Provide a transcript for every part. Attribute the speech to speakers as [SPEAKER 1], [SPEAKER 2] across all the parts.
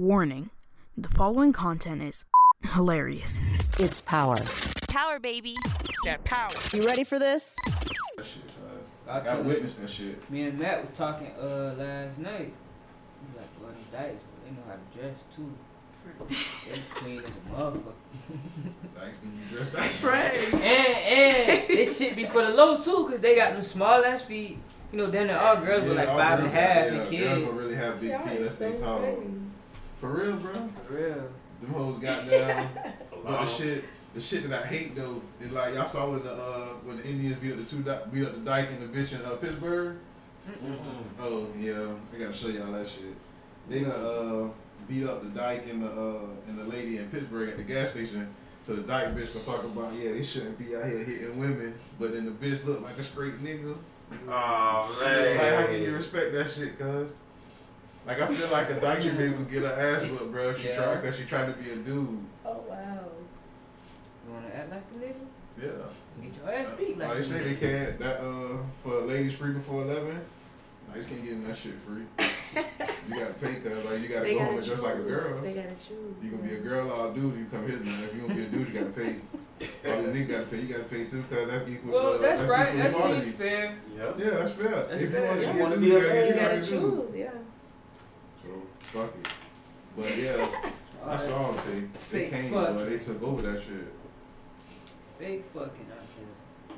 [SPEAKER 1] Warning the following content is hilarious.
[SPEAKER 2] It's power.
[SPEAKER 3] Power, baby.
[SPEAKER 4] That power.
[SPEAKER 2] You ready for this?
[SPEAKER 5] That shit tight.
[SPEAKER 6] I
[SPEAKER 5] I got
[SPEAKER 6] told
[SPEAKER 5] witnessed that shit.
[SPEAKER 4] Me and Matt was talking uh last night. We like bloody dice. They know how to dress too. They clean as a motherfucker.
[SPEAKER 5] Thanks to you dressed that
[SPEAKER 4] And and this shit be for the low too, cause they got them small ass feet. You know, then all girls were like five and a half and
[SPEAKER 5] Girls
[SPEAKER 4] kids.
[SPEAKER 5] don't really have big feet unless they tall. For real, bro. Them
[SPEAKER 4] For real.
[SPEAKER 5] hoes got down. but the shit, the shit that I hate though is like y'all saw when the uh when the Indians beat up the two di- beat up the dyke and the bitch in uh, Pittsburgh.
[SPEAKER 6] Mm-hmm.
[SPEAKER 5] Oh yeah, I gotta show y'all that shit. They done uh beat up the dyke and the uh and the lady in Pittsburgh at the gas station. So the dyke bitch was talking about yeah they shouldn't be out here hitting women, but then the bitch looked like a straight nigga.
[SPEAKER 6] Oh
[SPEAKER 5] Like, how can you
[SPEAKER 6] man.
[SPEAKER 5] respect that shit, cuz? Like, I feel like a dyke should be able to get her ass whooped, bro. If she
[SPEAKER 4] Yeah.
[SPEAKER 5] tried, cause she tried to be a dude.
[SPEAKER 7] Oh wow.
[SPEAKER 4] You wanna act like a nigga?
[SPEAKER 5] Yeah.
[SPEAKER 4] Get your ass beat like
[SPEAKER 5] Like
[SPEAKER 4] a
[SPEAKER 5] Oh, they say they
[SPEAKER 4] nigga.
[SPEAKER 5] can't. That uh, for ladies free before eleven. Like, you can't get that shit free. you gotta pay, cuz. Like, you gotta
[SPEAKER 7] They
[SPEAKER 5] go
[SPEAKER 7] gotta
[SPEAKER 5] home and
[SPEAKER 7] choose.
[SPEAKER 5] dress like a girl.
[SPEAKER 7] They gotta choose.
[SPEAKER 5] You gonna be a girl or a dude? You come here, man. If you gonna be a dude, you gotta pay. All the nigga gotta pay. You gotta pay too, cuz that's equal.
[SPEAKER 4] Well,
[SPEAKER 5] uh,
[SPEAKER 4] that's right.
[SPEAKER 5] equal
[SPEAKER 4] That
[SPEAKER 5] equality.
[SPEAKER 4] seems fair.
[SPEAKER 6] Yep.
[SPEAKER 5] Yeah, that's fair.
[SPEAKER 4] That's
[SPEAKER 5] if
[SPEAKER 4] fair.
[SPEAKER 5] you
[SPEAKER 6] You
[SPEAKER 5] wanna
[SPEAKER 6] wanna
[SPEAKER 5] get
[SPEAKER 6] be a
[SPEAKER 5] a dude, you gotta
[SPEAKER 7] You
[SPEAKER 5] get you
[SPEAKER 7] gotta
[SPEAKER 5] like a dude.
[SPEAKER 7] choose. Yeah.
[SPEAKER 5] So fuck it. But yeah. That's
[SPEAKER 4] Alright.
[SPEAKER 5] all I'm saying. They
[SPEAKER 4] Fake
[SPEAKER 5] came,
[SPEAKER 4] fuck.
[SPEAKER 5] but they took over that shit.
[SPEAKER 4] Fake fucking out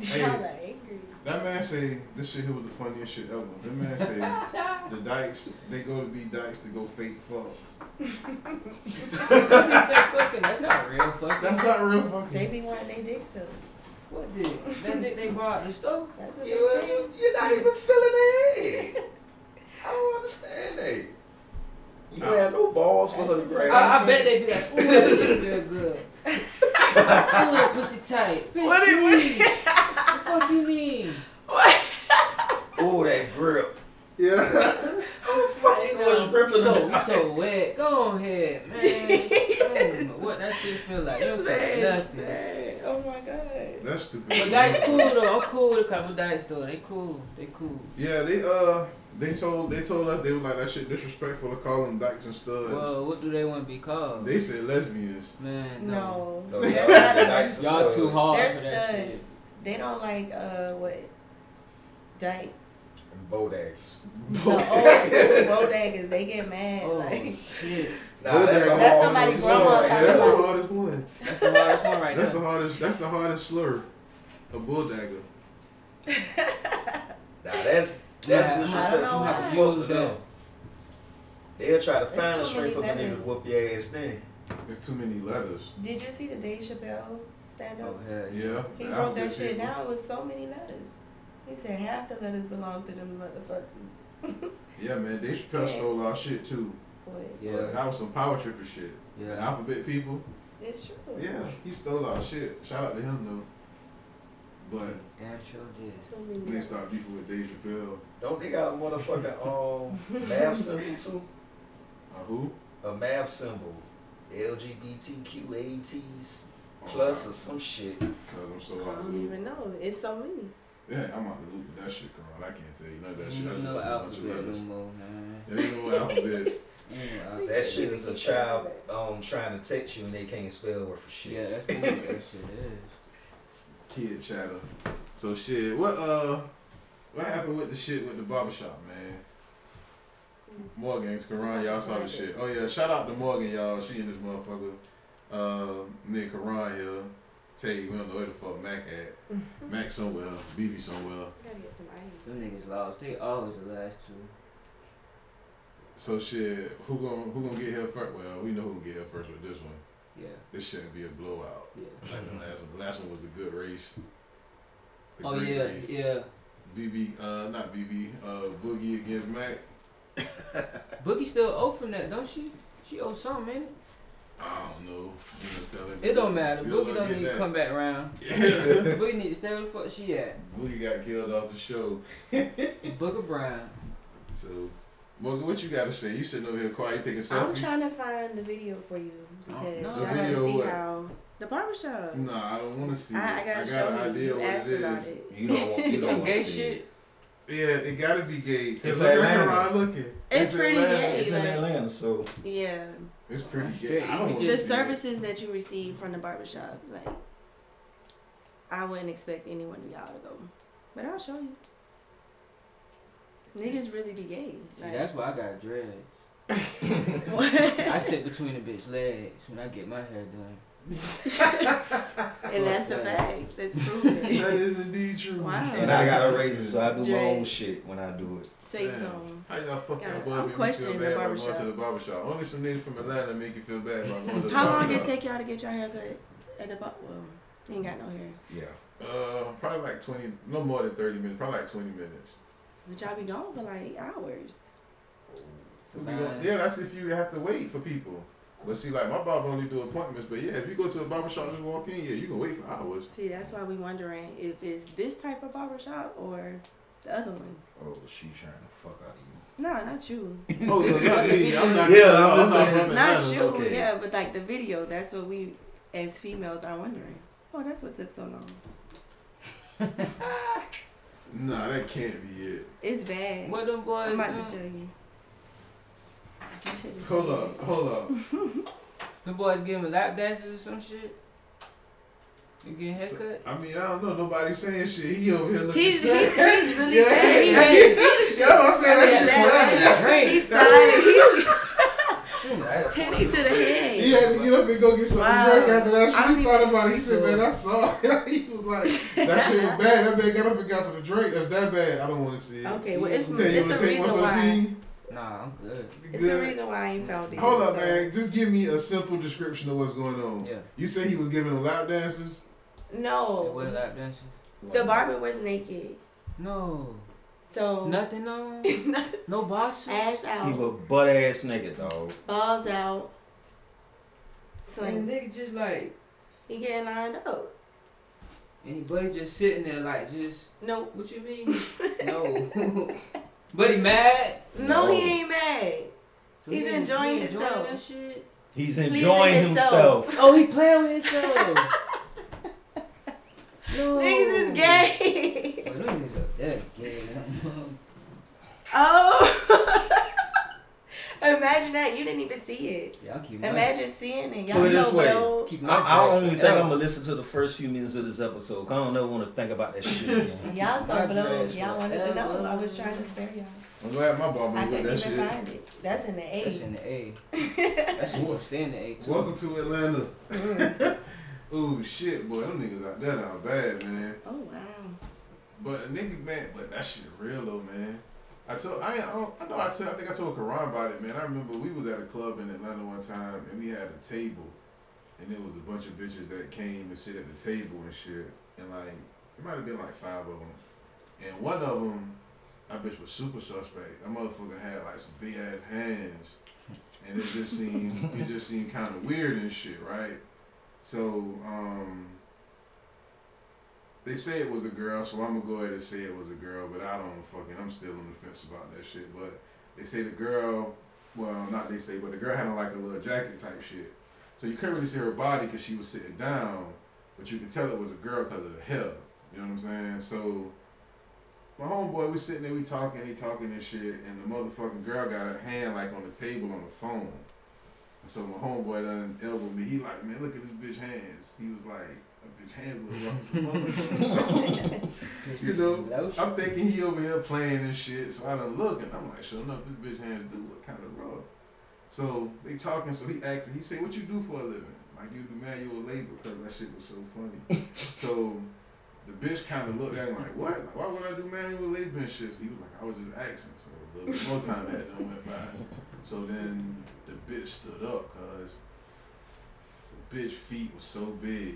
[SPEAKER 5] Hey.
[SPEAKER 7] Y'all are angry.
[SPEAKER 5] That man say this shit here was the funniest shit ever. That man say the dykes, they go to be dykes to go fake fuck.
[SPEAKER 4] here. Fake fucking. That's not real fucking.
[SPEAKER 5] That's not real
[SPEAKER 7] They
[SPEAKER 5] fucking.
[SPEAKER 7] be wanting they dick so
[SPEAKER 4] What did? That dick they bought in the store?
[SPEAKER 7] that's what they say.
[SPEAKER 5] you're not even feeling it. I don't understand that.
[SPEAKER 6] You don't have no balls for
[SPEAKER 7] That's
[SPEAKER 6] her
[SPEAKER 7] just
[SPEAKER 6] grab.
[SPEAKER 4] I, I bet they be like, ooh, that shit feel good. ooh, that pussy tight. Bitch,
[SPEAKER 7] What it- what
[SPEAKER 4] please. the fuck you mean?
[SPEAKER 6] Oh, that grip.
[SPEAKER 5] Yeah.
[SPEAKER 6] How the fuck you gonna grip it
[SPEAKER 4] Um, So,
[SPEAKER 6] up?
[SPEAKER 4] so wet. Go on ahead, man. I don't even know what that shit feel like. It don't feel like nothing.
[SPEAKER 7] Oh my god.
[SPEAKER 5] That's stupid.
[SPEAKER 4] But that's cool though. I'm cool with a couple dice though. They cool. They cool.
[SPEAKER 5] Yeah, they uh, they told they told us they was like that shit disrespectful to call them dykes and studs.
[SPEAKER 4] Well, what do they want to be called?
[SPEAKER 5] They said lesbians.
[SPEAKER 4] man, no.
[SPEAKER 7] No.
[SPEAKER 6] No,
[SPEAKER 7] That's
[SPEAKER 6] y'all
[SPEAKER 7] not a-
[SPEAKER 6] nice and
[SPEAKER 4] Y'all too
[SPEAKER 6] studs.
[SPEAKER 4] hard
[SPEAKER 7] They're
[SPEAKER 4] for that shit.
[SPEAKER 7] studs. They don't like uh what dykes.
[SPEAKER 6] And Bodax.
[SPEAKER 7] The old school bodegas, they get mad.
[SPEAKER 4] Oh
[SPEAKER 7] like
[SPEAKER 4] shit.
[SPEAKER 6] Nah, that's,
[SPEAKER 5] Bodax.
[SPEAKER 6] a
[SPEAKER 5] That's
[SPEAKER 6] hard
[SPEAKER 7] somebody's
[SPEAKER 6] one.
[SPEAKER 7] grandma
[SPEAKER 6] Yeah.
[SPEAKER 5] That's the
[SPEAKER 7] about-
[SPEAKER 5] hardest one.
[SPEAKER 4] That's the hardest one right
[SPEAKER 5] That's the
[SPEAKER 4] now.
[SPEAKER 5] hardest. That's the hardest slur. A bull dagger.
[SPEAKER 6] Nah, that's
[SPEAKER 4] Yeah,
[SPEAKER 6] that's
[SPEAKER 7] I
[SPEAKER 6] disrespectful as
[SPEAKER 7] don't
[SPEAKER 6] a
[SPEAKER 4] know
[SPEAKER 6] fuck
[SPEAKER 4] why.
[SPEAKER 6] to them. They'll try to find a
[SPEAKER 7] too many
[SPEAKER 6] strength for a nigga to
[SPEAKER 7] letters.
[SPEAKER 6] whoop your ass then.
[SPEAKER 5] There's too many letters.
[SPEAKER 7] Did you see the Dave Chappelle stand up?
[SPEAKER 4] Oh hell yeah.
[SPEAKER 5] Yeah.
[SPEAKER 7] He broke
[SPEAKER 5] the
[SPEAKER 7] that
[SPEAKER 5] alphabet
[SPEAKER 7] shit
[SPEAKER 5] people.
[SPEAKER 7] down with so many letters. He said half the letters belong to them motherfuckers.
[SPEAKER 5] Yeah, man. They Chappelle
[SPEAKER 7] Yeah.
[SPEAKER 5] stole our shit too.
[SPEAKER 7] what?
[SPEAKER 4] Yeah.
[SPEAKER 5] That was some power tripper shit. The
[SPEAKER 4] Yeah.
[SPEAKER 5] alphabet people.
[SPEAKER 7] It's true.
[SPEAKER 5] Yeah, he stole our shit. Shout out to him though. But
[SPEAKER 4] Damn sure did.
[SPEAKER 7] It's too many
[SPEAKER 5] they
[SPEAKER 7] letters.
[SPEAKER 5] start beefing with Dave Chappelle.
[SPEAKER 6] Don't they got a motherfucking um math symbol too?
[SPEAKER 5] Uh, who?
[SPEAKER 6] A math symbol. LGBTQATs
[SPEAKER 5] Oh,
[SPEAKER 6] plus
[SPEAKER 5] wow.
[SPEAKER 6] or some shit.
[SPEAKER 5] Cause I'm so
[SPEAKER 7] I
[SPEAKER 5] out of
[SPEAKER 7] don't
[SPEAKER 5] the loop.
[SPEAKER 7] even know. It's so many.
[SPEAKER 5] Yeah, I'm out of the loop with that shit, girl. I can't tell you none of that shit. I just
[SPEAKER 4] Ain't no
[SPEAKER 5] know so much of
[SPEAKER 4] alphabet no
[SPEAKER 5] letters.
[SPEAKER 4] more, man.
[SPEAKER 5] There ain't no alphabet.
[SPEAKER 4] Ain't no alphabet.
[SPEAKER 6] That shit is a child um trying to text you and they can't spell word for shit.
[SPEAKER 4] Yeah, that's what that shit is.
[SPEAKER 5] Kid chatter. So shit. What uh? What happened with the shit with the barbershop, man? Morgan, Karan, y'all saw the shit. Oh yeah, shout out to Morgan, y'all. She and this motherfucker. Uh, me and Karan, yeah. Tell you, we don't know where the fuck Mac at. Mac somewhere, BB somewhere.
[SPEAKER 7] Gotta get some ice.
[SPEAKER 4] Them niggas lost. They always the last two.
[SPEAKER 5] So shit, who gon' who gonna get here first? Well, we know who gonna get here first with this one.
[SPEAKER 4] Yeah,
[SPEAKER 5] This shouldn't be a blowout.
[SPEAKER 4] yeah.
[SPEAKER 5] Like the last one. The last one was a good race. The
[SPEAKER 4] Oh
[SPEAKER 5] great
[SPEAKER 4] yeah,
[SPEAKER 5] race.
[SPEAKER 4] yeah.
[SPEAKER 5] BB, uh, not BB, uh, Boogie against Mac.
[SPEAKER 4] Boogie still owe from that, don't she? She owe some, man.
[SPEAKER 5] I don't know. You know tell him-
[SPEAKER 4] It don't matter.
[SPEAKER 5] Good
[SPEAKER 4] Boogie
[SPEAKER 5] luck
[SPEAKER 4] don't
[SPEAKER 5] getting
[SPEAKER 4] need to
[SPEAKER 5] that.
[SPEAKER 4] come back round.
[SPEAKER 5] Yeah.
[SPEAKER 4] Boogie need to stay where the fuck she at.
[SPEAKER 5] Boogie got killed off the show.
[SPEAKER 4] Booger Brown.
[SPEAKER 5] So, Morgan, what you got to say? You sitting over here quiet taking
[SPEAKER 7] I'm
[SPEAKER 5] selfies? Oh,
[SPEAKER 7] trying to find the video for you because
[SPEAKER 4] no.
[SPEAKER 7] y'all
[SPEAKER 4] The
[SPEAKER 7] gotta
[SPEAKER 5] video
[SPEAKER 7] see
[SPEAKER 5] what?
[SPEAKER 7] how the barbershop.
[SPEAKER 5] nah, I don't want to see
[SPEAKER 7] I, I
[SPEAKER 5] it.
[SPEAKER 7] gotta
[SPEAKER 5] I got
[SPEAKER 7] show
[SPEAKER 5] an
[SPEAKER 7] you.
[SPEAKER 5] idea
[SPEAKER 7] you
[SPEAKER 5] what
[SPEAKER 7] asked
[SPEAKER 5] it is.
[SPEAKER 7] about it.
[SPEAKER 6] You don't want you
[SPEAKER 4] It's
[SPEAKER 6] don't
[SPEAKER 4] some
[SPEAKER 6] want to
[SPEAKER 4] gay
[SPEAKER 6] see it.
[SPEAKER 4] shit.
[SPEAKER 5] Yeah, it gotta be gay.
[SPEAKER 6] It's
[SPEAKER 5] Cause look at her
[SPEAKER 6] Atlanta.
[SPEAKER 5] I'm looking.
[SPEAKER 7] It's pretty
[SPEAKER 5] Atlanta.
[SPEAKER 7] gay.
[SPEAKER 6] It's in
[SPEAKER 7] like-
[SPEAKER 6] Atlanta, so
[SPEAKER 7] Yeah.
[SPEAKER 5] It's pretty
[SPEAKER 4] That's
[SPEAKER 5] gay.
[SPEAKER 4] straight.
[SPEAKER 5] I don't
[SPEAKER 4] You
[SPEAKER 5] want
[SPEAKER 4] could
[SPEAKER 7] The
[SPEAKER 5] to
[SPEAKER 4] just-
[SPEAKER 5] see that.
[SPEAKER 7] services that you receive from the barbershop, like, I wouldn't expect any one of y'all to go. But I'll show you. Niggas really be gay.
[SPEAKER 4] See,
[SPEAKER 7] Like,
[SPEAKER 4] that's why I got dreads. I sit between the bitch legs when I get my hair done.
[SPEAKER 7] and that's a fact. That's proven.
[SPEAKER 5] That is indeed true.
[SPEAKER 7] Wow.
[SPEAKER 6] and I got a razor, so I do my own
[SPEAKER 7] Drake.
[SPEAKER 6] shit when I do it.
[SPEAKER 7] Safe
[SPEAKER 5] Damn.
[SPEAKER 7] zone.
[SPEAKER 5] How y'all fucking
[SPEAKER 7] God,
[SPEAKER 5] above
[SPEAKER 7] I'm
[SPEAKER 5] me feel bad
[SPEAKER 7] questioning the
[SPEAKER 5] about going
[SPEAKER 7] barbershop.
[SPEAKER 5] to the barbershop? Only some niggas from Atlanta make you feel bad about going to the
[SPEAKER 7] How long
[SPEAKER 5] barbershop.
[SPEAKER 7] did it take y'all to get your hair cut at the bar? Well, you ain't got no hair.
[SPEAKER 6] Yeah.
[SPEAKER 5] Uh, probably like twenty, no more than thirty minutes. Probably like twenty minutes.
[SPEAKER 7] But y'all be gone for like hours.
[SPEAKER 4] It's a
[SPEAKER 5] So we
[SPEAKER 4] line.
[SPEAKER 5] don't- yeah, that's if you have to wait for people. But see, like my barber only do appointments. But yeah, if you go to a barbershop and just walk in, yeah, you can wait for hours.
[SPEAKER 7] See, that's why we wondering if it's this type of barbershop or the other one.
[SPEAKER 6] Oh, she trying to fuck out of
[SPEAKER 7] No, not you.
[SPEAKER 5] Oh, no, not me. I'm not.
[SPEAKER 6] Yeah,
[SPEAKER 5] I'm,
[SPEAKER 6] I'm
[SPEAKER 5] not
[SPEAKER 6] saying-
[SPEAKER 5] from Atlanta.
[SPEAKER 7] Not you,
[SPEAKER 6] okay.
[SPEAKER 7] yeah, but like the video, that's what we as females are wondering. Oh, that's what took so long.
[SPEAKER 5] Nah, that can't be it.
[SPEAKER 7] It's bad.
[SPEAKER 4] What them boys?
[SPEAKER 7] I'm about to
[SPEAKER 4] do?
[SPEAKER 7] show you. That shit is
[SPEAKER 5] Hold
[SPEAKER 7] bad.
[SPEAKER 5] up, hold up.
[SPEAKER 4] Them boys giving lap dances or some shit. You getting haircut?
[SPEAKER 5] I mean, I don't know. Nobody's saying shit. He over here looking
[SPEAKER 7] He's, he,
[SPEAKER 5] sad.
[SPEAKER 7] he's really
[SPEAKER 5] Yeah.
[SPEAKER 7] sad. He ready to see the shit.
[SPEAKER 5] Yo, I'm saying that shit.
[SPEAKER 7] That-
[SPEAKER 5] crazy.
[SPEAKER 4] Great.
[SPEAKER 7] He's silent. He's
[SPEAKER 6] you.
[SPEAKER 7] hitting to the head.
[SPEAKER 5] He had to get up and go get some
[SPEAKER 7] Wow.
[SPEAKER 5] drink after that
[SPEAKER 7] I
[SPEAKER 5] shit.
[SPEAKER 7] don't
[SPEAKER 5] He
[SPEAKER 7] even
[SPEAKER 5] thought about it. He
[SPEAKER 7] think
[SPEAKER 5] said,
[SPEAKER 7] so.
[SPEAKER 5] man, I saw it. he was like, that shit was bad. That man got up and got some drink. That's that bad. I don't want to see it.
[SPEAKER 7] Okay, well, it's,
[SPEAKER 5] You tell you
[SPEAKER 7] it's
[SPEAKER 5] wanna
[SPEAKER 7] a
[SPEAKER 5] take one
[SPEAKER 7] reason
[SPEAKER 5] for the
[SPEAKER 7] why.
[SPEAKER 5] team?
[SPEAKER 4] Nah, I'm good.
[SPEAKER 7] It's a
[SPEAKER 5] Good.
[SPEAKER 7] reason why I ain't found it.
[SPEAKER 5] Hold
[SPEAKER 7] so.
[SPEAKER 5] up, man. Just give me a simple description of what's going on.
[SPEAKER 4] Yeah.
[SPEAKER 5] You say he was giving him lap dances?
[SPEAKER 4] It was
[SPEAKER 7] No.
[SPEAKER 4] lap dances.
[SPEAKER 7] The barber was naked.
[SPEAKER 4] No.
[SPEAKER 7] So,
[SPEAKER 4] Nothing on. No boxes.
[SPEAKER 7] Oh. ass out,
[SPEAKER 6] You a butt ass nigga, dog.
[SPEAKER 7] balls out.
[SPEAKER 4] And
[SPEAKER 7] Swing.
[SPEAKER 4] nigga just like
[SPEAKER 7] He getting lined up.
[SPEAKER 4] and buddy just sitting there like just
[SPEAKER 7] No,
[SPEAKER 4] what you mean? no. buddy mad.
[SPEAKER 7] no,
[SPEAKER 6] No.
[SPEAKER 7] he ain't mad. He's
[SPEAKER 4] he en-
[SPEAKER 7] enjoying
[SPEAKER 4] he
[SPEAKER 7] himself.
[SPEAKER 4] That shit.
[SPEAKER 6] He's
[SPEAKER 7] Pleasing
[SPEAKER 6] enjoying
[SPEAKER 7] himself.
[SPEAKER 6] himself.
[SPEAKER 4] Oh, he playing with himself. no.
[SPEAKER 7] Niggas is
[SPEAKER 4] Oh.
[SPEAKER 7] gay.
[SPEAKER 4] Well, them niggas up there gay.
[SPEAKER 7] oh, imagine that. You didn't even see it.
[SPEAKER 4] Y'all keep my-
[SPEAKER 7] Imagine seeing it. Y'all
[SPEAKER 6] Put it
[SPEAKER 7] so
[SPEAKER 6] this way.
[SPEAKER 7] well-
[SPEAKER 4] Keep my
[SPEAKER 6] I, I
[SPEAKER 4] dress
[SPEAKER 6] don't even
[SPEAKER 4] forever.
[SPEAKER 6] think I'm gonna listen to the first few minutes of this episode. 'cause I don't ever want to think about that shit again.
[SPEAKER 7] Y'all
[SPEAKER 4] My
[SPEAKER 7] so blown.
[SPEAKER 4] dress
[SPEAKER 7] Y'all wanted to know. I was
[SPEAKER 4] forever.
[SPEAKER 7] trying to spare y'all.
[SPEAKER 5] I'm glad my barber
[SPEAKER 7] I
[SPEAKER 5] was with
[SPEAKER 7] couldn't
[SPEAKER 5] Oh, that
[SPEAKER 7] even
[SPEAKER 5] shit.
[SPEAKER 7] find it. That's in the
[SPEAKER 4] That's
[SPEAKER 7] A.
[SPEAKER 4] in the A. That's what stay in the A too.
[SPEAKER 5] Welcome to Atlanta.
[SPEAKER 7] Mm.
[SPEAKER 5] Ooh, shit, boy. Them niggas out there now bad, man.
[SPEAKER 7] Oh wow.
[SPEAKER 5] But a nigga, man, but that shit real though, man. I told I I, don't, I know I told I think I told Karan about it, man. I remember we was at a club in Atlanta one time and we had a table, and there was a bunch of bitches that came and sit at the table and shit, and like it might have been like five of them, and one of them, I bitch was super suspect. That motherfucker had like some big ass hands, and it just seemed it just seemed kind of weird and shit, right? So um. They say it was a girl, so I'm gonna go ahead and say it was a girl, but I don't fucking. I'm still on the fence about that shit. But they say the girl, well, not they say, but the girl had on like a little jacket type shit, so you couldn't really see her body because she was sitting down, but you could tell it was a girl because of the hair. You know what I'm saying? So my homeboy, we sitting there, we talking, he talking and shit, and the motherfucking girl got her hand like on the table on the phone. And so my homeboy done elbowed me. He like, man, look at this bitch hands. He was like, a bitch hands look rough as a motherfucker. So, you know, I'm thinking he over here playing and shit. So I done look and I'm like, sure enough, this bitch hands do look kind of rough. So they talking. So he asked, he say, what you do for a living? Like you do manual labor because that shit was so funny. so the bitch kind of looked at him like, what? Like, why would I do manual labor and shit? So he was like, I was just asking. So a little bit more time had done went by. So then the bitch stood up because the bitch feet was so big.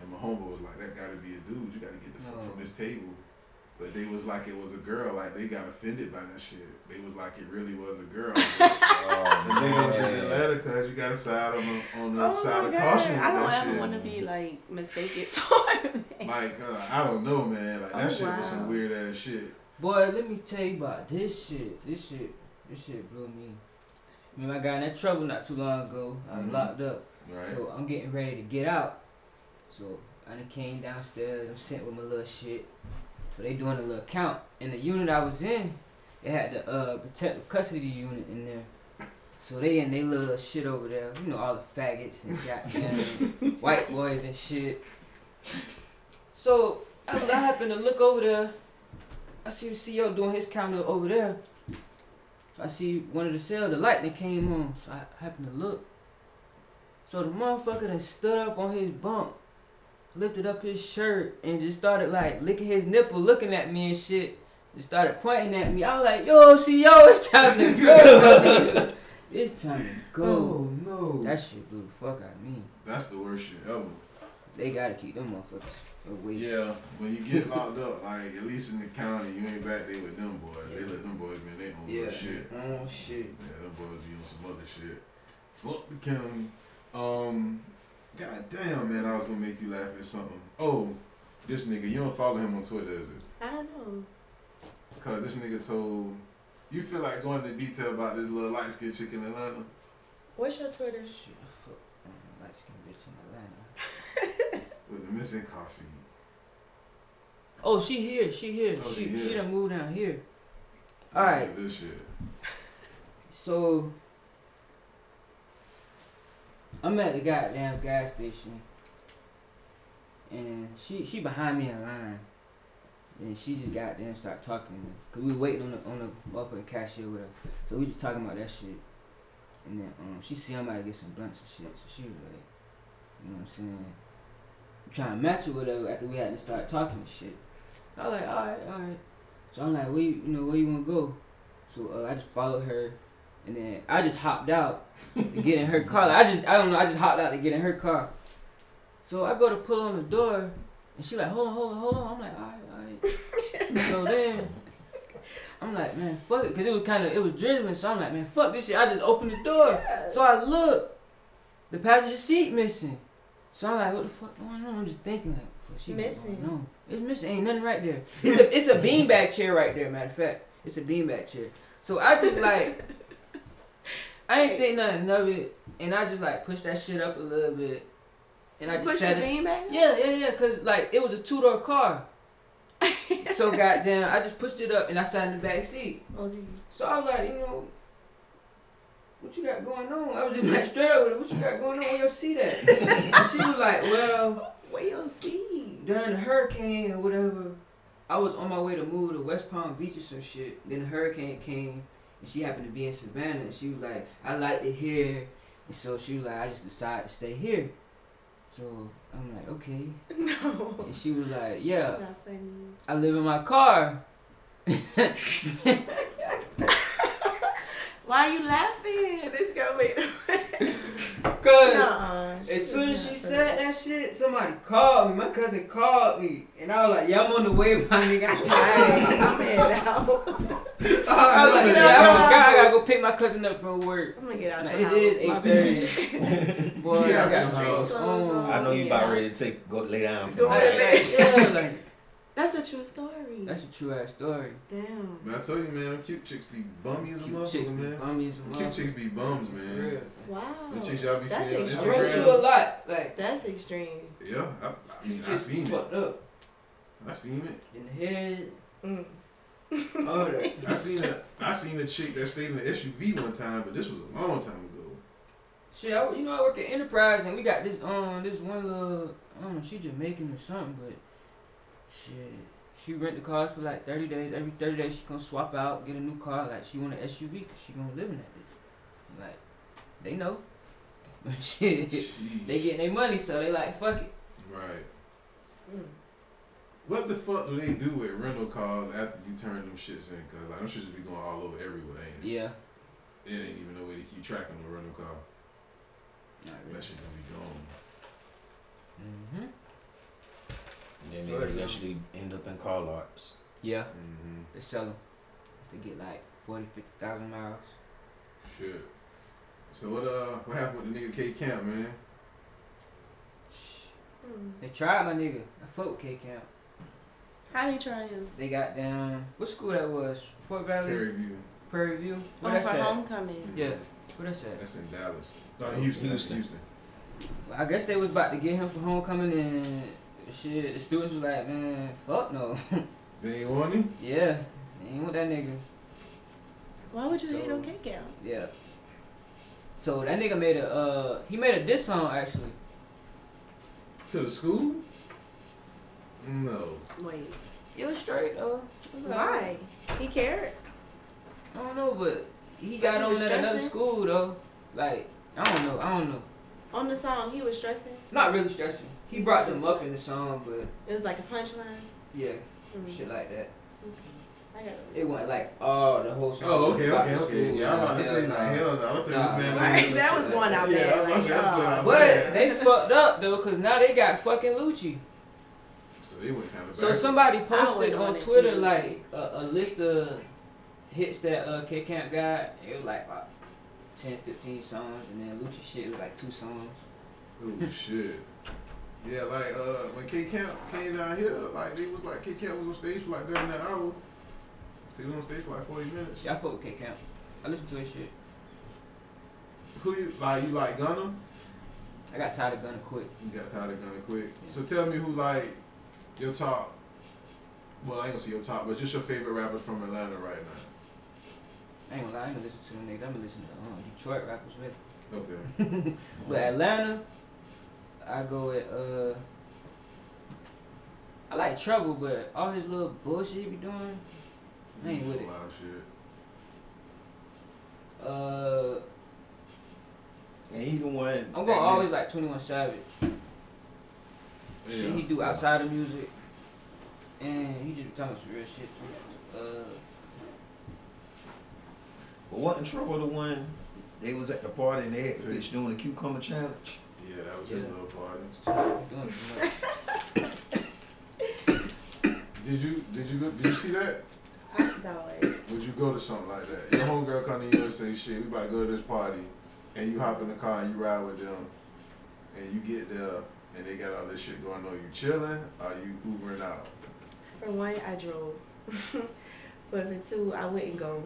[SPEAKER 5] And my homeboy was like, that gotta be a dude. You gotta get the fuck from this table. But they was like, it was a girl. Like, they got offended by that shit. They was like, it really was a girl. the
[SPEAKER 6] Oh,
[SPEAKER 5] nigga was in
[SPEAKER 6] man.
[SPEAKER 5] Atlanta because you got a side on the, on the
[SPEAKER 7] Oh
[SPEAKER 5] side
[SPEAKER 7] my
[SPEAKER 5] of
[SPEAKER 7] god.
[SPEAKER 5] caution with
[SPEAKER 7] I don't
[SPEAKER 5] that
[SPEAKER 7] ever
[SPEAKER 5] shit.
[SPEAKER 7] want to be like mistaken for a man.
[SPEAKER 5] Like, uh, I don't know, man. Like, that
[SPEAKER 7] Oh,
[SPEAKER 5] shit was some
[SPEAKER 7] wow.
[SPEAKER 5] weird ass shit.
[SPEAKER 4] Boy, let me tell you about this shit. This shit, this shit blew me. I mean, I got in that trouble not too long ago. I was
[SPEAKER 5] Mhm.
[SPEAKER 4] locked up,
[SPEAKER 5] Right?
[SPEAKER 4] so I'm getting ready to get out. So I done came downstairs. I'm sitting with my little shit. So they doing a little count. In the unit I was in, they had the uh, protective custody unit in there. So they in they little shit over there. You know all the faggots and goddamn white boys and shit. So I, I happen to look over there. I see the CEO doing his counter over there. So I see one of the cell, the light that came on. So I happened to look. So the motherfucker done stood up on his bunk, lifted up his shirt, and just started like licking his nipple, looking at me and shit. Just started pointing at me. I was like, yo, CEO, it's time to go. it's time to go.
[SPEAKER 7] Oh,
[SPEAKER 5] no.
[SPEAKER 4] That shit blew the fuck out of me.
[SPEAKER 5] That's the worst shit ever.
[SPEAKER 4] They gotta keep them motherfuckers away.
[SPEAKER 5] Yeah, when you get locked up, like at least in the county, you ain't back there with them boys. They let them boys man, they own
[SPEAKER 4] Yeah.
[SPEAKER 5] yeah. shit.
[SPEAKER 4] Oh shit.
[SPEAKER 5] Yeah, them boys be on some other shit. Fuck the county. Um, god damn man, I was gonna make you laugh at something. Oh, this nigga, you don't follow him on Twitter, is it?
[SPEAKER 7] I don't know.
[SPEAKER 5] Cause this nigga told. You feel like going into detail about this little light skinned chick in Atlanta?
[SPEAKER 7] What's your Twitter?
[SPEAKER 4] Shit, fuck. I'm a light skinned bitch in Atlanta.
[SPEAKER 5] With the missing car seat.
[SPEAKER 4] Oh, she here. She here.
[SPEAKER 5] Oh,
[SPEAKER 4] she
[SPEAKER 5] she
[SPEAKER 4] she
[SPEAKER 5] here.
[SPEAKER 4] done moved down here. All right.
[SPEAKER 5] This shit.
[SPEAKER 4] So I'm at the goddamn gas station, and she she behind me in line, and she just goddamn start talking to me. cause we waiting on the on the motherfucking cashier with her. So we just talking about that shit, and then um she see I'm out to get some blunts and shit. So she was like, you know what I'm saying, trying to match it with her after we had to start talking and shit. I was like, all right, all right. So I'm like, where you, you know where you wanna go? So uh, I just followed her, and then I just hopped out to get in her car. Like, I just I don't know. I just hopped out to get in her car. So I go to pull on the door, and she like, hold on, hold on, hold on. I'm like, all right, all right. so then I'm like, man, fuck it, cause it was kind of it was drizzling. So I'm like, man, fuck this shit. I just opened the door. So I look, the passenger seat missing. So I'm like, what the fuck going on? I'm just thinking like, what she got
[SPEAKER 7] Missing.
[SPEAKER 4] Going on? It's missing. Ain't nothing right there. It's a it's a beanbag chair right there. Matter of fact, it's a beanbag chair. So I just like, I ain't think nothing of it, and I just like pushed that shit up a little bit, and I just
[SPEAKER 7] Push
[SPEAKER 4] sat
[SPEAKER 7] your
[SPEAKER 4] it.
[SPEAKER 7] bean back?
[SPEAKER 4] Yeah, yeah, yeah. Cause like it was a two door car. so goddamn, I just pushed it up and I sat in the back seat.
[SPEAKER 7] Oh, do you?
[SPEAKER 4] So I was like, you know, what you got going on? I was just like straight up with her. What you got going on? Where your seat at? and she was like, well,
[SPEAKER 7] Where your seat?
[SPEAKER 4] during the hurricane or whatever, I was on my way to move to West Palm Beach or some shit. Then the hurricane came and she happened to be in Savannah. And she was like, I liked it here. And so she was like, I just decided to stay here. So I'm like, okay.
[SPEAKER 7] No.
[SPEAKER 4] And she was like,
[SPEAKER 7] That's
[SPEAKER 4] Yeah,
[SPEAKER 7] not funny.
[SPEAKER 4] I live in my car.
[SPEAKER 7] Why are you laughing? This girl made a
[SPEAKER 4] Cause
[SPEAKER 7] Nuh-uh, she
[SPEAKER 4] uh-uh, as soon
[SPEAKER 7] was
[SPEAKER 4] as she
[SPEAKER 7] not
[SPEAKER 4] said that shit, somebody called me. My cousin called me. And I was like, Yeah, I'm on the way, my nigga. I'm
[SPEAKER 7] funny.
[SPEAKER 4] like,
[SPEAKER 7] I'm headed out.
[SPEAKER 4] I was like,
[SPEAKER 7] I'm at
[SPEAKER 4] yeah, I'm
[SPEAKER 7] your
[SPEAKER 4] on- I gotta
[SPEAKER 7] house.
[SPEAKER 4] go pick my cousin up from work.
[SPEAKER 7] I'm gonna get out
[SPEAKER 4] Like,
[SPEAKER 7] your
[SPEAKER 4] it
[SPEAKER 7] house.
[SPEAKER 4] is
[SPEAKER 7] my
[SPEAKER 4] 8:30. Boy,
[SPEAKER 5] Yeah,
[SPEAKER 4] I
[SPEAKER 5] that's
[SPEAKER 4] got clothes
[SPEAKER 7] true.
[SPEAKER 4] on.
[SPEAKER 6] I know you
[SPEAKER 7] Yeah.
[SPEAKER 6] about ready to take go lay down for
[SPEAKER 7] Go
[SPEAKER 4] Like,
[SPEAKER 6] that.
[SPEAKER 7] ahead.
[SPEAKER 4] like, yeah, like,
[SPEAKER 7] That's a true story.
[SPEAKER 4] that's a true ass story.
[SPEAKER 7] Damn.
[SPEAKER 5] Man, I told you, man, them cute chicks be bummy as a
[SPEAKER 4] Cute chicks
[SPEAKER 5] motherfucker,
[SPEAKER 4] be
[SPEAKER 5] man.
[SPEAKER 4] bummies and
[SPEAKER 5] Cute chicks be bums, man.
[SPEAKER 7] Wow.
[SPEAKER 5] The chicks y'all be
[SPEAKER 7] That's
[SPEAKER 5] seeing on
[SPEAKER 4] I
[SPEAKER 7] extreme.
[SPEAKER 4] run
[SPEAKER 5] Instagram.
[SPEAKER 4] to a lot. Like,
[SPEAKER 7] That's extreme.
[SPEAKER 5] Yeah, I, I mean,
[SPEAKER 4] cute
[SPEAKER 5] I
[SPEAKER 4] chicks be
[SPEAKER 5] seen it.
[SPEAKER 4] fucked up.
[SPEAKER 5] I seen it.
[SPEAKER 4] In the head.
[SPEAKER 7] Mm.
[SPEAKER 4] All that.
[SPEAKER 5] I seen it. I seen a chick that stayed in the SUV one time, but this was a long time ago.
[SPEAKER 4] Shit, I, you know I work at Enterprise and we got this um this one little I don't know she Jamaican or something, but shit, she rent the cars for like thirty days. Every thirty days she gonna swap out, get a new car. Like she want an SUV, 'cause she gonna live in that bitch. Like they know, but shit,
[SPEAKER 5] Jeez.
[SPEAKER 4] they getting their money, so they like fuck it.
[SPEAKER 5] Right.
[SPEAKER 7] Mm.
[SPEAKER 5] What the fuck do they do with rental cars after you turn them shits in? Cause like them shits be going all over everywhere. Ain't it?
[SPEAKER 4] Yeah.
[SPEAKER 5] It ain't even no way to keep track of the rental car. That shit gonna be gone.
[SPEAKER 4] Mhm.
[SPEAKER 6] Then they eventually end up in car lots.
[SPEAKER 4] Yeah,
[SPEAKER 5] Mm-hmm.
[SPEAKER 4] they sell them. They get like forty, fifty thousand miles.
[SPEAKER 5] Shit. So what uh what happened with the nigga K Camp, man?
[SPEAKER 4] Shh.
[SPEAKER 7] Mm.
[SPEAKER 4] They tried my nigga. I fuck with K Camp.
[SPEAKER 7] How do you try him?
[SPEAKER 4] They got down. What school that was? Fort Valley.
[SPEAKER 5] Prairie View. Mm-hmm.
[SPEAKER 4] Prairie View. What
[SPEAKER 7] Oh,
[SPEAKER 4] that's
[SPEAKER 7] for
[SPEAKER 4] at?
[SPEAKER 7] homecoming.
[SPEAKER 4] Yeah. What that's at?
[SPEAKER 5] That's in Dallas. No, Houston. Houston.
[SPEAKER 6] Houston.
[SPEAKER 5] Houston.
[SPEAKER 4] I guess they was about to get him for homecoming and shit. The students was like, man, fuck no.
[SPEAKER 5] They ain't want him.
[SPEAKER 4] Yeah, they ain't with that nigga.
[SPEAKER 7] Why would you hate
[SPEAKER 4] So-
[SPEAKER 7] on Cake Out?
[SPEAKER 4] Yeah. So that nigga made a uh he made a diss song actually.
[SPEAKER 5] To the school? No.
[SPEAKER 7] Wait,
[SPEAKER 4] It was straight uh, though.
[SPEAKER 7] why? He cared.
[SPEAKER 4] I don't know, but he got
[SPEAKER 7] He
[SPEAKER 4] on
[SPEAKER 7] was
[SPEAKER 4] at another
[SPEAKER 7] stressing?
[SPEAKER 4] school though. Like I don't know, I don't know.
[SPEAKER 7] On the song, he was stressing.
[SPEAKER 4] Not really stressing. He brought them up in the song, but
[SPEAKER 7] It was like a punchline.
[SPEAKER 4] yeah,
[SPEAKER 7] Mm.
[SPEAKER 4] shit like that.
[SPEAKER 7] I got
[SPEAKER 4] It wasn't like all the whole song.
[SPEAKER 5] Oh,
[SPEAKER 4] was
[SPEAKER 5] okay,
[SPEAKER 4] about
[SPEAKER 5] okay,
[SPEAKER 4] the
[SPEAKER 5] okay.
[SPEAKER 4] school.
[SPEAKER 5] Yeah, I'm about to
[SPEAKER 4] Hell
[SPEAKER 5] say, nah,
[SPEAKER 4] nah.
[SPEAKER 5] hell no. I think
[SPEAKER 4] Nah,
[SPEAKER 5] this man.
[SPEAKER 4] right,
[SPEAKER 5] was-
[SPEAKER 7] that was going out
[SPEAKER 5] Yeah, I
[SPEAKER 7] there.
[SPEAKER 5] was about to say, that's going
[SPEAKER 7] Like,
[SPEAKER 5] out
[SPEAKER 4] But
[SPEAKER 5] there.
[SPEAKER 4] they fucked up though, cause now they got fucking Lucci.
[SPEAKER 5] So they went kind of
[SPEAKER 4] So somebody posted
[SPEAKER 7] wouldn't
[SPEAKER 4] on
[SPEAKER 7] wanna see
[SPEAKER 4] Twitter
[SPEAKER 7] Lucci.
[SPEAKER 4] like a, a list of hits that uh, K Camp got. It was like about 10, 15 songs, and then Lucci shit was like two songs.
[SPEAKER 5] Oh shit. Yeah, like uh, when K Camp came down here, like they was like K Camp was on stage for like damn near an hour. So he was on stage for like forty minutes.
[SPEAKER 4] Yeah, I fuck with K Camp. I listen to his shit.
[SPEAKER 5] Who you like? You like Gunna?
[SPEAKER 4] I got tired of Gunna quick.
[SPEAKER 5] You got tired of Gunna quick.
[SPEAKER 4] Yeah.
[SPEAKER 5] So tell me who like your top. Well, I ain't gonna say your top, but just your favorite rappers from Atlanta right now.
[SPEAKER 4] I ain't gonna lie, I ain't gonna listen to them niggas. I'm gonna listen to um, Detroit rappers with.
[SPEAKER 5] Okay.
[SPEAKER 4] But Atlanta, I go with uh. I like Trouble, but all his little bullshit he be doing, I ain't with it.
[SPEAKER 5] A lot of shit.
[SPEAKER 4] Uh,
[SPEAKER 6] And he the one.
[SPEAKER 4] I'm
[SPEAKER 6] that
[SPEAKER 4] gonna always
[SPEAKER 6] nigga-
[SPEAKER 4] like 21 Savage. shit he
[SPEAKER 5] Yeah.
[SPEAKER 4] do outside of music, and he just be talking some real shit. Too. Uh,
[SPEAKER 6] But wasn't Trouble the one? They was at the party and they had the bitch doing the cucumber challenge.
[SPEAKER 5] Yeah, that was his
[SPEAKER 4] Yeah.
[SPEAKER 5] little party.
[SPEAKER 4] doing too much.
[SPEAKER 5] Did you did you go, did you see that?
[SPEAKER 7] oh, I saw it.
[SPEAKER 5] Would you go to something like that? Your homegirl come to you and say, "Shit, we about to go to this party," and you hop in the car and you ride with them, and you get there and they got all this shit going on. You chilling? Are you Ubering out?
[SPEAKER 7] For one, I drove. but for two, I wouldn't go.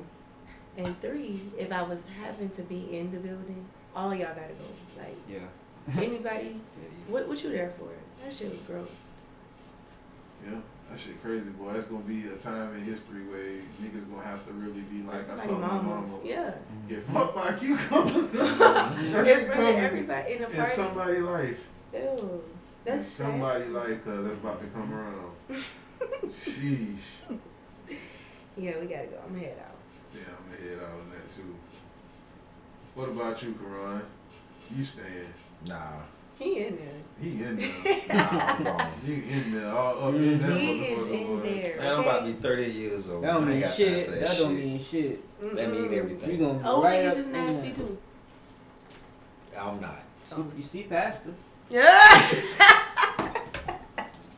[SPEAKER 7] And three, if I was happen to be in the building, all y'all gotta go. Like
[SPEAKER 4] yeah.
[SPEAKER 7] anybody,
[SPEAKER 4] yeah, yeah.
[SPEAKER 7] what what you there for? That shit was gross.
[SPEAKER 5] Yeah, that shit crazy, boy. That's gonna be a time in history where niggas gonna have to really be like,
[SPEAKER 7] Like
[SPEAKER 5] "I
[SPEAKER 7] somebody
[SPEAKER 5] saw my
[SPEAKER 7] mama.
[SPEAKER 5] mama,
[SPEAKER 7] Yeah.
[SPEAKER 5] get fucked by a cucumber." that
[SPEAKER 7] In
[SPEAKER 5] shit
[SPEAKER 7] front of
[SPEAKER 5] coming
[SPEAKER 7] everybody in the
[SPEAKER 5] in
[SPEAKER 7] party.
[SPEAKER 5] somebody's life.
[SPEAKER 7] Ew.
[SPEAKER 5] In
[SPEAKER 7] That's
[SPEAKER 5] somebody
[SPEAKER 7] sad.
[SPEAKER 5] life, cause that's about to come around. Sheesh.
[SPEAKER 7] Yeah, we gotta go. I'm gonna head out.
[SPEAKER 5] Yeah, I'm gonna head out on that too. What about you, Karan? You staying?
[SPEAKER 6] Nah.
[SPEAKER 7] He in there.
[SPEAKER 5] He in there.
[SPEAKER 6] Nah, I'm gone.
[SPEAKER 5] he in there. All up in that
[SPEAKER 7] He is
[SPEAKER 5] motherfucker.
[SPEAKER 7] in
[SPEAKER 5] boy.
[SPEAKER 7] there.
[SPEAKER 6] Man, I'm about to be 30 years old.
[SPEAKER 4] That don't
[SPEAKER 6] I ain't
[SPEAKER 4] mean
[SPEAKER 6] got time for
[SPEAKER 4] shit.
[SPEAKER 6] that
[SPEAKER 4] That, don't
[SPEAKER 6] shit.
[SPEAKER 4] mean shit.
[SPEAKER 7] Mm-mm.
[SPEAKER 6] That mean everything.
[SPEAKER 4] You gonna be
[SPEAKER 7] Old
[SPEAKER 4] right
[SPEAKER 7] niggas
[SPEAKER 4] up
[SPEAKER 7] is
[SPEAKER 4] in
[SPEAKER 7] nasty
[SPEAKER 4] there.
[SPEAKER 7] too.
[SPEAKER 6] I'm not.
[SPEAKER 4] So you see Pastor?
[SPEAKER 7] Yeah.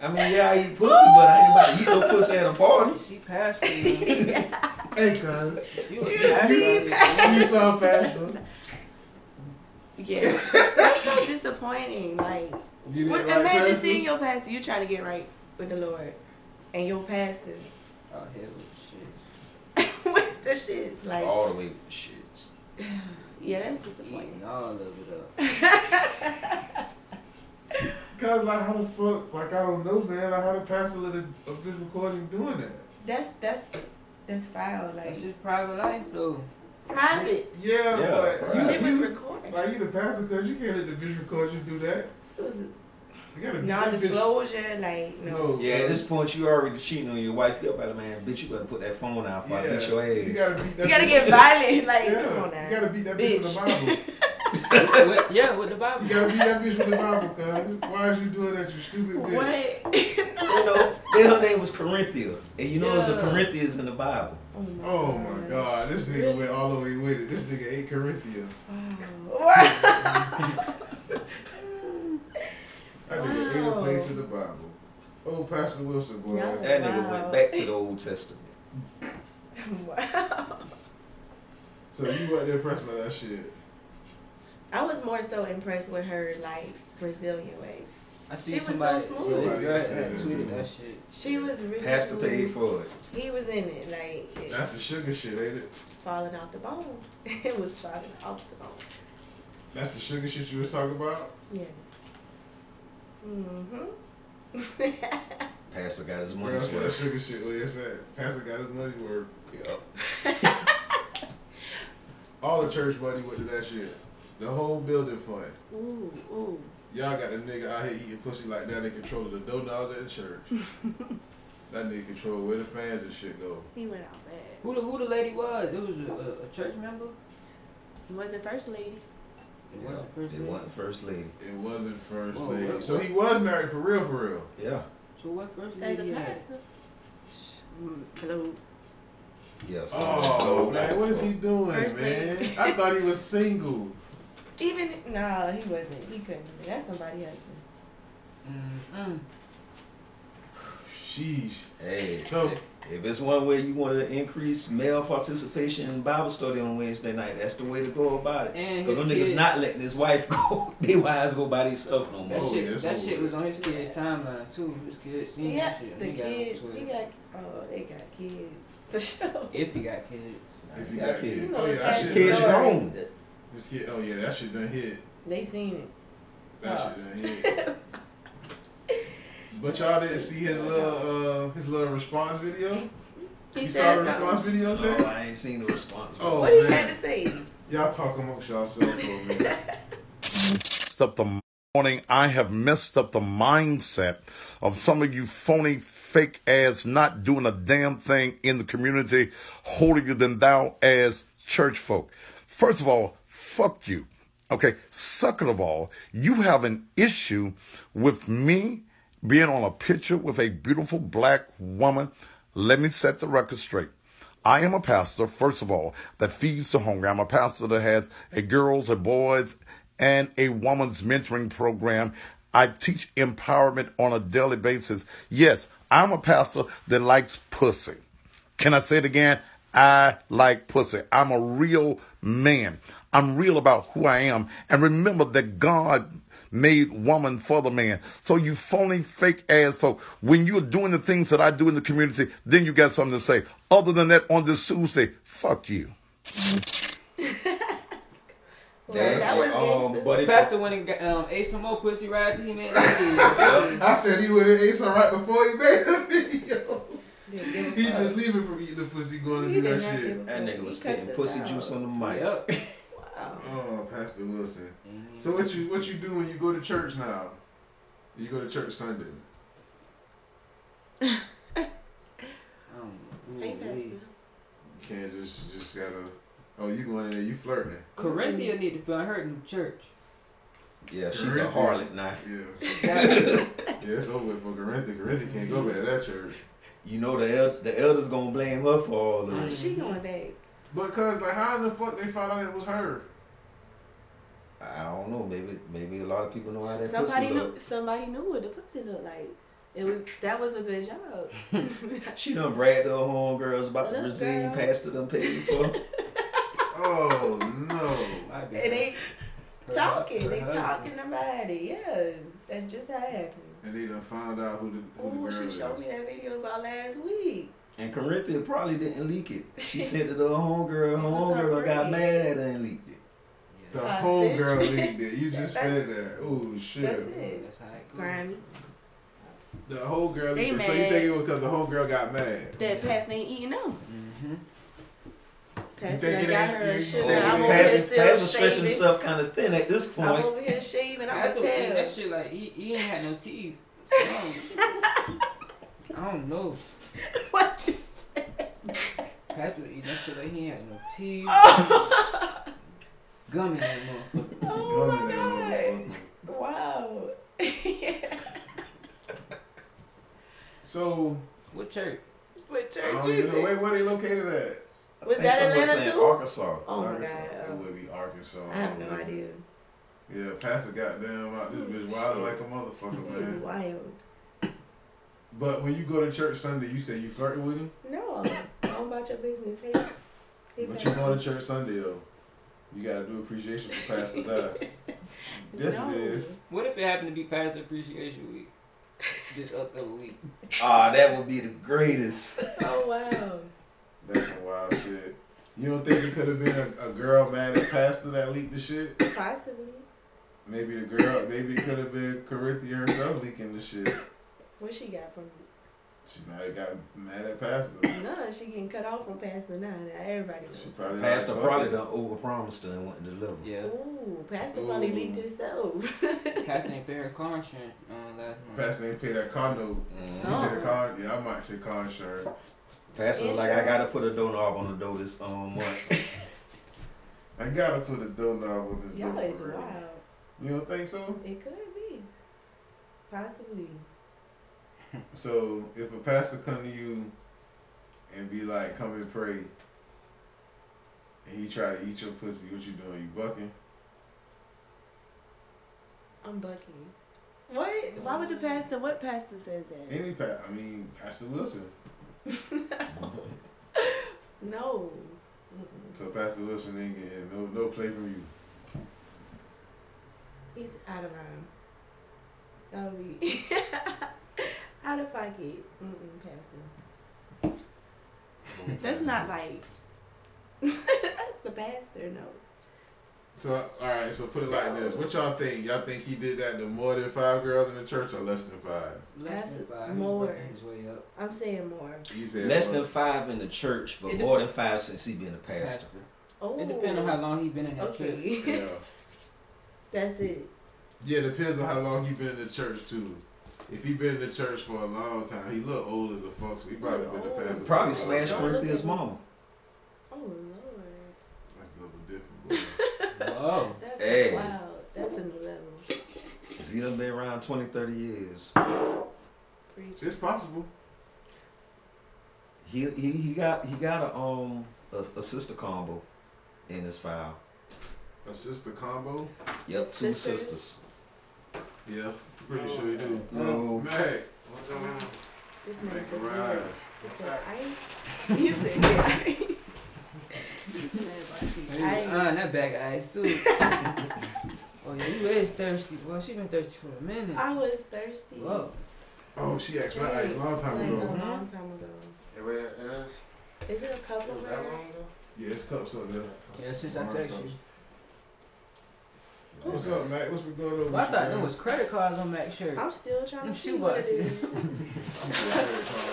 [SPEAKER 6] I mean, yeah, I eat pussy, but I ain't about to eat no pussy at a party.
[SPEAKER 4] You see Pastor? man.
[SPEAKER 5] Hey, cuz.
[SPEAKER 4] You,
[SPEAKER 7] You see
[SPEAKER 4] Pastor?
[SPEAKER 5] You saw faster.
[SPEAKER 7] Yeah. That's so disappointing. Like
[SPEAKER 5] You
[SPEAKER 7] What,
[SPEAKER 5] didn't like
[SPEAKER 7] imagine
[SPEAKER 5] Pastor?
[SPEAKER 7] seeing your pastor, you trying to get right with the Lord, and your pastor
[SPEAKER 4] Oh hell, shit.
[SPEAKER 7] with the shits. Like,
[SPEAKER 4] Oh.
[SPEAKER 6] All the way with the shits.
[SPEAKER 7] yeah, that's
[SPEAKER 4] Eating
[SPEAKER 7] disappointing.
[SPEAKER 4] all of it up.
[SPEAKER 5] Cuz, like, how the fuck? Like, I don't know, man. Like, how the pastor let a, a bitch recording doing that?
[SPEAKER 7] That's that's that's foul. Like
[SPEAKER 4] That's his private life though.
[SPEAKER 7] private.
[SPEAKER 5] Yeah,
[SPEAKER 6] Yeah,
[SPEAKER 5] but
[SPEAKER 6] right.
[SPEAKER 7] She
[SPEAKER 5] you,
[SPEAKER 7] was
[SPEAKER 5] you,
[SPEAKER 7] recording.
[SPEAKER 5] like, you the pastor, cuz you can't let the bitch record you do that.
[SPEAKER 7] This was
[SPEAKER 5] You gotta disclose.
[SPEAKER 7] non-disclosure. Like, no.
[SPEAKER 5] No,
[SPEAKER 6] Yeah, at
[SPEAKER 5] cuz.
[SPEAKER 6] this point, you already cheating on your wife. You up like, man, bitch, you better put that phone out before I beat your ass.
[SPEAKER 5] You gotta beat that
[SPEAKER 7] You gotta
[SPEAKER 5] bitch.
[SPEAKER 7] get violent. Like,
[SPEAKER 5] Yeah,
[SPEAKER 7] come on
[SPEAKER 5] you
[SPEAKER 7] now.
[SPEAKER 5] gotta beat that bitch, with the
[SPEAKER 7] Bitch.
[SPEAKER 5] Bible.
[SPEAKER 4] With- yeah, with the Bible.
[SPEAKER 5] You gotta beat that bitch with the Bible, cuz. Why is you doing that, you stupid bitch?
[SPEAKER 7] what?
[SPEAKER 6] You know, then her name was Corinthia. And you know there's a
[SPEAKER 4] Yeah.
[SPEAKER 6] Corinthians in the Bible.
[SPEAKER 5] Oh my god, this nigga went all the way with it. This nigga ate Corinthia.
[SPEAKER 7] Wow.
[SPEAKER 5] That nigga ate a
[SPEAKER 7] Wow.
[SPEAKER 5] place in the Bible. Oh, Pastor Wilson, boy.
[SPEAKER 7] Yeah.
[SPEAKER 6] That nigga
[SPEAKER 7] Wow.
[SPEAKER 6] went back to the Old Testament.
[SPEAKER 7] wow.
[SPEAKER 5] So you wasn't impressed by that shit.
[SPEAKER 7] I was more so impressed with her like Brazilian ways.
[SPEAKER 4] I see
[SPEAKER 7] She was so
[SPEAKER 4] somebody.
[SPEAKER 7] smooth.
[SPEAKER 4] somebody
[SPEAKER 5] Yeah,
[SPEAKER 4] that
[SPEAKER 5] yeah,
[SPEAKER 4] tweeted
[SPEAKER 5] yeah.
[SPEAKER 4] that shit.
[SPEAKER 7] She was really
[SPEAKER 6] Pastor paid
[SPEAKER 7] Mm-hmm.
[SPEAKER 6] for it.
[SPEAKER 7] He was in it, like it
[SPEAKER 5] That's the sugar shit, ain't it?
[SPEAKER 7] falling out the bone. it was falling off the bone.
[SPEAKER 5] That's the sugar shit you was talking about?
[SPEAKER 7] Yes. hmm
[SPEAKER 6] Pastor got his money
[SPEAKER 5] Girl, so that
[SPEAKER 6] worth.
[SPEAKER 5] sugar shit. Well, yes, that pastor got his money worth.
[SPEAKER 6] Yup.
[SPEAKER 5] All the church money went to that shit. The whole building fund.
[SPEAKER 7] Ooh, ooh.
[SPEAKER 5] Y'all got a nigga out here eating pussy like that. They control the dough dogs at the church. that nigga control where the fans and shit go.
[SPEAKER 7] He went out bad.
[SPEAKER 4] Who the who the lady was? It was a, a, a church member.
[SPEAKER 7] He wasn't first lady.
[SPEAKER 4] It
[SPEAKER 6] Yeah,
[SPEAKER 4] wasn't first
[SPEAKER 6] It
[SPEAKER 4] lady?
[SPEAKER 6] wasn't first lady.
[SPEAKER 5] It wasn't first
[SPEAKER 4] Whoa,
[SPEAKER 5] lady.
[SPEAKER 4] whoa.
[SPEAKER 5] So he was married for real, for real.
[SPEAKER 6] Yeah.
[SPEAKER 4] So what first
[SPEAKER 7] As a
[SPEAKER 4] lady? he had?
[SPEAKER 7] pastor. Mm, hello.
[SPEAKER 6] Yeah. So
[SPEAKER 5] Oh, man, what is he doing,
[SPEAKER 7] First
[SPEAKER 5] man?
[SPEAKER 7] lady.
[SPEAKER 5] I thought he was single.
[SPEAKER 7] Even nah, he wasn't. He couldn't. That's somebody else.
[SPEAKER 4] Mm-mm.
[SPEAKER 5] Sheesh.
[SPEAKER 6] Hey,
[SPEAKER 5] So-
[SPEAKER 6] if it's one way you want to increase male participation in Bible study on Wednesday night, that's the way to go about it.
[SPEAKER 4] And
[SPEAKER 6] Because
[SPEAKER 4] his
[SPEAKER 6] them
[SPEAKER 4] kids,
[SPEAKER 6] niggas not letting his wife go. they wives go by themselves no
[SPEAKER 4] That
[SPEAKER 6] more.
[SPEAKER 5] Oh,
[SPEAKER 4] shit.
[SPEAKER 5] yes,
[SPEAKER 4] That
[SPEAKER 5] oh,
[SPEAKER 4] shit
[SPEAKER 5] yeah.
[SPEAKER 4] was on his kids' timeline too. His kids seen
[SPEAKER 7] Yeah,
[SPEAKER 4] that shit.
[SPEAKER 7] the
[SPEAKER 4] he got on
[SPEAKER 7] kids. He
[SPEAKER 4] Twitter.
[SPEAKER 7] got. Oh, they got kids for sure.
[SPEAKER 4] If he got kids.
[SPEAKER 5] If you
[SPEAKER 6] Got
[SPEAKER 5] got
[SPEAKER 6] kids.
[SPEAKER 5] kids.
[SPEAKER 7] You know
[SPEAKER 5] Oh, yeah,
[SPEAKER 7] it's
[SPEAKER 5] that
[SPEAKER 7] that
[SPEAKER 5] shit
[SPEAKER 6] Kids
[SPEAKER 5] done-
[SPEAKER 7] story.
[SPEAKER 6] grown.
[SPEAKER 5] This kid, oh, yeah, that shit done hit.
[SPEAKER 7] They seen it.
[SPEAKER 5] That
[SPEAKER 7] Oh.
[SPEAKER 5] shit done hit. But y'all didn't see his little, uh, his little response video?
[SPEAKER 7] He
[SPEAKER 5] you saw
[SPEAKER 7] said
[SPEAKER 5] the response
[SPEAKER 7] something.
[SPEAKER 5] video,
[SPEAKER 6] Oh,
[SPEAKER 5] Tay?
[SPEAKER 6] I ain't seen the response.
[SPEAKER 5] Oh,
[SPEAKER 7] What do you
[SPEAKER 5] man.
[SPEAKER 7] had to say?
[SPEAKER 5] Y'all talk amongst yourselves for a minute.
[SPEAKER 3] messed up the morning. I have messed up the mindset of some of you phony, fake ass, not doing a damn thing in the community, holier than thou as church folk. First of all, fuck you. Okay. Second of all, you have an issue with me being on a picture with a beautiful black woman. Let me set the record straight. I am a pastor, first of all, that feeds the hungry. I'm a pastor that has a girls, a boys, and a woman's mentoring program. I teach empowerment on a daily basis. Yes, I'm a pastor that likes pussy. Can I say it again? I like pussy. I'm a real man. I'm real about who I am. And remember that God made woman for the man. So you phony, fake ass folk, when you're doing the things that I do in the community, then you got something to say. Other than that, on this Tuesday, fuck you.
[SPEAKER 7] Well, that was
[SPEAKER 6] um,
[SPEAKER 7] gangster.
[SPEAKER 6] but if
[SPEAKER 4] Pastor went and got, um, ate some more pussy right after he made that kid.
[SPEAKER 6] Yup.
[SPEAKER 5] I said he would have ate some right before he made the video.
[SPEAKER 7] Didn't give a
[SPEAKER 5] He
[SPEAKER 7] fuck.
[SPEAKER 5] just leaving from eating the pussy, going to
[SPEAKER 7] He
[SPEAKER 5] do
[SPEAKER 7] did
[SPEAKER 5] that
[SPEAKER 7] not give
[SPEAKER 5] shit.
[SPEAKER 7] a
[SPEAKER 6] That
[SPEAKER 7] fuck.
[SPEAKER 6] nigga
[SPEAKER 7] He
[SPEAKER 6] was
[SPEAKER 7] cussed
[SPEAKER 6] spitting
[SPEAKER 7] us
[SPEAKER 6] pussy
[SPEAKER 7] out.
[SPEAKER 6] juice on the mic.
[SPEAKER 4] Yup.
[SPEAKER 7] Wow.
[SPEAKER 5] Oh, Pastor Wilson.
[SPEAKER 4] And-
[SPEAKER 5] So what you what you do when you go to church now? You go to church Sunday.
[SPEAKER 4] I don't know.
[SPEAKER 7] Hey,
[SPEAKER 4] Ooh, wee.
[SPEAKER 7] Pastor.
[SPEAKER 5] You can't just you just gotta. Oh, you going in there? You flirting?
[SPEAKER 4] Corinthia need to find her a new church.
[SPEAKER 6] Yeah, she's a harlot now.
[SPEAKER 5] Yeah,
[SPEAKER 4] That-
[SPEAKER 5] yeah. It's over with for Corinthians. Corinthians can't go back to that church.
[SPEAKER 6] You know the el- the elders gonna blame her for all of this.
[SPEAKER 7] She going back.
[SPEAKER 5] But cause like how in the fuck they found out it was her?
[SPEAKER 6] I don't know. Maybe maybe a lot of people know how that
[SPEAKER 7] Mm. Somebody
[SPEAKER 6] pussy
[SPEAKER 7] knew.
[SPEAKER 6] look.
[SPEAKER 7] Somebody knew what the pussy looked like. It was that was a good job.
[SPEAKER 6] She done bragged to her homegirls about the
[SPEAKER 7] Look,
[SPEAKER 6] regime
[SPEAKER 7] girl.
[SPEAKER 6] pastor done paid for.
[SPEAKER 5] Oh no.
[SPEAKER 4] Might be
[SPEAKER 7] And
[SPEAKER 4] her-
[SPEAKER 7] they talking.
[SPEAKER 4] her
[SPEAKER 7] They
[SPEAKER 4] husband.
[SPEAKER 7] talking about it. Yeah, that's just how it happened.
[SPEAKER 5] And they done found out who the who
[SPEAKER 7] Ooh,
[SPEAKER 5] the girl
[SPEAKER 7] she
[SPEAKER 5] is.
[SPEAKER 7] showed me that video about last week.
[SPEAKER 6] And Corinthia probably didn't leak it. She sent it to her homegirl. Her
[SPEAKER 7] It was her
[SPEAKER 6] homegirl got
[SPEAKER 7] friend.
[SPEAKER 6] mad at her and leaked it.
[SPEAKER 5] The
[SPEAKER 4] Yeah.
[SPEAKER 7] Hostage.
[SPEAKER 5] whole girl leaked it. You just
[SPEAKER 7] That's-
[SPEAKER 5] said that. Oh shit.
[SPEAKER 7] That's it.
[SPEAKER 4] That's how it goes.
[SPEAKER 7] Grimy.
[SPEAKER 5] The whole girl
[SPEAKER 7] They
[SPEAKER 5] leaked it. So you
[SPEAKER 7] mad.
[SPEAKER 5] think it was cause the whole girl got mad?
[SPEAKER 7] That pastor ain't eating them.
[SPEAKER 4] Mm-hmm.
[SPEAKER 7] Pastor
[SPEAKER 5] think
[SPEAKER 7] done
[SPEAKER 5] it
[SPEAKER 7] got
[SPEAKER 5] ain't-
[SPEAKER 7] her a
[SPEAKER 5] you
[SPEAKER 7] sugar.
[SPEAKER 5] think it
[SPEAKER 7] I'm
[SPEAKER 5] ain't-
[SPEAKER 7] over here
[SPEAKER 6] Pastor,
[SPEAKER 7] still
[SPEAKER 6] pastor stretching
[SPEAKER 7] shaving.
[SPEAKER 6] himself kind of thin at this
[SPEAKER 7] I'm
[SPEAKER 6] point.
[SPEAKER 7] over here shaving. I
[SPEAKER 4] That's
[SPEAKER 7] can
[SPEAKER 4] the- and
[SPEAKER 7] tell.
[SPEAKER 4] that shit like he, he ain't had no teeth. So, I don't know.
[SPEAKER 7] What you
[SPEAKER 4] Pastor eating that shit like he ain't had no teeth. Gum in that motherfucker.
[SPEAKER 7] Oh
[SPEAKER 5] Gum in
[SPEAKER 7] my
[SPEAKER 5] that
[SPEAKER 7] god.
[SPEAKER 5] motherfucker.
[SPEAKER 7] Wow.
[SPEAKER 5] So
[SPEAKER 4] What church?
[SPEAKER 7] What
[SPEAKER 5] I
[SPEAKER 7] church
[SPEAKER 5] don't even
[SPEAKER 7] is
[SPEAKER 5] know.
[SPEAKER 7] it?
[SPEAKER 5] Wait, where they located at?
[SPEAKER 6] I
[SPEAKER 7] Was
[SPEAKER 6] think
[SPEAKER 7] that
[SPEAKER 6] somewhere
[SPEAKER 7] Atlanta
[SPEAKER 6] saying
[SPEAKER 7] too?
[SPEAKER 6] Arkansas.
[SPEAKER 7] Oh my god.
[SPEAKER 5] Arkansas. It
[SPEAKER 7] Oh,
[SPEAKER 5] would be Arkansas.
[SPEAKER 7] I have no idea.
[SPEAKER 5] Yeah, Pastor goddamn out this bitch wild like a motherfucker,
[SPEAKER 7] It's
[SPEAKER 5] man.
[SPEAKER 7] wild.
[SPEAKER 5] But when you go to church Sunday, you say you flirting with him,
[SPEAKER 7] No, I'm about your business. Hey, hey
[SPEAKER 5] but you
[SPEAKER 7] Pastor.
[SPEAKER 5] going to church Sunday though. You gotta do appreciation for Pastor Dodd. Yes,
[SPEAKER 7] no.
[SPEAKER 5] it is.
[SPEAKER 4] What if it happened to be Pastor Appreciation Week? This upcoming week.
[SPEAKER 6] Ah, that would be the greatest.
[SPEAKER 7] Oh wow.
[SPEAKER 5] That's some wild shit. You don't think it could have been a, a girl mad at Pastor that leaked the shit?
[SPEAKER 7] Possibly.
[SPEAKER 5] Maybe the girl, maybe it could have been Corinthia herself leaking the shit.
[SPEAKER 7] What she got from?
[SPEAKER 5] She might have got mad at Pastor.
[SPEAKER 7] No, she getting cut off from Pastor Nine. Everybody
[SPEAKER 5] She
[SPEAKER 7] knows.
[SPEAKER 5] probably
[SPEAKER 6] Pastor
[SPEAKER 5] like,
[SPEAKER 6] probably
[SPEAKER 5] fuck it.
[SPEAKER 6] done overpromised her and wouldn't deliver.
[SPEAKER 4] Yeah.
[SPEAKER 7] Ooh, Pastor probably
[SPEAKER 5] Ooh.
[SPEAKER 7] leaked himself.
[SPEAKER 4] Pastor ain't paid her car insurance um, last month.
[SPEAKER 5] Pastor ain't pay that car note.
[SPEAKER 6] Mhm.
[SPEAKER 5] You said
[SPEAKER 7] So-
[SPEAKER 5] a car? Yeah, I might say car insurance.
[SPEAKER 6] Pastor was like, I gotta put a door knob on the door this um month.
[SPEAKER 5] I gotta put a dough knob on this
[SPEAKER 7] Y'all
[SPEAKER 5] door
[SPEAKER 7] is
[SPEAKER 5] for real.
[SPEAKER 7] wild.
[SPEAKER 5] You don't think so?
[SPEAKER 7] It could be, possibly.
[SPEAKER 5] So if a pastor come to you and be like, "Come and pray," and he try to eat your pussy, what you doing? You bucking?
[SPEAKER 7] I'm bucking. What? Why would the pastor? What pastor says that?
[SPEAKER 5] Any pa I mean, Pastor Wilson.
[SPEAKER 7] No. Mm-mm.
[SPEAKER 5] So Pastor Wilson ain't getting no no play from you.
[SPEAKER 7] He's out of line. That would be out of pocket. Mm-mm, pastor. That's not like that's the pastor. No.
[SPEAKER 5] So all right, so put it like this: What y'all think? Y'all think he did that to more than five girls in the church or less than five?
[SPEAKER 4] Less than
[SPEAKER 7] Absolute
[SPEAKER 4] five. He's
[SPEAKER 7] more.
[SPEAKER 4] working his way up.
[SPEAKER 7] I'm saying more.
[SPEAKER 5] He said
[SPEAKER 6] Less
[SPEAKER 5] well,
[SPEAKER 6] than five in the church, but
[SPEAKER 4] It
[SPEAKER 6] more than five since he been a pastor.
[SPEAKER 4] Pastor.
[SPEAKER 7] Oh.
[SPEAKER 4] It depends on how long he been in that church.
[SPEAKER 7] Okay.
[SPEAKER 5] Yeah,
[SPEAKER 7] that's it.
[SPEAKER 5] yeah. it Depends on how long he been in the church too. If he been in the church for a long time, he look old as a fuck. So he probably been the pastor. for a
[SPEAKER 6] Probably
[SPEAKER 5] long
[SPEAKER 6] smashed
[SPEAKER 5] time.
[SPEAKER 7] Don't look
[SPEAKER 6] Corinthians
[SPEAKER 7] at me.
[SPEAKER 6] mama.
[SPEAKER 7] Oh lord.
[SPEAKER 5] That's double different. boy.
[SPEAKER 4] Oh.
[SPEAKER 7] That's
[SPEAKER 6] Hey.
[SPEAKER 7] wow. That's a new level.
[SPEAKER 6] If he done been around 20, 30 years,
[SPEAKER 7] Preach.
[SPEAKER 5] It's possible.
[SPEAKER 6] he he, he got he got a um a, a sister combo in his file.
[SPEAKER 5] A sister combo.
[SPEAKER 6] Yep, two
[SPEAKER 7] Sisters?
[SPEAKER 6] sisters.
[SPEAKER 5] Yeah, pretty sure you do.
[SPEAKER 4] Oh.
[SPEAKER 6] No.
[SPEAKER 4] Mm-hmm.
[SPEAKER 5] Mac,
[SPEAKER 7] This man
[SPEAKER 5] Make
[SPEAKER 7] took
[SPEAKER 5] a
[SPEAKER 7] right.
[SPEAKER 5] ride.
[SPEAKER 7] He said ice. He said ice. This man about to be
[SPEAKER 4] Hey,
[SPEAKER 7] ice.
[SPEAKER 4] uh, that bag of ice too. oh yeah, you is thirsty, boy. She been thirsty for a minute.
[SPEAKER 7] I was thirsty.
[SPEAKER 4] Whoa.
[SPEAKER 5] Oh, she asked my
[SPEAKER 7] Right.
[SPEAKER 5] age a long time
[SPEAKER 7] like a
[SPEAKER 5] ago.
[SPEAKER 7] long time ago. Is it a couple of
[SPEAKER 5] Yeah, it's cups up there.
[SPEAKER 4] Yeah, since I text you.
[SPEAKER 5] What's up, Mac? What's been going on?
[SPEAKER 4] Well,
[SPEAKER 5] with
[SPEAKER 4] I thought
[SPEAKER 5] you,
[SPEAKER 4] there
[SPEAKER 5] man?
[SPEAKER 4] was credit cards on that shirt.
[SPEAKER 7] I'm still trying to
[SPEAKER 4] Them
[SPEAKER 7] see what it is.
[SPEAKER 4] shoeboxes.
[SPEAKER 5] I'm sorry,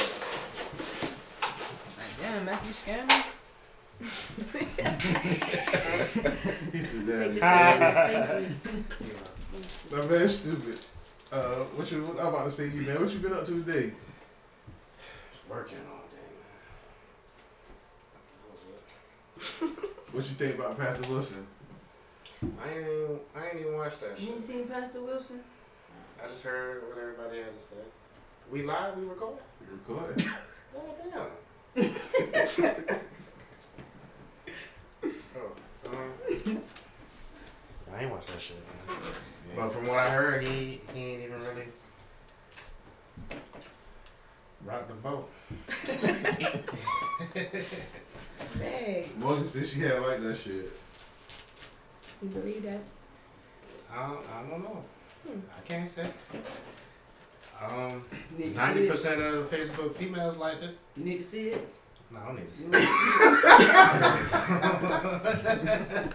[SPEAKER 5] Carl.
[SPEAKER 4] Like, damn, Mac, you scamming?
[SPEAKER 5] He said
[SPEAKER 7] Thank you.
[SPEAKER 5] that.
[SPEAKER 7] Thank you.
[SPEAKER 5] That man's stupid. Uh, what you? What I'm about to say, to you man. What you been up to today? What you think about Pastor Wilson?
[SPEAKER 8] I ain't, I ain't even watched that
[SPEAKER 4] You
[SPEAKER 8] shit.
[SPEAKER 4] ain't seen Pastor Wilson?
[SPEAKER 8] I just heard what everybody had to say. We live, we recorded.
[SPEAKER 5] You recording?
[SPEAKER 8] Goddamn. oh, um, I ain't watched that shit. Man. But from what I heard, he, he ain't even really rocked the boat.
[SPEAKER 7] Hey,
[SPEAKER 5] Morgan said she had like that shit.
[SPEAKER 7] you believe that?
[SPEAKER 8] I don't, I don't know.
[SPEAKER 7] Hmm.
[SPEAKER 8] I can't say. Um,
[SPEAKER 4] You need to see
[SPEAKER 8] ninety
[SPEAKER 4] it.
[SPEAKER 8] percent of the Facebook females liked it.
[SPEAKER 4] You need to see it.
[SPEAKER 8] No, I don't need to see.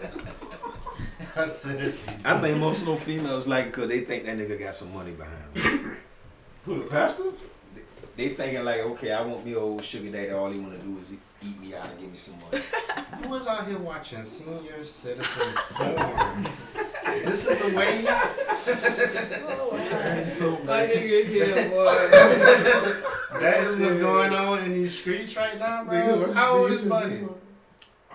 [SPEAKER 4] You
[SPEAKER 8] it.
[SPEAKER 4] need to-
[SPEAKER 8] Seriously.
[SPEAKER 6] I think most of them females like it 'cause they think that nigga got some money behind him.
[SPEAKER 5] Who the pastor?
[SPEAKER 6] They thinking like, okay, I want me old sugar daddy. All he want to do is eat- eat me out and give me some money.
[SPEAKER 8] Who is out here watching senior citizen porn? this is the way. You,
[SPEAKER 7] Oh, wow.
[SPEAKER 6] so
[SPEAKER 4] My nigga is here, boy.
[SPEAKER 8] that is what's going on in these streets right now,
[SPEAKER 5] Nigga, what
[SPEAKER 8] bro.
[SPEAKER 5] you
[SPEAKER 8] How old
[SPEAKER 5] see? Uh-huh.
[SPEAKER 8] is Buddy?
[SPEAKER 7] You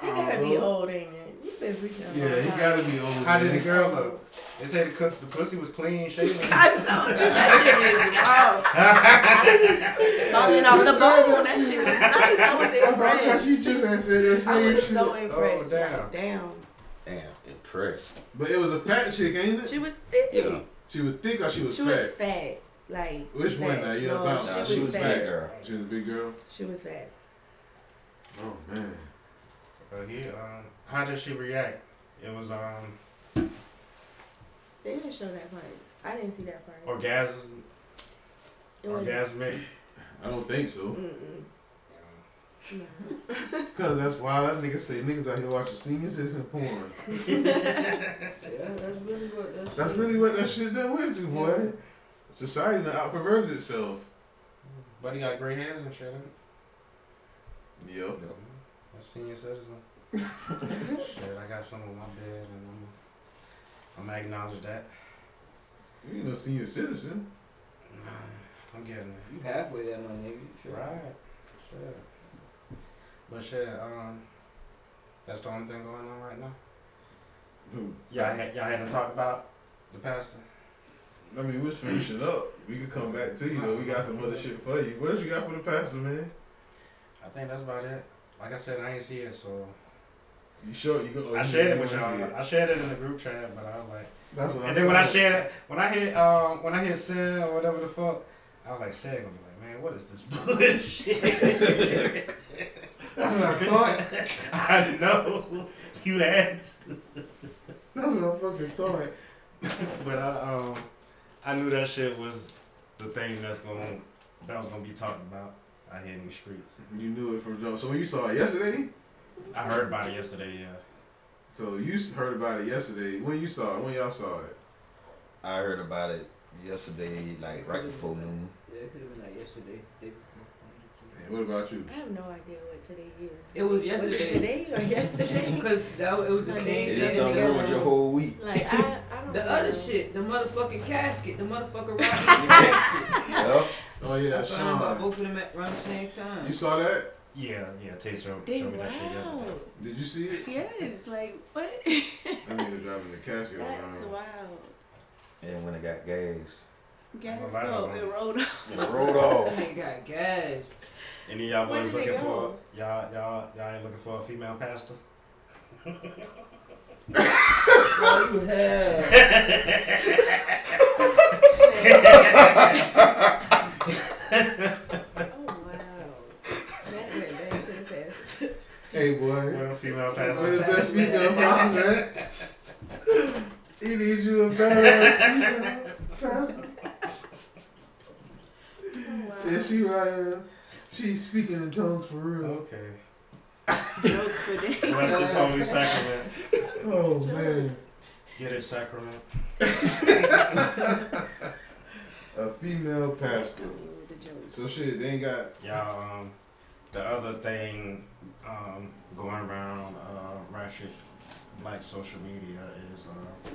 [SPEAKER 7] gotta be old, ain't it? You been reaching out.
[SPEAKER 5] Yeah, he gotta be old.
[SPEAKER 8] How did the
[SPEAKER 5] man.
[SPEAKER 8] girl look? They say the, cook, the pussy was clean shaven.
[SPEAKER 7] I told you that shit is wow. Falling off the bone. That shit was nice. I was
[SPEAKER 5] I thought I thought
[SPEAKER 7] impressed.
[SPEAKER 5] you just had said that
[SPEAKER 7] I
[SPEAKER 5] same
[SPEAKER 7] was
[SPEAKER 5] shit.
[SPEAKER 7] so impressed.
[SPEAKER 8] damn.
[SPEAKER 7] Like, damn.
[SPEAKER 6] Damn, impressed.
[SPEAKER 5] But it was a fat chick, ain't it?
[SPEAKER 7] She was thick.
[SPEAKER 6] Yeah.
[SPEAKER 5] She was thick or she was
[SPEAKER 7] She
[SPEAKER 5] fat?
[SPEAKER 7] was fat. Like
[SPEAKER 5] Which
[SPEAKER 7] fat.
[SPEAKER 5] one now? You
[SPEAKER 7] no,
[SPEAKER 5] done found
[SPEAKER 6] Nah,
[SPEAKER 5] out?
[SPEAKER 7] she, was
[SPEAKER 6] a
[SPEAKER 7] fat.
[SPEAKER 6] big girl.
[SPEAKER 5] She was a big girl.
[SPEAKER 7] She was fat.
[SPEAKER 5] Oh man.
[SPEAKER 8] Oh, he, um, how did she react? It was um
[SPEAKER 7] They didn't show that part. I didn't see that part.
[SPEAKER 8] orgasm,
[SPEAKER 7] It was.
[SPEAKER 8] orgasmic.
[SPEAKER 5] I don't think so.
[SPEAKER 7] Mm-mm. No.
[SPEAKER 5] Cause that's why that nigga say niggas out here watching senior citizen porn.
[SPEAKER 4] Yeah, that's really what that's.
[SPEAKER 5] That's really what that shit done with you, boy. Society done out perverted itself.
[SPEAKER 8] But he got gray hairs and shit. ain't he?
[SPEAKER 5] Yep.
[SPEAKER 8] A senior citizen. shit, I got some on my bed, and I'm, I'm gonna acknowledge that.
[SPEAKER 5] You ain't no senior citizen.
[SPEAKER 8] Nah, I'm getting it.
[SPEAKER 4] You halfway there, my nigga. You Sure.
[SPEAKER 8] Right. Shit. But shit, um, that's the only thing going on right now.
[SPEAKER 5] Dude,
[SPEAKER 8] Y'all, had, y'all had to talk about the pastor.
[SPEAKER 5] I mean, we're finishing up. We could come back to you though. We got some other shit for you. What else you got for the pastor, man?
[SPEAKER 8] I think that's about it. Like I said, I ain't see it, so
[SPEAKER 5] You sure you gonna?
[SPEAKER 8] I shared it with y'all. I shared it in the group chat, but I was like,
[SPEAKER 5] That's what I'm
[SPEAKER 8] and then when I
[SPEAKER 5] saying.
[SPEAKER 8] shared it, when I hit, um, when I hit sell or whatever the fuck, I was like, sell. I'm like, man, what is this bullshit?
[SPEAKER 5] That's what I thought.
[SPEAKER 8] I know you had to.
[SPEAKER 5] That's what I fucking thought.
[SPEAKER 8] But I um I knew that shit was the thing that's gonna that was gonna be talked about out here in the streets.
[SPEAKER 5] You knew it from jump. So when you saw it yesterday,
[SPEAKER 8] I heard about it yesterday, yeah.
[SPEAKER 5] so you s- heard about it yesterday. When you saw it, when y'all saw it,
[SPEAKER 6] I heard about it yesterday, like right before noon.
[SPEAKER 4] Yeah, it could have been like yesterday. Day before.
[SPEAKER 5] and what about you?
[SPEAKER 7] I have no idea what today is.
[SPEAKER 4] It was
[SPEAKER 7] Was it
[SPEAKER 4] yesterday.
[SPEAKER 7] today or yesterday?
[SPEAKER 4] Because that was- it was the
[SPEAKER 7] Like,
[SPEAKER 4] same
[SPEAKER 6] It
[SPEAKER 4] thing.
[SPEAKER 6] just
[SPEAKER 7] It's
[SPEAKER 6] done
[SPEAKER 7] together.
[SPEAKER 6] ruined your whole week.
[SPEAKER 7] like I, I don't.
[SPEAKER 4] The
[SPEAKER 7] know.
[SPEAKER 4] other shit, the motherfucking casket, the motherfucker robbing the casket.
[SPEAKER 6] Yep.
[SPEAKER 5] Oh
[SPEAKER 4] I
[SPEAKER 5] yeah,
[SPEAKER 4] found out about
[SPEAKER 5] Sean.
[SPEAKER 4] both of them at around the same time.
[SPEAKER 5] You saw that?
[SPEAKER 8] Yeah, yeah, Taser showed
[SPEAKER 7] They
[SPEAKER 8] me that shit
[SPEAKER 7] wow.
[SPEAKER 8] yesterday.
[SPEAKER 5] Did you see it?
[SPEAKER 7] Yes, like what?
[SPEAKER 5] I mean, was driving the casket
[SPEAKER 7] That's
[SPEAKER 5] around.
[SPEAKER 7] wild.
[SPEAKER 6] And when it got gas,
[SPEAKER 7] Gas
[SPEAKER 8] Nobody
[SPEAKER 7] up,
[SPEAKER 8] knows.
[SPEAKER 7] it rolled off.
[SPEAKER 6] it rolled off.
[SPEAKER 4] They got gas.
[SPEAKER 8] And then y'all
[SPEAKER 7] Where
[SPEAKER 8] boys
[SPEAKER 7] did they
[SPEAKER 8] looking for
[SPEAKER 7] go?
[SPEAKER 8] y'all y'all y'all ain't looking for a female pastor.
[SPEAKER 4] Bro, you have.
[SPEAKER 7] Oh wow. That went back to the past.
[SPEAKER 5] Hey boy,
[SPEAKER 8] Well, female
[SPEAKER 5] where's
[SPEAKER 8] pastor.
[SPEAKER 5] the best female mom at? He needs you a better female. Yeah,
[SPEAKER 7] Oh
[SPEAKER 5] she right here. She's speaking in tongues for real.
[SPEAKER 8] Okay.
[SPEAKER 7] wow. Jokes for days.
[SPEAKER 8] Bless this holy sacrament.
[SPEAKER 5] Oh man,
[SPEAKER 8] Get it sacrament.
[SPEAKER 5] a female pastor.
[SPEAKER 7] The jokes.
[SPEAKER 5] So shit, they ain't got
[SPEAKER 8] Y'all um the other thing um going around uh ratchet like social media is uh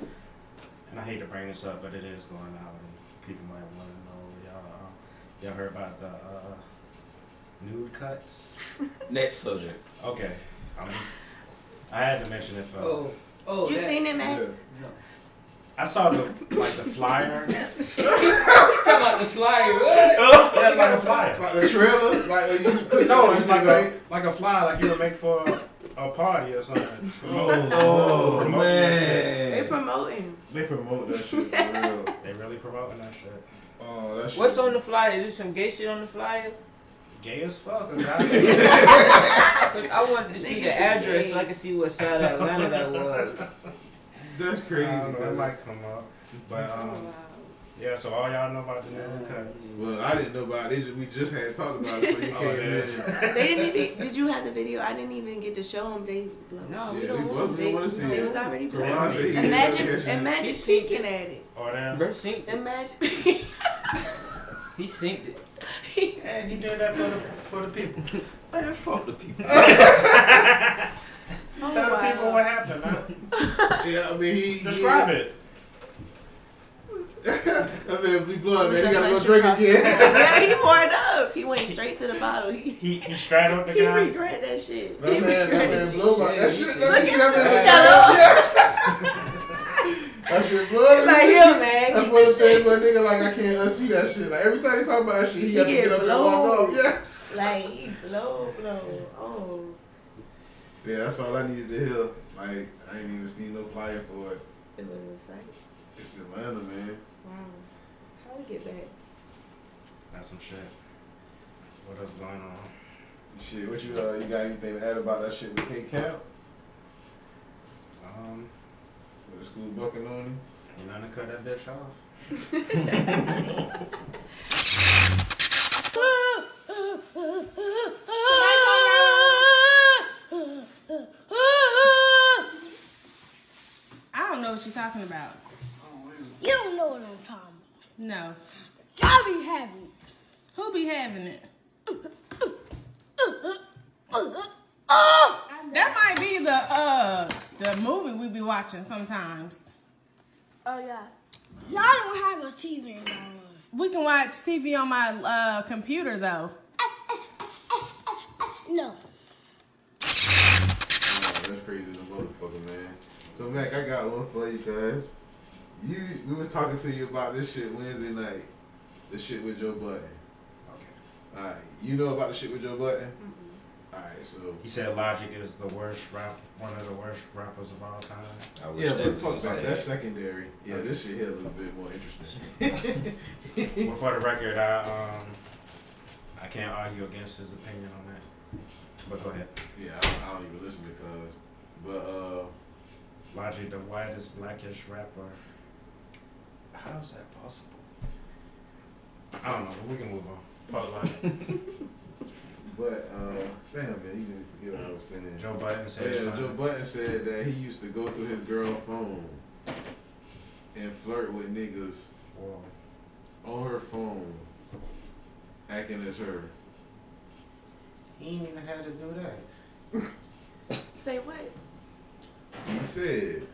[SPEAKER 8] and I hate to bring this up but it is going out and people might wanna know y'all uh, y'all heard about the uh nude cuts?
[SPEAKER 6] Next subject.
[SPEAKER 8] Okay. I'm, I had to mention it for
[SPEAKER 4] Oh, oh.
[SPEAKER 7] You
[SPEAKER 4] that.
[SPEAKER 7] seen it,
[SPEAKER 5] yeah.
[SPEAKER 7] man?
[SPEAKER 4] No.
[SPEAKER 8] I saw the like the flyer. yeah,
[SPEAKER 4] Talking about the flyer. What?
[SPEAKER 8] it's like a flyer.
[SPEAKER 5] like the trailer. Like uh, you click
[SPEAKER 8] No,
[SPEAKER 5] on
[SPEAKER 8] it's
[SPEAKER 5] it,
[SPEAKER 8] like a like a flyer like you would make for a party or something.
[SPEAKER 5] Oh,
[SPEAKER 6] Oh
[SPEAKER 8] Promote
[SPEAKER 7] They
[SPEAKER 6] man.
[SPEAKER 7] promoting.
[SPEAKER 5] they promote that shit for real.
[SPEAKER 8] They really promoting that shit.
[SPEAKER 5] Oh, that shit.
[SPEAKER 4] What's on the flyer? Is there some gay shit on the flyer?
[SPEAKER 8] Gay as fuck. exactly.
[SPEAKER 4] 'Cause I wanted to see the address so I could see what side of Atlanta that was.
[SPEAKER 5] That's crazy.
[SPEAKER 8] I don't know, it
[SPEAKER 5] man.
[SPEAKER 8] might come up. But
[SPEAKER 7] Oh
[SPEAKER 8] um,
[SPEAKER 7] wow.
[SPEAKER 8] yeah, so all y'all know about the new cuts.
[SPEAKER 5] well, I didn't know about it. They just- We just had talked about it before you
[SPEAKER 8] Oh,
[SPEAKER 5] came
[SPEAKER 8] yes.
[SPEAKER 5] in.
[SPEAKER 7] They didn't even. Did you have the video? I didn't even get to show them. They was blown.
[SPEAKER 4] No, we
[SPEAKER 5] Yeah, we
[SPEAKER 4] don't
[SPEAKER 5] was-
[SPEAKER 4] want
[SPEAKER 5] we want to see
[SPEAKER 7] They
[SPEAKER 5] it.
[SPEAKER 7] was already blown.
[SPEAKER 5] Karan said he didn't look
[SPEAKER 7] Imagine,
[SPEAKER 5] at you.
[SPEAKER 7] imagine
[SPEAKER 4] He seen
[SPEAKER 7] peeking at it.
[SPEAKER 8] Or them.
[SPEAKER 4] Bro, sink it.
[SPEAKER 7] Imagine.
[SPEAKER 4] He sinked it.
[SPEAKER 8] And he did that for the for the people.
[SPEAKER 6] Man, fuck the people.
[SPEAKER 7] Oh,
[SPEAKER 8] Tell the people
[SPEAKER 7] wow.
[SPEAKER 8] what happened, man.
[SPEAKER 5] Yeah, I mean, he.
[SPEAKER 8] Describe it.
[SPEAKER 5] it. I mean, we blood, man.
[SPEAKER 7] It
[SPEAKER 5] You
[SPEAKER 7] was
[SPEAKER 5] gotta go
[SPEAKER 7] like
[SPEAKER 5] drink
[SPEAKER 7] Chicago.
[SPEAKER 5] again.
[SPEAKER 7] yeah, he poured up. He went straight to the bottle. He
[SPEAKER 8] He he straddled the
[SPEAKER 7] he
[SPEAKER 8] guy.
[SPEAKER 7] regret that shit.
[SPEAKER 5] Oh That
[SPEAKER 7] He
[SPEAKER 5] man, that man
[SPEAKER 7] regret it.
[SPEAKER 5] blow about that shit. That
[SPEAKER 7] Look
[SPEAKER 5] shit,
[SPEAKER 7] at
[SPEAKER 5] that man. That shit blood.
[SPEAKER 7] Like him, man.
[SPEAKER 5] That's one of the things where a nigga like I can't unsee that shit. Like every time he talk about that shit, he,
[SPEAKER 7] He
[SPEAKER 5] got to
[SPEAKER 7] get
[SPEAKER 5] get up and walk
[SPEAKER 7] blown.
[SPEAKER 5] off. Yeah.
[SPEAKER 7] Like he blow, blow. Oh,
[SPEAKER 5] Yeah, that's all I needed to hear. Like I ain't even seen no flyer for it.
[SPEAKER 7] it was like
[SPEAKER 5] It's Atlanta, man.
[SPEAKER 7] wow. How we get back?
[SPEAKER 8] That's some shit. What else going on?
[SPEAKER 5] Shit, what you uh, you got anything to add about that shit with K Camp?
[SPEAKER 8] Um,
[SPEAKER 5] With the school bucking on him?
[SPEAKER 8] you know, to cut that bitch off.
[SPEAKER 9] I don't know what you're talking about.
[SPEAKER 10] You don't know what I'm talking
[SPEAKER 9] No.
[SPEAKER 10] about. Gotta be happy.
[SPEAKER 9] Who be having it? That might be the uh the movie we be watching sometimes.
[SPEAKER 10] Oh yeah. Y'all don't have a TV anymore.
[SPEAKER 9] We can watch TV on my uh computer though.
[SPEAKER 10] No.
[SPEAKER 5] That's crazy, the motherfucker, man. So Mac, I got one for you guys. You, we was talking to you about this shit Wednesday night. The shit with Joe Button. Okay. All right, you know about the shit with Joe Button. All right, so
[SPEAKER 8] He said Logic is the worst rap, one of the worst rappers of all time.
[SPEAKER 6] I wish
[SPEAKER 5] yeah,
[SPEAKER 6] they
[SPEAKER 5] but
[SPEAKER 6] would've
[SPEAKER 5] fuck
[SPEAKER 6] said
[SPEAKER 5] that. That's secondary. Yeah, this shit here a little bit more interesting.
[SPEAKER 8] well, for the record, I um, I can't argue against his opinion on that. But go ahead.
[SPEAKER 5] yeah, I, I don't even listen because, but uh,
[SPEAKER 8] Logic, the whitest, blackest rapper.
[SPEAKER 6] How's that possible?
[SPEAKER 8] I don't know. but We can move on. Fuck Logic.
[SPEAKER 5] but uh, damn man, you didn't forget what I was saying.
[SPEAKER 8] Joe Biden said.
[SPEAKER 5] Yeah,
[SPEAKER 8] something.
[SPEAKER 5] Joe Button said that he used to go through his girl phone and flirt with niggas
[SPEAKER 8] Whoa.
[SPEAKER 5] on her phone, acting as her.
[SPEAKER 8] He ain't even had to do that.
[SPEAKER 7] Say what?
[SPEAKER 5] He said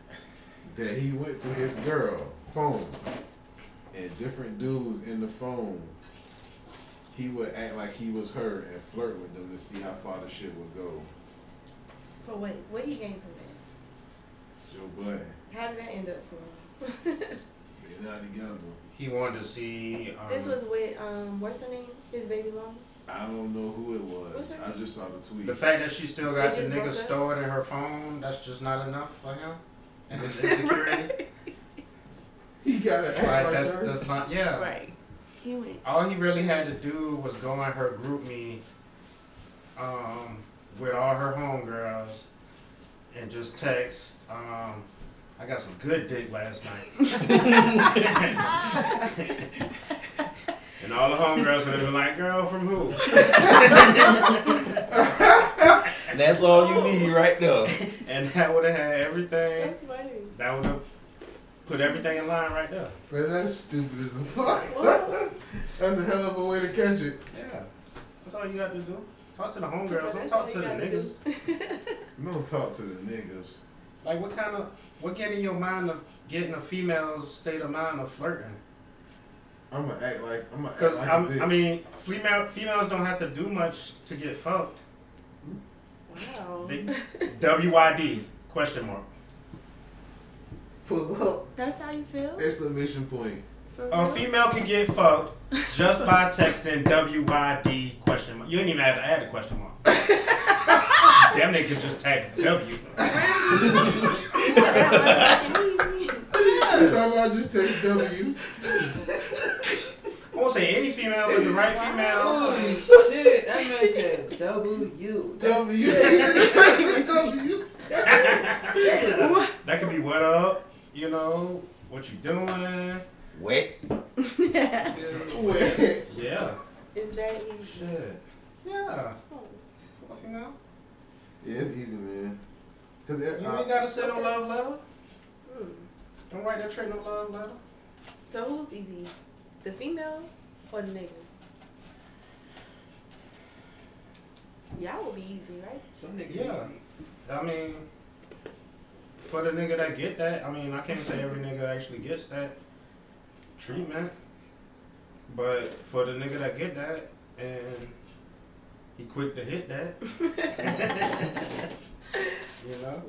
[SPEAKER 5] that he went through his girl phone and different dudes in the phone. He would act like he was her and flirt with them to see how far the shit would go.
[SPEAKER 7] For what? What he gained from that?
[SPEAKER 5] Joe Button,
[SPEAKER 7] How did that end up for him?
[SPEAKER 5] they're not together.
[SPEAKER 8] He wanted to see. Um,
[SPEAKER 7] this was with um, what's her name? His baby mama.
[SPEAKER 5] I don't know who it was.
[SPEAKER 7] What's her
[SPEAKER 5] I
[SPEAKER 7] name?
[SPEAKER 5] just saw the tweet.
[SPEAKER 8] the fact that she still got
[SPEAKER 7] They
[SPEAKER 8] the
[SPEAKER 7] just
[SPEAKER 8] nigga
[SPEAKER 7] broke up?
[SPEAKER 8] stored in her phone. That's just not enough for him. And his insecurity.
[SPEAKER 5] he gotta act
[SPEAKER 8] Like
[SPEAKER 5] like
[SPEAKER 8] that's
[SPEAKER 5] her.
[SPEAKER 8] that's not yeah.
[SPEAKER 7] Right. He went.
[SPEAKER 8] All he really had to do was go on her group me um, with all her homegirls and just text, um, I got some good dick last night. and all the homegirls would have been like, girl, from who?
[SPEAKER 6] And that's all you need right there.
[SPEAKER 8] And that would have had everything,
[SPEAKER 7] That's funny.
[SPEAKER 8] that would have put everything in line right there.
[SPEAKER 5] Man, that's stupid as a fuck.
[SPEAKER 7] Wow.
[SPEAKER 5] that's a hell of a way to catch it.
[SPEAKER 8] Yeah. That's all you got to do. Talk to the homegirls, don't
[SPEAKER 7] That's all
[SPEAKER 8] talk to
[SPEAKER 7] you
[SPEAKER 8] the
[SPEAKER 7] gotta
[SPEAKER 8] niggas.
[SPEAKER 7] do.
[SPEAKER 5] Don't talk to the niggas.
[SPEAKER 8] Like, what kind of, what getting your mind of getting a female's state of mind of flirting?
[SPEAKER 5] I'm gonna act like I'm gonna act
[SPEAKER 8] Because
[SPEAKER 5] like a bitch.
[SPEAKER 8] I mean, female females don't have to do much to get fucked.
[SPEAKER 7] Wow.
[SPEAKER 8] They, WYD question mark.
[SPEAKER 5] pull up
[SPEAKER 7] That's how you feel?
[SPEAKER 5] exclamation point.
[SPEAKER 7] For
[SPEAKER 8] A
[SPEAKER 7] real?
[SPEAKER 8] female can get fucked just by texting WYD question mark. You ain't even have to add a question mark. Damn, they could just type W.
[SPEAKER 7] That wasn't easy.
[SPEAKER 5] You thought I just text W.
[SPEAKER 8] I won't say any female, but the right female.
[SPEAKER 4] Holy shit, that man said W.
[SPEAKER 5] W. W.
[SPEAKER 8] That could be what up, you know, what you doing.
[SPEAKER 6] Wet.
[SPEAKER 5] Wait.
[SPEAKER 8] Yeah.
[SPEAKER 7] Is that easy?
[SPEAKER 8] Oh, Shit. Yeah.
[SPEAKER 7] Oh.
[SPEAKER 8] For a female.
[SPEAKER 5] Yeah, it's easy, man. Cause
[SPEAKER 8] You ain't
[SPEAKER 5] it,
[SPEAKER 8] gotta sit on love letter.
[SPEAKER 7] Hmm.
[SPEAKER 8] Don't write that trick no love letter.
[SPEAKER 7] So who's easy? The female or the nigga? Y'all will be easy, right?
[SPEAKER 6] Some nigga
[SPEAKER 8] Yeah. I mean, for the nigga that get that, I mean, I can't say every nigga actually gets that treatment, but for the nigga that get that and he quick to hit that, you know,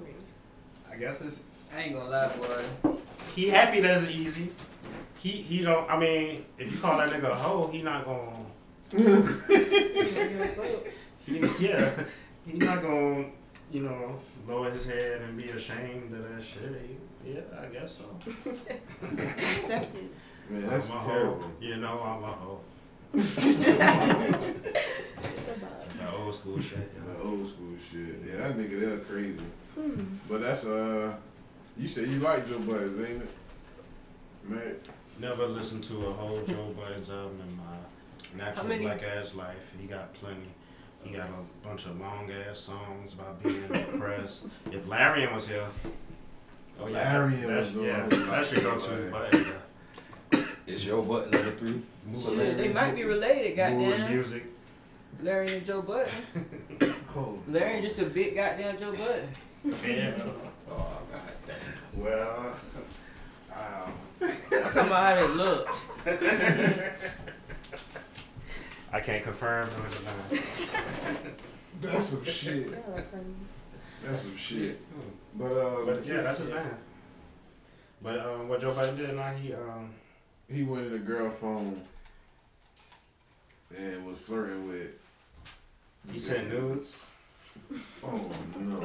[SPEAKER 8] I guess it's
[SPEAKER 4] I ain't gonna lie, boy.
[SPEAKER 8] he happy that's easy. He he don't. I mean, if you call that nigga a hoe, he not gonna. He, yeah, he not gonna. You know, lower his head and be ashamed of that shit. He- yeah, I guess so.
[SPEAKER 7] Accepted.
[SPEAKER 5] man, that's
[SPEAKER 8] I'm a
[SPEAKER 5] terrible.
[SPEAKER 8] Hoe. You know, I'm a hoe. That's that old school shit. you know.
[SPEAKER 5] That old school shit. Yeah, that nigga, that's crazy.
[SPEAKER 7] Hmm.
[SPEAKER 5] But that's uh, you say you like Joe Budden, ain't it? Man,
[SPEAKER 8] Never listened to a whole Joe Budden's album in my
[SPEAKER 4] How
[SPEAKER 8] natural
[SPEAKER 4] many?
[SPEAKER 8] black ass life. He got plenty. He got a bunch of long ass songs about being depressed. If Larian was here,
[SPEAKER 5] Larian
[SPEAKER 8] that,
[SPEAKER 5] was
[SPEAKER 8] Oh, yeah,
[SPEAKER 5] the one.
[SPEAKER 8] that should go to Budden.
[SPEAKER 6] It Joe Button number three.
[SPEAKER 4] Shit, they might be related, goddamn.
[SPEAKER 8] music.
[SPEAKER 4] Larry and Joe Budden. Larry just a big goddamn Joe Budden.
[SPEAKER 8] Damn. Oh, God damn. Well, um,
[SPEAKER 4] I'm talking about how they look.
[SPEAKER 8] I can't confirm nor deny.
[SPEAKER 5] That's some shit. That's some shit. But uh,
[SPEAKER 8] But yeah, that's his name. But um, what Joe Biden did now, he um,
[SPEAKER 5] He went in the girl phone and was flirting with.
[SPEAKER 8] he sent nudes.
[SPEAKER 5] Oh no.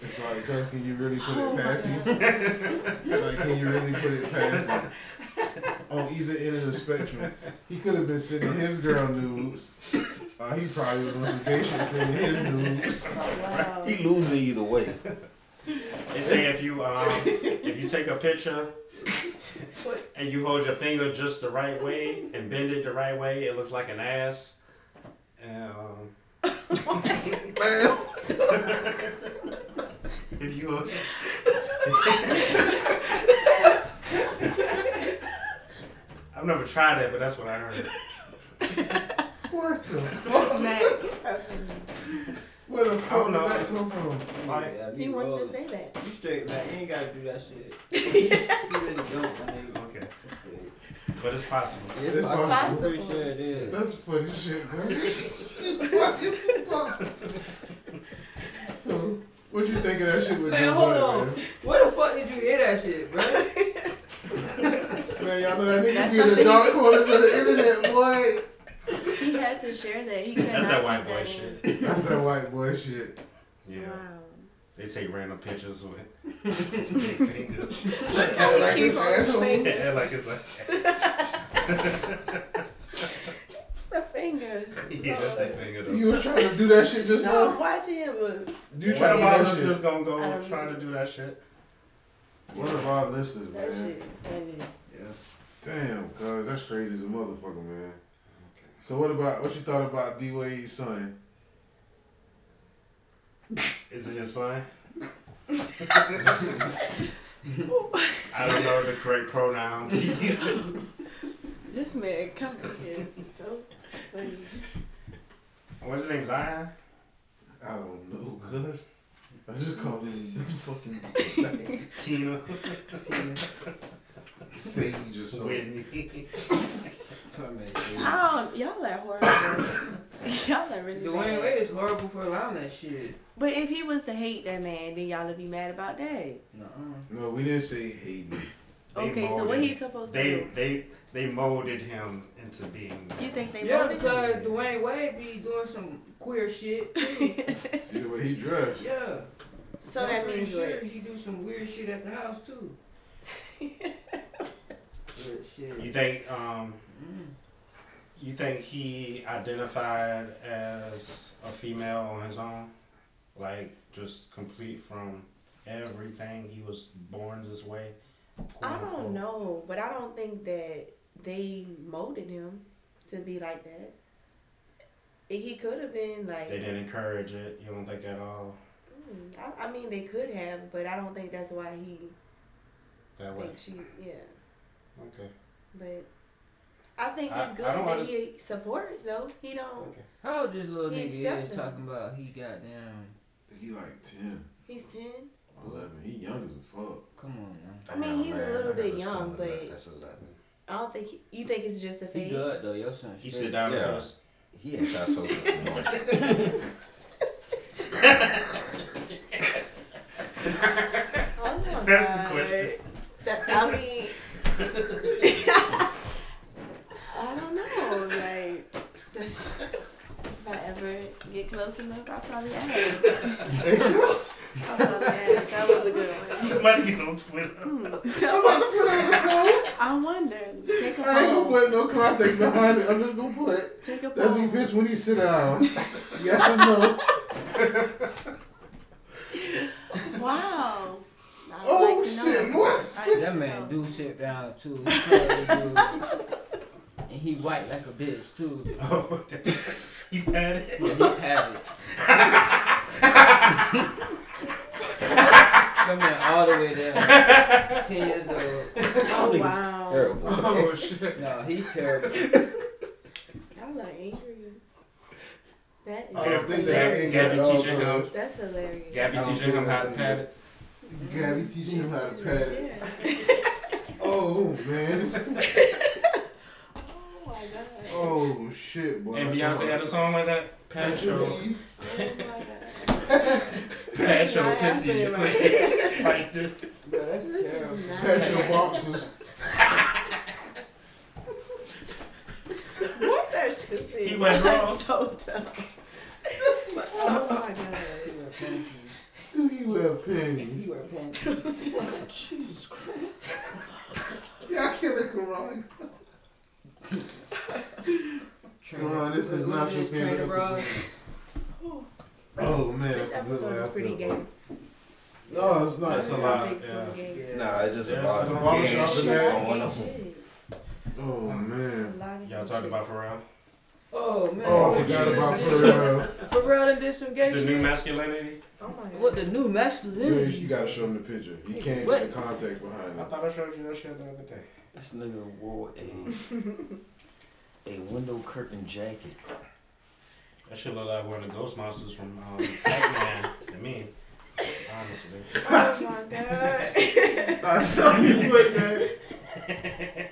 [SPEAKER 5] It's like, cuz, can you really put
[SPEAKER 4] Oh,
[SPEAKER 5] it past you? like, can you really put it past you? On either end of the spectrum, he could have been sending his girl nudes. Uh, he probably was on some gay shit sending his nudes.
[SPEAKER 7] Wow.
[SPEAKER 6] He losing either way.
[SPEAKER 8] They say if you um, if you take a picture and you hold your finger just the right way and bend it the right way, it looks like an ass. And, um, if you I've never tried that, but that's what I heard.
[SPEAKER 5] What the fuck? Where the fuck
[SPEAKER 8] don't
[SPEAKER 5] did
[SPEAKER 8] know.
[SPEAKER 5] that come from?
[SPEAKER 8] Like,
[SPEAKER 4] Yeah,
[SPEAKER 7] He
[SPEAKER 4] you
[SPEAKER 7] wanted
[SPEAKER 4] roll.
[SPEAKER 7] to say that.
[SPEAKER 4] You straight, man. You ain't gotta do that shit. you really don't, my nigga.
[SPEAKER 8] okay, but it's possible.
[SPEAKER 4] It's,
[SPEAKER 5] It's
[SPEAKER 4] possible.
[SPEAKER 7] possible.
[SPEAKER 4] I'm pretty sure it is.
[SPEAKER 5] That's funny shit, man. What the fuck? so, what you think of that shit with
[SPEAKER 4] Man,
[SPEAKER 5] Joe
[SPEAKER 4] hold
[SPEAKER 5] Budden,
[SPEAKER 4] on.
[SPEAKER 5] man?
[SPEAKER 4] Where the fuck did you hear that shit, bro?
[SPEAKER 5] Man, y'all know that nigga be in the dark corners of the internet, boy.
[SPEAKER 7] He had to share that. He could
[SPEAKER 8] That's
[SPEAKER 7] not
[SPEAKER 8] that
[SPEAKER 7] keep
[SPEAKER 8] white boy
[SPEAKER 7] in.
[SPEAKER 8] shit.
[SPEAKER 5] That's that white boy shit.
[SPEAKER 8] Yeah,
[SPEAKER 7] Wow.
[SPEAKER 8] they take random pictures with it.
[SPEAKER 5] Act like
[SPEAKER 7] Keep
[SPEAKER 5] it's
[SPEAKER 7] on
[SPEAKER 5] asshole.
[SPEAKER 7] playing.
[SPEAKER 8] yeah, like it's like
[SPEAKER 7] The finger.
[SPEAKER 8] yeah, that's that finger. though.
[SPEAKER 5] You was trying to do that shit just
[SPEAKER 7] No,
[SPEAKER 5] now?
[SPEAKER 7] watch him. Look.
[SPEAKER 5] You
[SPEAKER 8] One
[SPEAKER 5] trying
[SPEAKER 8] of
[SPEAKER 5] to
[SPEAKER 8] our
[SPEAKER 5] do that
[SPEAKER 8] listeners
[SPEAKER 5] shit?
[SPEAKER 8] gonna go
[SPEAKER 7] I don't
[SPEAKER 8] try
[SPEAKER 7] know.
[SPEAKER 8] to do that shit.
[SPEAKER 5] One of our listeners,
[SPEAKER 7] That
[SPEAKER 5] man.
[SPEAKER 7] shit is funny.
[SPEAKER 5] Damn, cuz, that's crazy as a motherfucker, man. So what about, what you thought about D Wade's son?
[SPEAKER 8] Is it his son? I don't know the correct pronoun.
[SPEAKER 7] This man coming here is so funny.
[SPEAKER 8] What's his name? Zion?
[SPEAKER 5] I don't know, cuz. I just called him fucking like,
[SPEAKER 8] Tina?
[SPEAKER 5] Sage or something.
[SPEAKER 8] Whitney?
[SPEAKER 7] I don't, Um, y'all are horrible. y'all are really
[SPEAKER 4] Dwayne
[SPEAKER 7] bad.
[SPEAKER 4] Wade is horrible for allowing that shit.
[SPEAKER 7] But if he was to hate that man, then y'all would be mad about that.
[SPEAKER 4] Nuh-uh.
[SPEAKER 5] No, we didn't say Hayden.
[SPEAKER 8] They
[SPEAKER 7] okay, so what
[SPEAKER 8] molded-
[SPEAKER 7] he supposed to
[SPEAKER 8] They
[SPEAKER 7] do?
[SPEAKER 8] they they molded him into being.
[SPEAKER 7] You think they
[SPEAKER 4] Yeah,
[SPEAKER 7] molded him?
[SPEAKER 4] because Dwayne Wade be doing some queer shit.
[SPEAKER 5] See the way he dressed.
[SPEAKER 4] Yeah.
[SPEAKER 7] So that
[SPEAKER 4] I'm pretty
[SPEAKER 7] means
[SPEAKER 4] sure
[SPEAKER 7] like,
[SPEAKER 4] he do some weird shit at the house too. Good
[SPEAKER 8] You
[SPEAKER 4] shit.
[SPEAKER 8] think um
[SPEAKER 4] Mm.
[SPEAKER 8] you think he identified as a female on his own, like just complete from everything. He was born this way.
[SPEAKER 7] I
[SPEAKER 8] quote-unquote?
[SPEAKER 7] don't know, but I don't think that they molded him to be like that. He could have been like,
[SPEAKER 8] They didn't encourage it. You don't think at all
[SPEAKER 7] mm, I, I mean, they could have, but I don't think that's why he
[SPEAKER 8] that way.
[SPEAKER 7] thinks she, yeah.
[SPEAKER 8] Okay.
[SPEAKER 7] But I think
[SPEAKER 8] I-
[SPEAKER 7] it's good
[SPEAKER 8] I don't
[SPEAKER 7] that
[SPEAKER 8] wanna-
[SPEAKER 7] he supports though. He don't.
[SPEAKER 8] Okay.
[SPEAKER 4] How old this little
[SPEAKER 7] He
[SPEAKER 4] nigga
[SPEAKER 7] accepted
[SPEAKER 4] is
[SPEAKER 7] him.
[SPEAKER 4] talking about he got down.
[SPEAKER 5] He like 10,
[SPEAKER 7] He's ten.
[SPEAKER 5] 11. He young as a fuck.
[SPEAKER 4] Come on, man.
[SPEAKER 7] I mean, he's a little bit young, but
[SPEAKER 6] That's 11.
[SPEAKER 7] I don't think he, you think it's just a
[SPEAKER 4] He
[SPEAKER 7] phase.
[SPEAKER 4] good though. Your son.
[SPEAKER 8] You
[SPEAKER 4] straight.
[SPEAKER 8] sit down
[SPEAKER 6] Yeah.
[SPEAKER 8] with us.
[SPEAKER 6] He antisocial for one.
[SPEAKER 7] Oh, my
[SPEAKER 8] That's the
[SPEAKER 7] God.
[SPEAKER 8] question.
[SPEAKER 7] That- I mean, I don't know. Like, that's, if I ever get close enough, I'll probably ask. I'll probably ask. That was a good one.
[SPEAKER 8] Somebody get on Twitter.
[SPEAKER 7] I wonder. Take a
[SPEAKER 5] I ain't gonna
[SPEAKER 7] poll.
[SPEAKER 5] put no context behind it. I'm just gonna put,
[SPEAKER 7] Take a
[SPEAKER 5] does he
[SPEAKER 7] poll.
[SPEAKER 5] piss when he sit down? yes or no?
[SPEAKER 7] Wow. I would
[SPEAKER 5] Oh
[SPEAKER 7] like to know
[SPEAKER 5] shit,
[SPEAKER 7] that.
[SPEAKER 5] boy.
[SPEAKER 7] I-
[SPEAKER 4] That man
[SPEAKER 7] no.
[SPEAKER 4] do sit down too. He probably do. and he white like a bitch too.
[SPEAKER 8] Oh, you had it.
[SPEAKER 4] Yeah, he had it. coming all the way there. Ten years old.
[SPEAKER 6] Y'all niggas Wow. terrible.
[SPEAKER 7] Oh, shit.
[SPEAKER 4] No, he's terrible.
[SPEAKER 7] Y'all are angry. That is
[SPEAKER 5] I don't think that
[SPEAKER 7] hilarious.
[SPEAKER 5] angry Gabby at all, teaching bro. him-
[SPEAKER 7] That's hilarious.
[SPEAKER 8] Gabby teaching him how to pat it.
[SPEAKER 5] Gabby teaching him how to pat it. Oh man.
[SPEAKER 7] Oh my god.
[SPEAKER 5] Oh shit, boy.
[SPEAKER 8] And
[SPEAKER 5] That's
[SPEAKER 8] Beyonce
[SPEAKER 5] hard.
[SPEAKER 8] had a song like that?
[SPEAKER 5] Pat
[SPEAKER 8] Pat
[SPEAKER 5] your
[SPEAKER 8] your
[SPEAKER 5] weave.
[SPEAKER 8] Pat your
[SPEAKER 7] Not
[SPEAKER 8] pussy.
[SPEAKER 7] happening right now.
[SPEAKER 8] Like this.
[SPEAKER 4] that's
[SPEAKER 7] This
[SPEAKER 4] terrible.
[SPEAKER 7] is not
[SPEAKER 5] Pat your boxes.
[SPEAKER 7] Boys are stupid.
[SPEAKER 8] He went
[SPEAKER 7] Boys are
[SPEAKER 8] Ross.
[SPEAKER 7] So dumb. oh
[SPEAKER 4] He wear panties.
[SPEAKER 5] Do you wear
[SPEAKER 4] He
[SPEAKER 5] panties?
[SPEAKER 4] wear panties.
[SPEAKER 5] Jesus Christ. Y'all killing Karan. Karan, this is not your favorite episode. Oh
[SPEAKER 7] my
[SPEAKER 5] man,
[SPEAKER 7] god. This
[SPEAKER 5] that's a good
[SPEAKER 7] episode is
[SPEAKER 5] laugh,
[SPEAKER 7] pretty
[SPEAKER 5] though.
[SPEAKER 7] gay.
[SPEAKER 5] No, it's not.
[SPEAKER 8] That's a
[SPEAKER 7] This
[SPEAKER 8] lot,
[SPEAKER 7] topic's
[SPEAKER 8] yeah.
[SPEAKER 7] pretty gay.
[SPEAKER 6] Nah, it's just
[SPEAKER 8] There's
[SPEAKER 6] a lot
[SPEAKER 5] some
[SPEAKER 6] of
[SPEAKER 5] boxes
[SPEAKER 6] gay
[SPEAKER 5] out
[SPEAKER 6] shit
[SPEAKER 5] there.
[SPEAKER 6] going
[SPEAKER 7] Gay
[SPEAKER 6] on.
[SPEAKER 7] shit.
[SPEAKER 5] Oh
[SPEAKER 7] It's
[SPEAKER 5] man.
[SPEAKER 7] a lot of
[SPEAKER 8] Y'all
[SPEAKER 7] gay
[SPEAKER 8] talked
[SPEAKER 7] shit.
[SPEAKER 8] about Pharrell?
[SPEAKER 4] Oh man.
[SPEAKER 5] Oh, I forgot about Pharrell.
[SPEAKER 4] Pharrell done did some gay
[SPEAKER 8] The
[SPEAKER 4] shit.
[SPEAKER 8] new masculinity?
[SPEAKER 7] Oh my god.
[SPEAKER 4] what the new
[SPEAKER 5] Grace,
[SPEAKER 4] masculinity?
[SPEAKER 5] you gotta show him the picture. You can't
[SPEAKER 4] What?
[SPEAKER 5] get the context behind
[SPEAKER 8] I
[SPEAKER 5] it.
[SPEAKER 8] thought I showed you that shit the other day.
[SPEAKER 6] This nigga wore a a window curtain jacket.
[SPEAKER 8] That shit look like one of the ghost monsters from um, Pac-Man to me. Honestly.
[SPEAKER 7] Oh my god.
[SPEAKER 5] I saw you with that.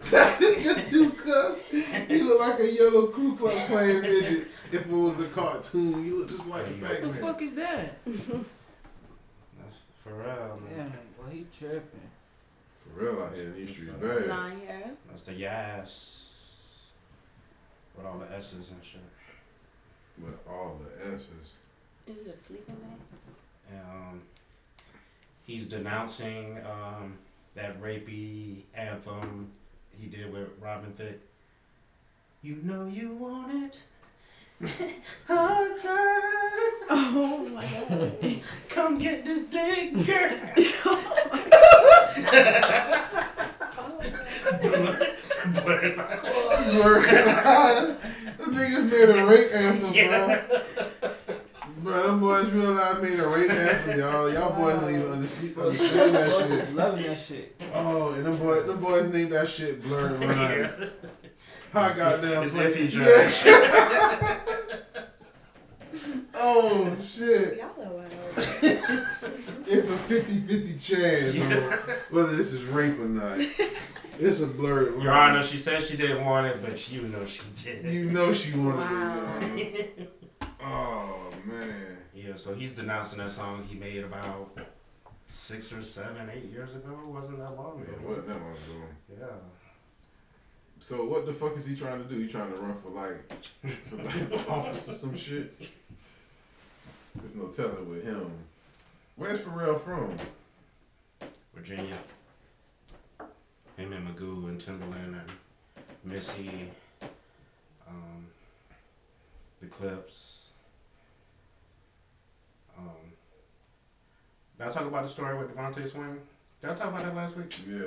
[SPEAKER 5] That nigga Duka, he look like a yellow Ku Klux Klan midget. If it was a cartoon, he look just like
[SPEAKER 4] What
[SPEAKER 8] What
[SPEAKER 4] the
[SPEAKER 5] Pac-Man.
[SPEAKER 4] fuck is that?
[SPEAKER 8] That's Pharrell, man.
[SPEAKER 4] Damn, boy, he tripping.
[SPEAKER 5] For real out here in these streets, bad.
[SPEAKER 7] Nah, yeah.
[SPEAKER 8] That's the yes. With all the S's and shit.
[SPEAKER 5] But all the S's.
[SPEAKER 7] Is it a sleeping bag?
[SPEAKER 8] And, um, he's denouncing um, that rapey anthem he did with Robin Thicke. You know you want it. Hard time.
[SPEAKER 7] Oh my god.
[SPEAKER 8] Come get this dick, girl.
[SPEAKER 5] Bro, that niggas made a rape anthem, bro. Bro, them boys realize made a rape anthem, y'all. Y'all boys don't even understand, understand that
[SPEAKER 4] Boys
[SPEAKER 5] shit.
[SPEAKER 4] is loving that shit.
[SPEAKER 5] Oh, and them boys, them boys named that shit Blurred Lines. How goddamn
[SPEAKER 8] It's like he
[SPEAKER 5] Yeah. Oh shit!
[SPEAKER 7] Y'all are wild.
[SPEAKER 5] It's a 50-50 chance on whether this is rape or not. It's a blurred line.
[SPEAKER 8] Your Honor, she said she didn't want it, but you know she did.
[SPEAKER 5] you know she wanted
[SPEAKER 7] Wow.
[SPEAKER 5] it. Wow. Oh man.
[SPEAKER 8] Yeah, so he's denouncing that song he made about six or seven, eight years ago. It wasn't that long
[SPEAKER 5] Yeah,
[SPEAKER 8] ago.
[SPEAKER 5] what that one's doing.
[SPEAKER 8] Yeah.
[SPEAKER 5] So what the fuck is he trying to do? He trying to run for like some like, office or some shit? There's no telling with him. Where's Pharrell from?
[SPEAKER 8] Virginia. Him and Magoo and Timberland and Missy, um, the Clips. Um, did I talk about the story with Devontae Swing? Did I talk about that last week?
[SPEAKER 5] Yeah.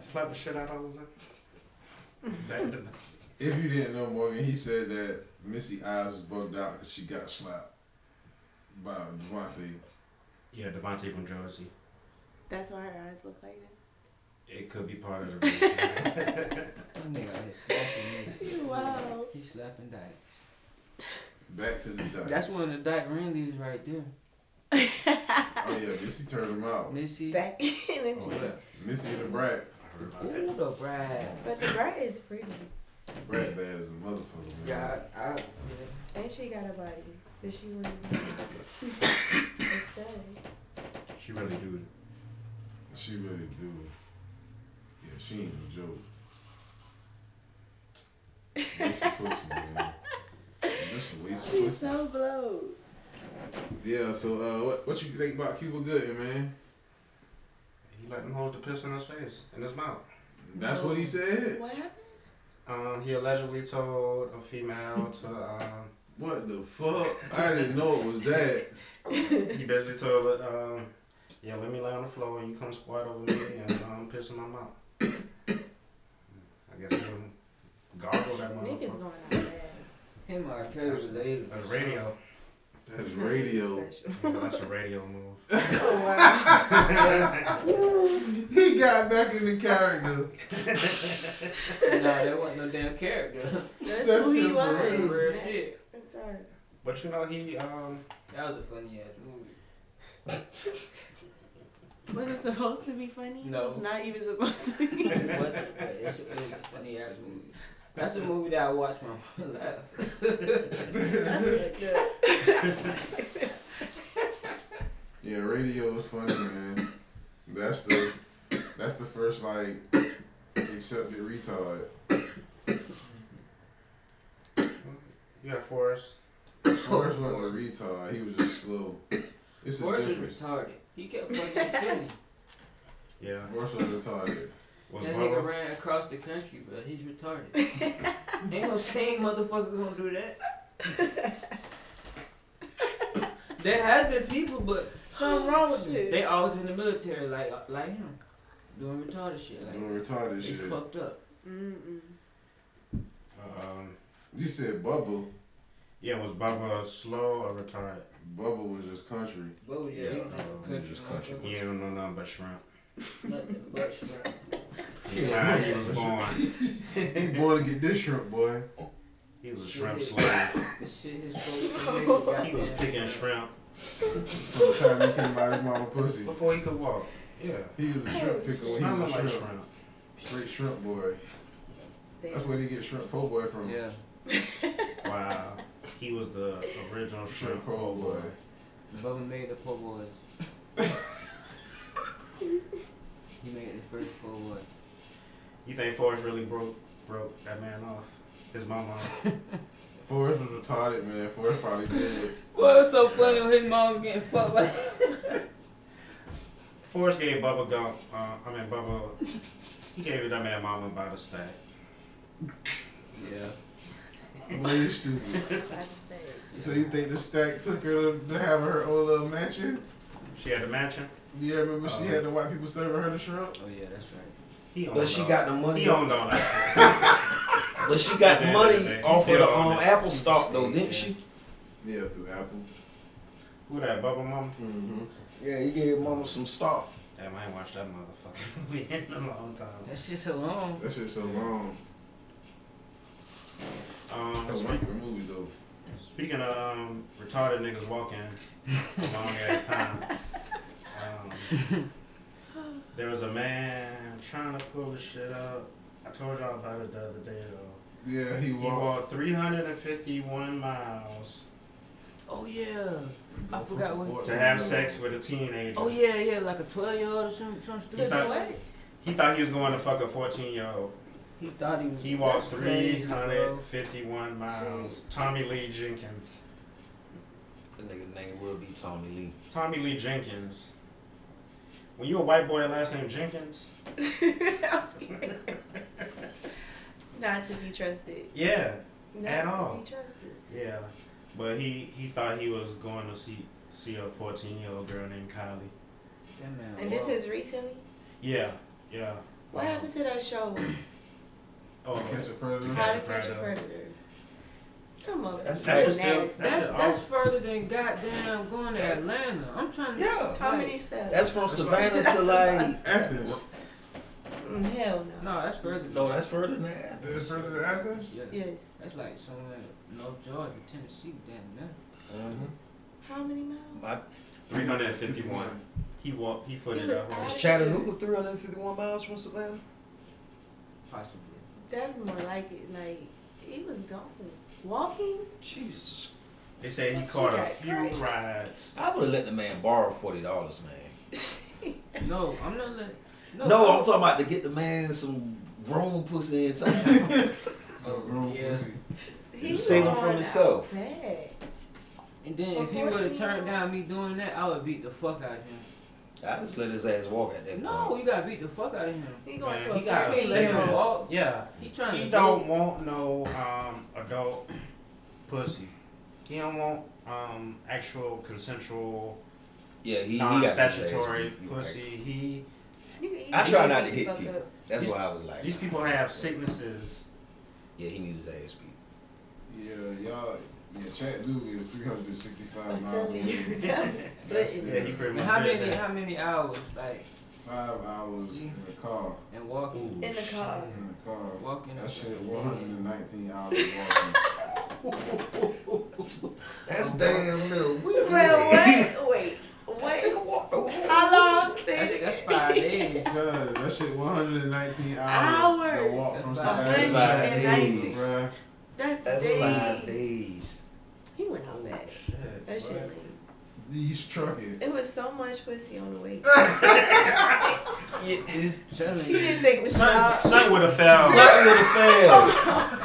[SPEAKER 8] Slap the shit out of them. That, that,
[SPEAKER 5] If you didn't know, Morgan, he said that Missy Eyes was bugged out because she got slapped by Devontae.
[SPEAKER 8] yeah, Devontae from Jersey.
[SPEAKER 7] That's why her eyes look like that.
[SPEAKER 8] It could be part of the reason.
[SPEAKER 4] That nigga out here slapping this.
[SPEAKER 7] You wild.
[SPEAKER 4] He slapping dykes.
[SPEAKER 5] Back to the dice.
[SPEAKER 4] That's one of the dyke ringleaders right there.
[SPEAKER 5] Oh yeah, Missy turned him out.
[SPEAKER 4] Missy.
[SPEAKER 7] Back in the
[SPEAKER 8] Oh,
[SPEAKER 7] gym.
[SPEAKER 8] yeah.
[SPEAKER 5] Missy the brat,
[SPEAKER 8] I heard about that.
[SPEAKER 4] Ooh, the bride.
[SPEAKER 7] But the bra is pretty.
[SPEAKER 5] brat bad as a motherfucker. Man.
[SPEAKER 4] God, I, yeah.
[SPEAKER 7] And she got a body. But she wouldn't instead.
[SPEAKER 8] She really do.
[SPEAKER 5] She really do. Yeah, she ain't no joke. Waste of pussy, man. Just a waste of
[SPEAKER 7] She's
[SPEAKER 5] pussy.
[SPEAKER 7] so blowed.
[SPEAKER 5] Yeah. So uh, what what you think about Cuba Gooding, man?
[SPEAKER 8] He let them hold the piss in his face, in his mouth.
[SPEAKER 5] That's what he said.
[SPEAKER 7] What happened?
[SPEAKER 8] Um, he allegedly told a female to. Um,
[SPEAKER 5] What the fuck? I didn't know it was that.
[SPEAKER 8] he basically told her, um, "Yeah, let me lay on the floor and you come squat over me and um, piss in my mouth." I guess he gargle that
[SPEAKER 7] Niggas going
[SPEAKER 8] motherfucker.
[SPEAKER 7] out bad.
[SPEAKER 4] Him and R. Kelly related.
[SPEAKER 8] That's radio.
[SPEAKER 5] That That's radio.
[SPEAKER 8] That's a radio move.
[SPEAKER 5] Oh, wow. he got back in the character.
[SPEAKER 4] nah, that wasn't no damn character.
[SPEAKER 7] That's who he
[SPEAKER 4] some
[SPEAKER 7] was.
[SPEAKER 4] Real, real shit.
[SPEAKER 7] It's alright.
[SPEAKER 8] But you know he um
[SPEAKER 4] That was a funny ass movie.
[SPEAKER 7] Was it supposed to be funny?
[SPEAKER 4] No.
[SPEAKER 7] Not even supposed to be.
[SPEAKER 4] It wasn't, but it's- it was a funny ass movie. That's a movie that I watched when I was alive.
[SPEAKER 7] That's really good.
[SPEAKER 5] Yeah, radio is funny, man. That's the that's the first like accepted retard.
[SPEAKER 8] you got Forrest.
[SPEAKER 5] Forrest wasn't a retard. He was just slow. It's
[SPEAKER 4] Forrest
[SPEAKER 5] a
[SPEAKER 4] was
[SPEAKER 5] difference.
[SPEAKER 4] retarded. He kept fucking killing.
[SPEAKER 8] Yeah.
[SPEAKER 5] Forrest was retarded.
[SPEAKER 8] Was
[SPEAKER 4] That
[SPEAKER 8] Bubba-
[SPEAKER 4] nigga ran across the country, bro. He's retarded. Ain't no sane motherfucker gonna do that. there has been people, but something wrong with them.
[SPEAKER 7] Shit.
[SPEAKER 4] They always in the military, like like him, doing retarded shit. Like
[SPEAKER 5] Doing retarded
[SPEAKER 4] they
[SPEAKER 5] shit.
[SPEAKER 4] fucked up.
[SPEAKER 7] Mm-mm.
[SPEAKER 8] Um,
[SPEAKER 5] You said Bubba.
[SPEAKER 8] yeah, was Bubba slow or retarded?
[SPEAKER 5] Bubba was just country.
[SPEAKER 4] Well, yeah,
[SPEAKER 5] Yeah,
[SPEAKER 4] yeah
[SPEAKER 5] um,
[SPEAKER 4] country,
[SPEAKER 5] just country.
[SPEAKER 4] motherfucker.
[SPEAKER 8] He don't know nothing but shrimp.
[SPEAKER 4] Nothing but shrimp.
[SPEAKER 8] He lied, he was born.
[SPEAKER 5] He born to get this shrimp, boy.
[SPEAKER 8] He was a shrimp slave.
[SPEAKER 4] This shit his folks.
[SPEAKER 8] He was picking shrimp
[SPEAKER 5] From the time he came out of his mama pussy,
[SPEAKER 8] before he could walk. Yeah.
[SPEAKER 5] he was a shrimp picker when he
[SPEAKER 8] Smelling
[SPEAKER 5] was
[SPEAKER 8] like
[SPEAKER 5] a
[SPEAKER 8] shrimp.
[SPEAKER 5] shrimp. Straight shrimp boy. That's
[SPEAKER 7] Damn.
[SPEAKER 5] where he get shrimp po' boy from.
[SPEAKER 4] Yeah.
[SPEAKER 8] Wow. He was the original
[SPEAKER 5] Shrimp
[SPEAKER 8] shrimp
[SPEAKER 5] po' boy.
[SPEAKER 4] Bubba made the poor boys. he made the first poor boy.
[SPEAKER 8] You think Forrest really broke broke that man off? His mama. off?
[SPEAKER 5] Forrest was retarded, man. Forrest probably did it.
[SPEAKER 4] Well, it's so funny when his mom was getting fucked like
[SPEAKER 8] Forrest gave Bubba gum. Uh, I mean Bubba. He gave that man mama about a stack.
[SPEAKER 4] Yeah.
[SPEAKER 5] Boy, you stupid.
[SPEAKER 7] By mistake.
[SPEAKER 5] So you think the stack took her to, to have her own little mansion?
[SPEAKER 8] She had a mansion.
[SPEAKER 5] Yeah, remember she had the white people serving her the shrimp?
[SPEAKER 4] Oh yeah, that's right.
[SPEAKER 8] He owned
[SPEAKER 6] But she
[SPEAKER 8] all-
[SPEAKER 6] got the money.
[SPEAKER 8] He owned all that.
[SPEAKER 6] But she got the
[SPEAKER 8] Yeah,
[SPEAKER 6] money
[SPEAKER 8] yeah, yeah.
[SPEAKER 6] off of
[SPEAKER 8] Still
[SPEAKER 6] the
[SPEAKER 8] own
[SPEAKER 6] um,
[SPEAKER 8] it.
[SPEAKER 6] Apple stock though, didn't she?
[SPEAKER 5] Yeah, through Apple.
[SPEAKER 8] Who that Bubba mama?
[SPEAKER 5] Mm-hmm.
[SPEAKER 6] Yeah, you gave mama some stock.
[SPEAKER 8] Damn, I ain't watched that motherfucking movie in a long time.
[SPEAKER 4] That shit so long.
[SPEAKER 5] That shit's so long.
[SPEAKER 8] Um,
[SPEAKER 5] That's one of your movies, though.
[SPEAKER 8] Speaking of um, retarded niggas walking, long ass time. Um, there was a man I'm trying to pull this shit up. I told y'all about it the other day though.
[SPEAKER 5] Yeah, he
[SPEAKER 8] He
[SPEAKER 5] walked.
[SPEAKER 8] walked 351 miles
[SPEAKER 4] Oh yeah. I
[SPEAKER 5] Go
[SPEAKER 4] forgot
[SPEAKER 5] for
[SPEAKER 4] what-
[SPEAKER 5] fourteen
[SPEAKER 8] to have
[SPEAKER 5] years
[SPEAKER 8] sex
[SPEAKER 5] old.
[SPEAKER 8] with a teenager.
[SPEAKER 4] Oh yeah, yeah, like a twelve year old or some some
[SPEAKER 7] To
[SPEAKER 4] stupid.
[SPEAKER 7] do what?
[SPEAKER 8] He thought he was going to fuck a 14 year old.
[SPEAKER 4] He thought he was.
[SPEAKER 8] He walked
[SPEAKER 4] That's crazy, bro.
[SPEAKER 8] 351 miles. Tommy Lee Jenkins.
[SPEAKER 6] The nigga name will be Tony Lee.
[SPEAKER 8] Tommy Lee Jenkins. When you a white boy, last name Jenkins?
[SPEAKER 7] I'm scared. Not to be trusted.
[SPEAKER 8] Yeah.
[SPEAKER 7] Not
[SPEAKER 8] At
[SPEAKER 7] to
[SPEAKER 8] all.
[SPEAKER 7] be trusted.
[SPEAKER 8] Yeah, but he he thought he was going to see see a fourteen year old girl named Kylie.
[SPEAKER 4] That man
[SPEAKER 7] And this
[SPEAKER 4] walked.
[SPEAKER 7] is recently.
[SPEAKER 8] Yeah, yeah. Um,
[SPEAKER 7] What happened to that show?
[SPEAKER 8] Oh,
[SPEAKER 5] To catch a predator.
[SPEAKER 7] How
[SPEAKER 8] Catch
[SPEAKER 7] to Catch
[SPEAKER 8] a
[SPEAKER 7] a
[SPEAKER 8] Predator.
[SPEAKER 7] Predator. Come on.
[SPEAKER 6] That's-
[SPEAKER 7] people
[SPEAKER 8] that's
[SPEAKER 7] nasty.
[SPEAKER 8] still- that
[SPEAKER 4] That's
[SPEAKER 8] shit
[SPEAKER 4] that's
[SPEAKER 8] off.
[SPEAKER 4] further than goddamn going to Atlanta. I'm trying to.
[SPEAKER 6] Yeah.
[SPEAKER 7] How many steps?
[SPEAKER 6] That's from
[SPEAKER 5] That's
[SPEAKER 6] Savannah to like.
[SPEAKER 5] Athens.
[SPEAKER 7] Mm, Hell no.
[SPEAKER 4] No, that's further.
[SPEAKER 6] No, that's further than that.
[SPEAKER 5] This further than Athens?
[SPEAKER 4] Yeah.
[SPEAKER 7] Yes.
[SPEAKER 4] That's like somewhere in North Georgia, Tennessee, damn man.
[SPEAKER 6] Mm-hmm.
[SPEAKER 7] How many miles?
[SPEAKER 6] My,
[SPEAKER 8] Three hundred and fifty one. He walked. He footed
[SPEAKER 7] He was
[SPEAKER 8] that whole.
[SPEAKER 6] is
[SPEAKER 7] out.
[SPEAKER 6] Chattanooga 351 miles from Savannah?
[SPEAKER 4] Possibly.
[SPEAKER 7] That's more like it. Like he was gone walking.
[SPEAKER 6] Jesus.
[SPEAKER 8] They said he
[SPEAKER 7] She
[SPEAKER 8] caught a
[SPEAKER 7] got
[SPEAKER 8] few
[SPEAKER 7] crazy.
[SPEAKER 8] rides.
[SPEAKER 6] I would have let the man borrow $40, man.
[SPEAKER 4] No, I'm not letting.
[SPEAKER 6] No, I'm talking about to get the man some grown pussy in time.
[SPEAKER 4] Oh, yeah.
[SPEAKER 7] He
[SPEAKER 6] You
[SPEAKER 7] was
[SPEAKER 6] saving
[SPEAKER 7] going
[SPEAKER 6] from
[SPEAKER 7] out
[SPEAKER 6] himself.
[SPEAKER 7] Bad.
[SPEAKER 4] And then
[SPEAKER 7] For
[SPEAKER 4] if he would have
[SPEAKER 7] 14?
[SPEAKER 4] turned down me doing that, I would beat the fuck out of him.
[SPEAKER 6] I just let his ass walk at that
[SPEAKER 4] No,
[SPEAKER 6] point.
[SPEAKER 4] you gotta beat the fuck out of him.
[SPEAKER 7] He going
[SPEAKER 8] Man,
[SPEAKER 7] to a
[SPEAKER 8] he got
[SPEAKER 7] family
[SPEAKER 4] first date. Let him
[SPEAKER 8] serious-
[SPEAKER 4] walk.
[SPEAKER 8] Yeah,
[SPEAKER 4] He trying to
[SPEAKER 8] he
[SPEAKER 4] do-
[SPEAKER 8] don't want no um adult pussy. He don't want um actual consensual
[SPEAKER 6] Yeah, he, he got
[SPEAKER 8] non
[SPEAKER 6] his ass
[SPEAKER 8] statutory
[SPEAKER 6] beat, right.
[SPEAKER 8] pussy. He
[SPEAKER 7] You can- you
[SPEAKER 6] I
[SPEAKER 7] can
[SPEAKER 6] try
[SPEAKER 7] beat
[SPEAKER 6] not to
[SPEAKER 7] the
[SPEAKER 6] hit
[SPEAKER 7] fuck
[SPEAKER 6] people.
[SPEAKER 7] up.
[SPEAKER 6] That's
[SPEAKER 8] These-
[SPEAKER 6] why I was like,
[SPEAKER 8] these
[SPEAKER 6] nah.
[SPEAKER 8] people have sicknesses.
[SPEAKER 6] Yeah, he needs his ass beat.
[SPEAKER 5] Yeah, y'all, Yeah, Chattanooga is 365
[SPEAKER 7] I'm
[SPEAKER 5] miles
[SPEAKER 7] telling
[SPEAKER 5] away.
[SPEAKER 7] you.
[SPEAKER 5] That's-
[SPEAKER 7] Yeah,
[SPEAKER 8] he pretty
[SPEAKER 4] And
[SPEAKER 8] much
[SPEAKER 4] how
[SPEAKER 8] did
[SPEAKER 4] many
[SPEAKER 8] that.
[SPEAKER 4] how many hours like
[SPEAKER 5] Five hours in the car.
[SPEAKER 4] and walking?
[SPEAKER 7] In the car.
[SPEAKER 5] In the car.
[SPEAKER 4] Walking.
[SPEAKER 5] That
[SPEAKER 4] and-
[SPEAKER 5] shit, 119 hours walking.
[SPEAKER 6] That's
[SPEAKER 8] Oh,
[SPEAKER 6] damn little. We
[SPEAKER 7] Wait, what? Wait, what? Oh. How long? Say
[SPEAKER 4] That's,
[SPEAKER 7] it
[SPEAKER 4] that's
[SPEAKER 7] again.
[SPEAKER 4] five days.
[SPEAKER 5] Cuz, that shit, 119 hours to
[SPEAKER 7] Hours.
[SPEAKER 5] walk from
[SPEAKER 4] That's
[SPEAKER 5] St.
[SPEAKER 7] five
[SPEAKER 5] Anthony.
[SPEAKER 7] days.
[SPEAKER 5] Bruh.
[SPEAKER 7] That's,
[SPEAKER 6] That's Oh,
[SPEAKER 7] days.
[SPEAKER 6] five days.
[SPEAKER 7] He went on that. That shit. lame.
[SPEAKER 5] These trucking.
[SPEAKER 7] It was so much pussy on the way.
[SPEAKER 4] Telling
[SPEAKER 7] He
[SPEAKER 4] you.
[SPEAKER 7] didn't think the
[SPEAKER 8] Son,
[SPEAKER 7] stop.
[SPEAKER 8] son would have fell.
[SPEAKER 6] Something would have failed.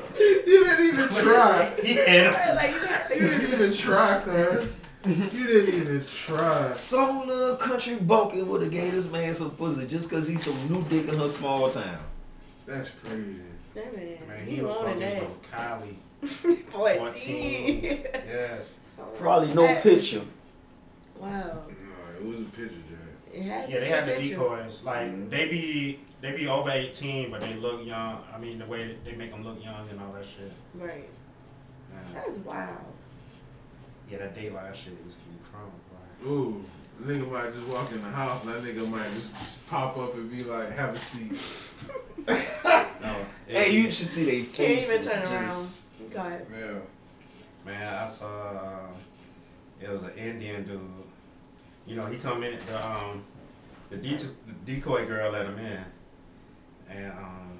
[SPEAKER 7] He didn't even
[SPEAKER 6] Something would have failed.
[SPEAKER 5] You didn't even try.
[SPEAKER 8] He had
[SPEAKER 7] try. Like you have
[SPEAKER 5] You didn't
[SPEAKER 7] to.
[SPEAKER 5] even try, cuz. You didn't even try.
[SPEAKER 6] Some little country bunkin would have gave this man some pussy just because he's some new dick in her small town.
[SPEAKER 5] That's crazy.
[SPEAKER 7] That man,
[SPEAKER 8] Man,
[SPEAKER 7] he,
[SPEAKER 8] he was
[SPEAKER 7] wanted
[SPEAKER 8] focused
[SPEAKER 7] that.
[SPEAKER 8] on Kylie.
[SPEAKER 7] 14.
[SPEAKER 8] Yes.
[SPEAKER 6] Probably no
[SPEAKER 7] That-
[SPEAKER 6] picture.
[SPEAKER 7] Wow.
[SPEAKER 5] No, it was a picture, Jack.
[SPEAKER 7] It had to
[SPEAKER 8] Yeah, they
[SPEAKER 7] be a
[SPEAKER 8] have the
[SPEAKER 7] picture.
[SPEAKER 8] decoys.
[SPEAKER 5] Mhm.
[SPEAKER 8] Like they be they be over eighteen, but they look young. I mean, the way that they make them look young and all that shit.
[SPEAKER 7] Right.
[SPEAKER 8] Man.
[SPEAKER 7] That's wild.
[SPEAKER 8] Yeah, that daylight shit is gonna be crumb. Like,
[SPEAKER 5] Ooh, nigga might just walk in the house and that nigga might just, just pop up and be like, have a seat.
[SPEAKER 8] no, it-
[SPEAKER 6] Hey, you should see their
[SPEAKER 7] Can't
[SPEAKER 6] faces.
[SPEAKER 7] even turn around.
[SPEAKER 6] just-
[SPEAKER 7] God.
[SPEAKER 5] Yeah.
[SPEAKER 8] Man, I saw uh, it was an Indian dude. You know, he come in the um the, det- the decoy girl let him in, and um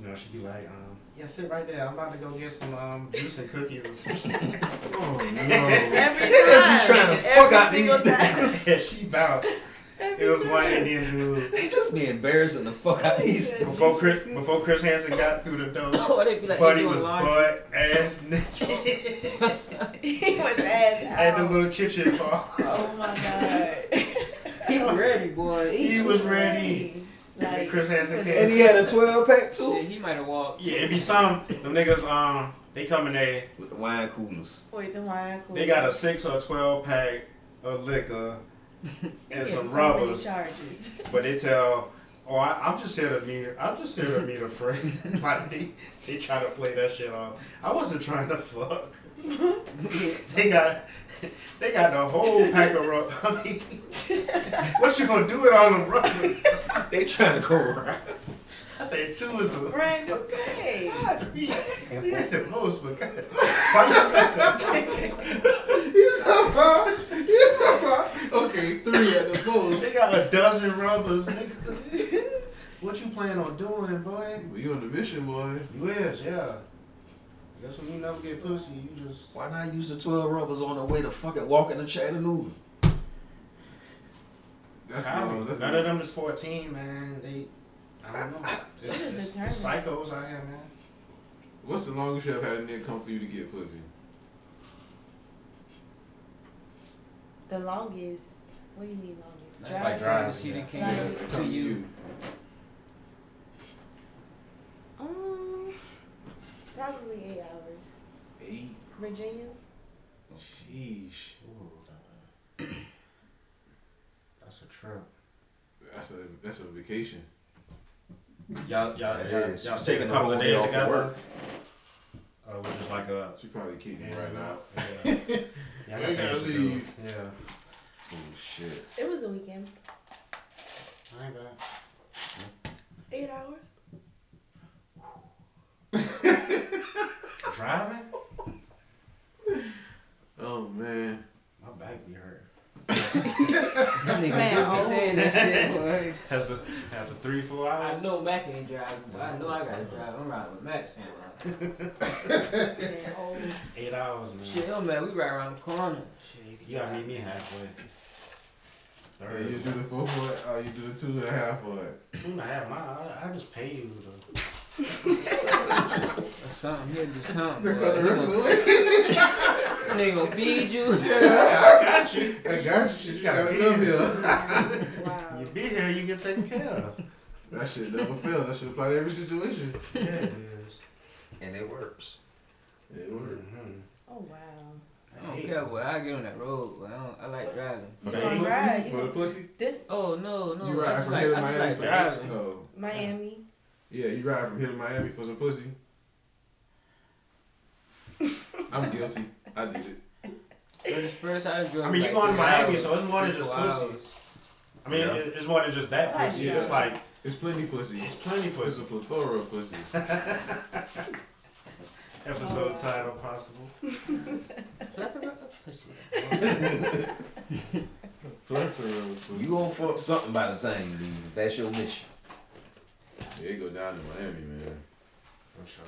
[SPEAKER 8] you know she be like um yeah sit right there I'm about to go get some um juice and cookies and some
[SPEAKER 5] Oh, no.
[SPEAKER 7] Every time.
[SPEAKER 6] Niggas be trying to fuck
[SPEAKER 7] Every
[SPEAKER 6] out these
[SPEAKER 7] single time.
[SPEAKER 6] niggas.
[SPEAKER 8] she bounced.
[SPEAKER 7] Every
[SPEAKER 8] It was
[SPEAKER 7] time.
[SPEAKER 8] one Indian dude.
[SPEAKER 6] They just be embarrassing the fuck out these niggas.
[SPEAKER 8] Before Chris before Chris Hansen got through the door,
[SPEAKER 4] Or they Oh, be like they
[SPEAKER 8] Buddy
[SPEAKER 4] doing
[SPEAKER 8] was
[SPEAKER 4] laundry.
[SPEAKER 8] butt ass naked
[SPEAKER 7] He was ass
[SPEAKER 8] at the
[SPEAKER 7] out.
[SPEAKER 8] little kitchen bar.
[SPEAKER 7] Oh my god.
[SPEAKER 4] He ready, boy. He,
[SPEAKER 8] He was ready.
[SPEAKER 7] Like,
[SPEAKER 8] Chris Hansen came.
[SPEAKER 6] And he had a 12 pack
[SPEAKER 4] shit,
[SPEAKER 6] too.
[SPEAKER 4] he might have walked.
[SPEAKER 8] Yeah, it be some them niggas. Um, they come in there.
[SPEAKER 6] With the wine coolers.
[SPEAKER 7] Wait, the wine cool.
[SPEAKER 8] They got a six or twelve pack of liquor and
[SPEAKER 7] He
[SPEAKER 8] some
[SPEAKER 7] had so many
[SPEAKER 8] rubbers,
[SPEAKER 7] charges.
[SPEAKER 8] but they tell, "Oh, I, I'm just here to meet. I'm just here to meet a friend." like they, they try to play that shit off. I wasn't trying to fuck. they got, they got the whole pack of rubbers. I mean, what you gonna do with all them rubbers?
[SPEAKER 6] They trying to go around.
[SPEAKER 8] I think two is the.
[SPEAKER 7] Brand new pay.
[SPEAKER 8] We we had the most, but God. Fuck.
[SPEAKER 5] okay, three at the
[SPEAKER 8] They
[SPEAKER 5] most.
[SPEAKER 8] got a dozen rubbers, nigga. what you plan on doing, boy?
[SPEAKER 5] Well, you on the mission, boy.
[SPEAKER 8] You is, yeah. That's when you never get pussy. You just
[SPEAKER 6] Why not use the 12 rubbers on the way to fucking walking to Chattanooga?
[SPEAKER 5] That's
[SPEAKER 8] None
[SPEAKER 5] long. That's
[SPEAKER 8] of them is fourteen, man. They, I don't know. It's,
[SPEAKER 7] It is
[SPEAKER 8] it's,
[SPEAKER 7] determined.
[SPEAKER 8] it's psychos out here, man.
[SPEAKER 5] What's the longest you have had a nigga come for you to get pussy?
[SPEAKER 7] The longest. What do you mean longest?
[SPEAKER 4] Like,
[SPEAKER 7] Drive?
[SPEAKER 8] Like
[SPEAKER 4] driving,
[SPEAKER 8] driving,
[SPEAKER 4] she done came
[SPEAKER 7] yeah.
[SPEAKER 5] Yeah,
[SPEAKER 7] Like-
[SPEAKER 4] to
[SPEAKER 5] come
[SPEAKER 4] you.
[SPEAKER 7] Um, probably eight hours.
[SPEAKER 5] Eight.
[SPEAKER 7] Virginia.
[SPEAKER 5] Sheesh.
[SPEAKER 8] That's a trip.
[SPEAKER 5] That's a that's a vacation.
[SPEAKER 8] Y'all, y'all,
[SPEAKER 6] It
[SPEAKER 8] y'all,
[SPEAKER 6] is.
[SPEAKER 8] y'all
[SPEAKER 6] She's
[SPEAKER 8] take a
[SPEAKER 6] taking the
[SPEAKER 8] couple
[SPEAKER 6] whole
[SPEAKER 8] of
[SPEAKER 6] day
[SPEAKER 8] days
[SPEAKER 6] off of
[SPEAKER 8] together.
[SPEAKER 6] work.
[SPEAKER 8] Uh, which is like a
[SPEAKER 5] She probably kicked me
[SPEAKER 8] yeah,
[SPEAKER 5] right now.
[SPEAKER 8] Yeah, yeah I
[SPEAKER 5] We
[SPEAKER 8] got things
[SPEAKER 5] gotta
[SPEAKER 8] to do.
[SPEAKER 5] leave.
[SPEAKER 8] Yeah,
[SPEAKER 6] Oh shit.
[SPEAKER 7] It was a weekend.
[SPEAKER 8] I ain't bad.
[SPEAKER 7] Eight hours.
[SPEAKER 8] Driving?
[SPEAKER 5] Oh man.
[SPEAKER 8] My back be hurt.
[SPEAKER 4] That nigga be saying that shit, boy.
[SPEAKER 8] After after three, four
[SPEAKER 4] I
[SPEAKER 8] hours.
[SPEAKER 4] know Mac ain't driving, but I know I gotta drive. I'm riding with Max. man.
[SPEAKER 7] This man old.
[SPEAKER 8] Eight hours, man.
[SPEAKER 4] Shit, oh man, we right around the corner. Shit, you can
[SPEAKER 8] You gotta
[SPEAKER 4] drive.
[SPEAKER 8] meet me halfway.
[SPEAKER 5] Yeah, you
[SPEAKER 8] Third.
[SPEAKER 5] do the four foot or you do the two and a half foot.
[SPEAKER 8] Two and a half mile. I, I just pay you. To,
[SPEAKER 4] Or something, he'll do something.
[SPEAKER 5] They're
[SPEAKER 4] Boy.
[SPEAKER 5] cutting the
[SPEAKER 4] He
[SPEAKER 5] rest of
[SPEAKER 4] gonna-
[SPEAKER 5] the way.
[SPEAKER 4] They gonna feed you.
[SPEAKER 8] I got you.
[SPEAKER 5] I got you. She's
[SPEAKER 8] Just
[SPEAKER 5] got
[SPEAKER 8] gotta
[SPEAKER 5] a
[SPEAKER 8] be
[SPEAKER 5] love
[SPEAKER 8] here.
[SPEAKER 5] here.
[SPEAKER 7] Wow.
[SPEAKER 4] Uh,
[SPEAKER 8] You be here, you get taken care of.
[SPEAKER 5] That shit never fails. That should apply to every situation.
[SPEAKER 8] Yeah, it is.
[SPEAKER 6] And it works.
[SPEAKER 5] It worked.
[SPEAKER 8] Mhm.
[SPEAKER 7] Oh wow.
[SPEAKER 4] I don't care what I get on that road. Boy. I don't. I like driving.
[SPEAKER 5] For
[SPEAKER 8] But
[SPEAKER 5] the
[SPEAKER 8] I ain't-
[SPEAKER 7] Right,
[SPEAKER 5] pussy?
[SPEAKER 7] you
[SPEAKER 5] For the
[SPEAKER 7] know.
[SPEAKER 5] pussy?
[SPEAKER 7] This
[SPEAKER 4] Oh no, no.
[SPEAKER 5] You
[SPEAKER 4] I
[SPEAKER 5] ride
[SPEAKER 4] just
[SPEAKER 5] from
[SPEAKER 4] like,
[SPEAKER 5] here to
[SPEAKER 4] I just
[SPEAKER 5] Miami
[SPEAKER 4] like
[SPEAKER 5] for
[SPEAKER 4] driving.
[SPEAKER 5] Oh.
[SPEAKER 7] Miami.
[SPEAKER 5] Yeah, you ride from here to Miami for some pussy. I'm guilty. I did it.
[SPEAKER 4] First, I was
[SPEAKER 8] I mean, you
[SPEAKER 4] like
[SPEAKER 8] going to
[SPEAKER 4] three
[SPEAKER 8] Miami,
[SPEAKER 4] hours,
[SPEAKER 8] so it's more than
[SPEAKER 4] three,
[SPEAKER 8] just
[SPEAKER 4] four
[SPEAKER 8] pussy.
[SPEAKER 4] hours.
[SPEAKER 8] I mean,
[SPEAKER 5] Yeah.
[SPEAKER 8] it- it's more than just that pussy.
[SPEAKER 5] Yeah.
[SPEAKER 8] It's like
[SPEAKER 5] It's plenty pussy. It's
[SPEAKER 8] plenty
[SPEAKER 5] It's a plethora of pussy.
[SPEAKER 8] episode title possible.
[SPEAKER 6] You gonna fuck something by the time you leave. if That's your mission.
[SPEAKER 5] Yeah, go down to Miami, man.
[SPEAKER 8] For sure.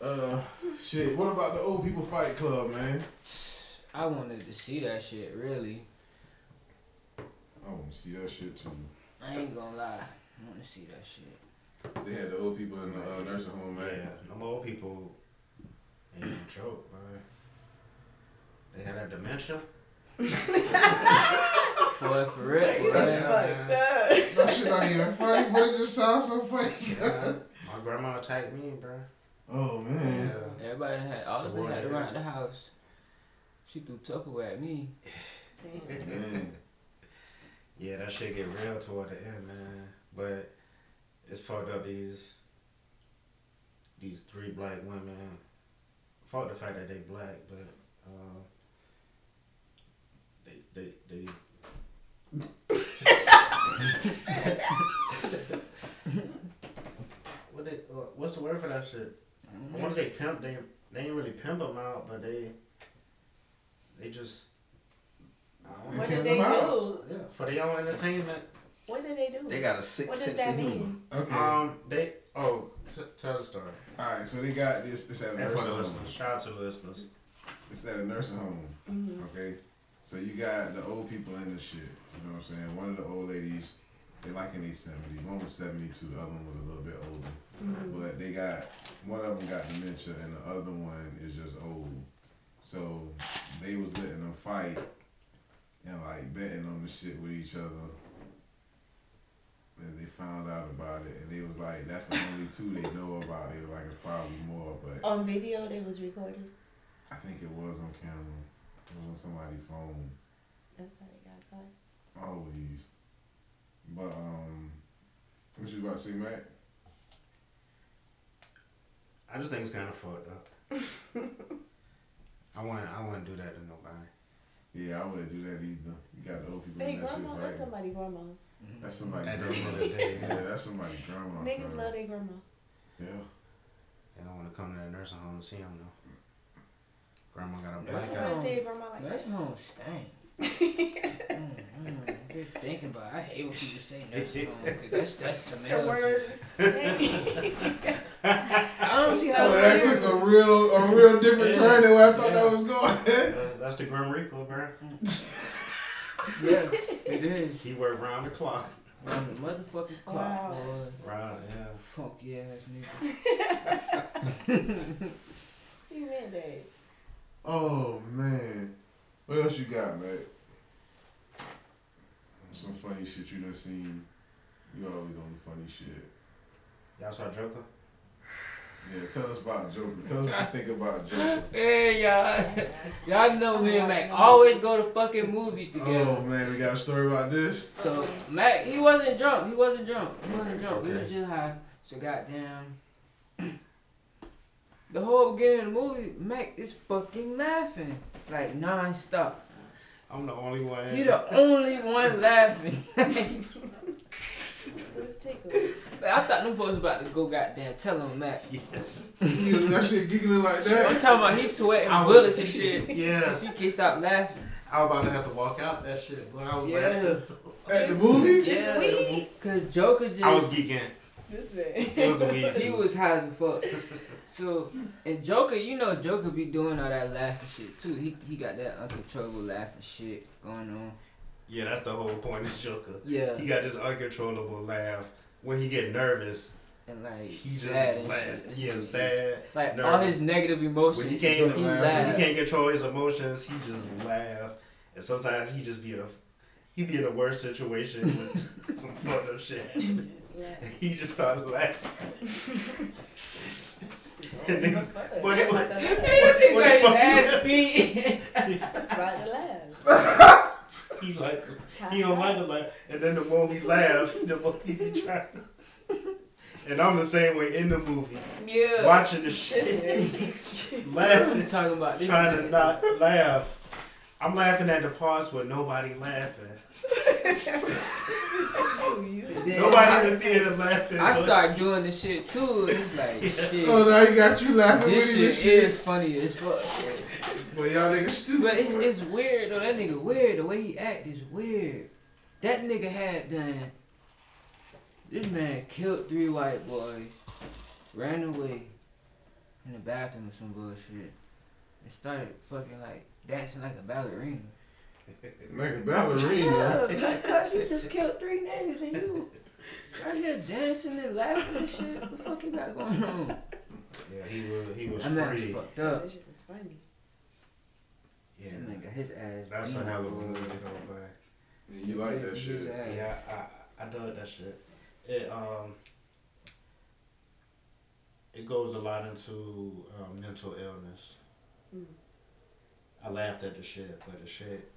[SPEAKER 5] Uh, shit. What about the old people fight club, man?
[SPEAKER 4] I wanted to see that shit, really.
[SPEAKER 5] I want to see that shit too.
[SPEAKER 4] I ain't gonna lie. I want to see that shit.
[SPEAKER 5] They had the old people in the uh, nursing home, man.
[SPEAKER 8] Yeah, them old people ain't no joke, man. They had that dementia.
[SPEAKER 4] Boy, for real. boy.
[SPEAKER 5] That shit not even funny, but it just sounds so funny.
[SPEAKER 8] Yeah. My grandma attacked me, bro.
[SPEAKER 5] Oh man.
[SPEAKER 4] Everybody done had all
[SPEAKER 8] It's a
[SPEAKER 4] they
[SPEAKER 8] war
[SPEAKER 4] had
[SPEAKER 8] there.
[SPEAKER 4] around the house. She threw Tupperware at me.
[SPEAKER 5] Man.
[SPEAKER 8] Yeah, that shit get real toward the end, man. But it's fucked up these these three black women. Fuck the fact that they black, but uh, they they they. what they, uh, what's the word for that shit? I want to say pimp. They they ain't really pimp them out, but they they just
[SPEAKER 7] What did they do?
[SPEAKER 8] yeah for their own entertainment.
[SPEAKER 7] What did they do?
[SPEAKER 6] They got a sick
[SPEAKER 7] What does
[SPEAKER 6] sense
[SPEAKER 7] that
[SPEAKER 6] of humor.
[SPEAKER 7] mean?
[SPEAKER 5] Okay.
[SPEAKER 8] Um, they oh t- tell the story.
[SPEAKER 5] All right. So they got this. This at a
[SPEAKER 8] And for
[SPEAKER 5] nursing
[SPEAKER 8] the
[SPEAKER 5] home.
[SPEAKER 8] listeners, shout out to the listeners.
[SPEAKER 5] It's at a nursing home. Okay. So you got the old people in this shit. You know what I'm saying? One of the old ladies, they like in their 70s. One was 72, the other one was a little bit older. But they got, one of them got dementia and the other one is just old. So they was letting them fight and like betting on the shit with each other. And they found out about it and they was like, that's the only two they know about. They were like, it's probably more, but
[SPEAKER 7] On video, they was recorded.
[SPEAKER 5] I think it was on camera. It was on somebody's phone.
[SPEAKER 7] That's how they got caught.
[SPEAKER 5] Always. But um what you about to say, Matt?
[SPEAKER 8] I just think it's kind of fucked up. I wouldn't. I wouldn't do that to nobody.
[SPEAKER 5] Yeah, I wouldn't do that either. You got the old people
[SPEAKER 7] They
[SPEAKER 5] in that shit
[SPEAKER 7] grandma, that's
[SPEAKER 5] fighting.
[SPEAKER 7] somebody grandma.
[SPEAKER 5] That's somebody
[SPEAKER 8] At the end of
[SPEAKER 5] grandma.
[SPEAKER 8] the day,
[SPEAKER 5] yeah, that's somebody grandma.
[SPEAKER 7] Niggas
[SPEAKER 5] bro.
[SPEAKER 7] love their grandma.
[SPEAKER 5] Yeah.
[SPEAKER 8] they don't want to come to that nursing home and see them though. Grandma got a
[SPEAKER 7] I
[SPEAKER 4] That's Like,
[SPEAKER 7] want
[SPEAKER 8] blackout.
[SPEAKER 7] to
[SPEAKER 4] um,
[SPEAKER 7] see your grandma like that.
[SPEAKER 4] Nursing home stank. mm, mm, just thinking about. it. I hate when people say nursing home because that's that's
[SPEAKER 7] The
[SPEAKER 4] smell.
[SPEAKER 7] words. I don't see how
[SPEAKER 5] Well, that
[SPEAKER 7] serious.
[SPEAKER 5] took a real a real different
[SPEAKER 8] Yeah.
[SPEAKER 5] turn than where I thought
[SPEAKER 8] Yeah.
[SPEAKER 5] that was going.
[SPEAKER 8] Uh, that's the Grim Reaper, bro.
[SPEAKER 4] Yeah, it is.
[SPEAKER 8] He worked round the clock.
[SPEAKER 4] On the motherfucking clock,
[SPEAKER 7] Wow.
[SPEAKER 4] boy.
[SPEAKER 8] Round, yeah.
[SPEAKER 4] Funky ass nigga.
[SPEAKER 7] You meant that.
[SPEAKER 5] oh man. What else you got, Matt? Some funny shit you done seen. You always on the funny shit.
[SPEAKER 8] Y'all saw Joker?
[SPEAKER 5] Yeah, tell us about Joker. Tell us what you think about Joker.
[SPEAKER 4] Hey y'all, y'all know me and Mac always go to fucking movies together.
[SPEAKER 5] Oh man, we got a story about this.
[SPEAKER 4] So Mac, he wasn't drunk. He wasn't drunk. He wasn't drunk. We
[SPEAKER 5] Okay.
[SPEAKER 4] was just high. So goddamn. The whole beginning of the movie, Mac is fucking laughing like non-stop.
[SPEAKER 8] I'm the only one.
[SPEAKER 4] He the only one laughing.
[SPEAKER 7] It was tickled.
[SPEAKER 4] I thought them boys about to go goddamn tell him Mac.
[SPEAKER 5] You was that shit giggling like
[SPEAKER 4] I'm
[SPEAKER 5] that.
[SPEAKER 4] talking about he sweating
[SPEAKER 8] I was-
[SPEAKER 4] bullets and shit.
[SPEAKER 8] Yeah.
[SPEAKER 4] She can't stop laughing.
[SPEAKER 8] I was about to have to walk out that shit, but I was
[SPEAKER 4] Yeah.
[SPEAKER 8] laughing. so-
[SPEAKER 5] At the movie?
[SPEAKER 4] Yeah.
[SPEAKER 7] Just weed.
[SPEAKER 4] Cause Joker just
[SPEAKER 8] I was geeking.
[SPEAKER 7] This
[SPEAKER 8] It was
[SPEAKER 7] man.
[SPEAKER 8] the weed.
[SPEAKER 4] He
[SPEAKER 8] too.
[SPEAKER 4] was high as fuck. So, and Joker, you know, Joker be doing all that laughing shit too. He he got that uncontrollable laughing shit going on.
[SPEAKER 8] Yeah, that's the whole point of Joker.
[SPEAKER 4] Yeah,
[SPEAKER 8] He got this uncontrollable laugh. When he get nervous,
[SPEAKER 4] and like
[SPEAKER 8] he just
[SPEAKER 4] sad and
[SPEAKER 8] laugh.
[SPEAKER 4] shit. It's
[SPEAKER 8] Yeah,
[SPEAKER 4] just-
[SPEAKER 8] sad.
[SPEAKER 4] Like all
[SPEAKER 8] nervous.
[SPEAKER 4] his negative emotions.
[SPEAKER 8] When he
[SPEAKER 4] he,
[SPEAKER 8] can't,
[SPEAKER 5] He
[SPEAKER 8] when he
[SPEAKER 4] laugh.
[SPEAKER 8] can't control his emotions, he just laugh. And sometimes he just be in a he be in a worse situation with some fucked up shit. happening. And he just starts laughing. And it's- but it was-
[SPEAKER 4] He
[SPEAKER 8] What
[SPEAKER 4] got
[SPEAKER 8] the
[SPEAKER 4] his
[SPEAKER 8] fuck?
[SPEAKER 4] ass beat.
[SPEAKER 7] About to laugh.
[SPEAKER 8] he like he don't like the laugh. And then the more he laugh, the more he be trying. And I'm the same way in the movie.
[SPEAKER 11] Yeah.
[SPEAKER 8] Watching the shit. laughing.
[SPEAKER 11] Talking about this
[SPEAKER 8] Trying to
[SPEAKER 11] man.
[SPEAKER 8] not laugh. I'm laughing at the parts where nobody laughing.
[SPEAKER 11] Just you, you.
[SPEAKER 4] Then
[SPEAKER 8] Nobody's
[SPEAKER 4] I-
[SPEAKER 8] in the theater laughing.
[SPEAKER 4] I
[SPEAKER 8] but-
[SPEAKER 4] start doing this shit too. and It's like shit.
[SPEAKER 5] Oh, now you got you laughing
[SPEAKER 4] This
[SPEAKER 5] with
[SPEAKER 4] shit,
[SPEAKER 5] it and shit.
[SPEAKER 4] is funny as fuck.
[SPEAKER 5] Well, y'all niggas stupid.
[SPEAKER 4] But it's, it's weird though. That nigga weird. The way he act is weird. That nigga had done. This man killed three white boys, ran away in the bathroom or some bullshit, and started fucking like dancing like a ballerina.
[SPEAKER 5] Like a ballerina?
[SPEAKER 4] Yeah, because you just killed three niggas and you right here dancing and laughing and shit. What the fuck you got going on?
[SPEAKER 8] Yeah, he was he was
[SPEAKER 4] I'm not
[SPEAKER 8] free.
[SPEAKER 4] fucked up.
[SPEAKER 7] shit was funny.
[SPEAKER 8] Yeah,
[SPEAKER 4] That nigga, his ass.
[SPEAKER 8] that's a
[SPEAKER 4] beat.
[SPEAKER 8] hell of a movie though, man.
[SPEAKER 5] Yeah, you like that shit.
[SPEAKER 8] Yeah, I, I, I dug that shit. It um it goes a lot into um, mental illness.
[SPEAKER 7] Mm.
[SPEAKER 8] I laughed at the shit, but the shit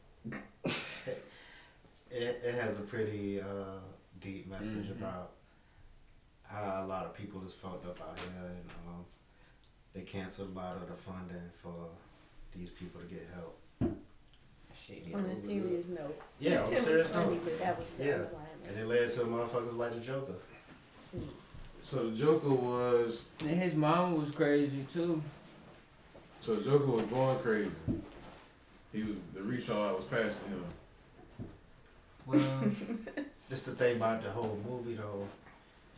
[SPEAKER 8] it, it has a pretty uh, deep message
[SPEAKER 4] Mhm.
[SPEAKER 8] about how a lot of people is fucked up out here and um, they cancel a lot of the funding for these people to get help.
[SPEAKER 4] Shit,
[SPEAKER 7] On a serious note.
[SPEAKER 8] Yeah, on a
[SPEAKER 7] It was
[SPEAKER 8] serious
[SPEAKER 7] funny,
[SPEAKER 8] note.
[SPEAKER 7] but that was the
[SPEAKER 8] Yeah.
[SPEAKER 7] underlying
[SPEAKER 8] And it led to motherfuckers like the Joker.
[SPEAKER 5] So the Joker was.
[SPEAKER 4] And his mom was crazy too.
[SPEAKER 5] So the Joker was going crazy. He was the retard was passing him.
[SPEAKER 4] Well,
[SPEAKER 8] That's the thing about the whole movie though.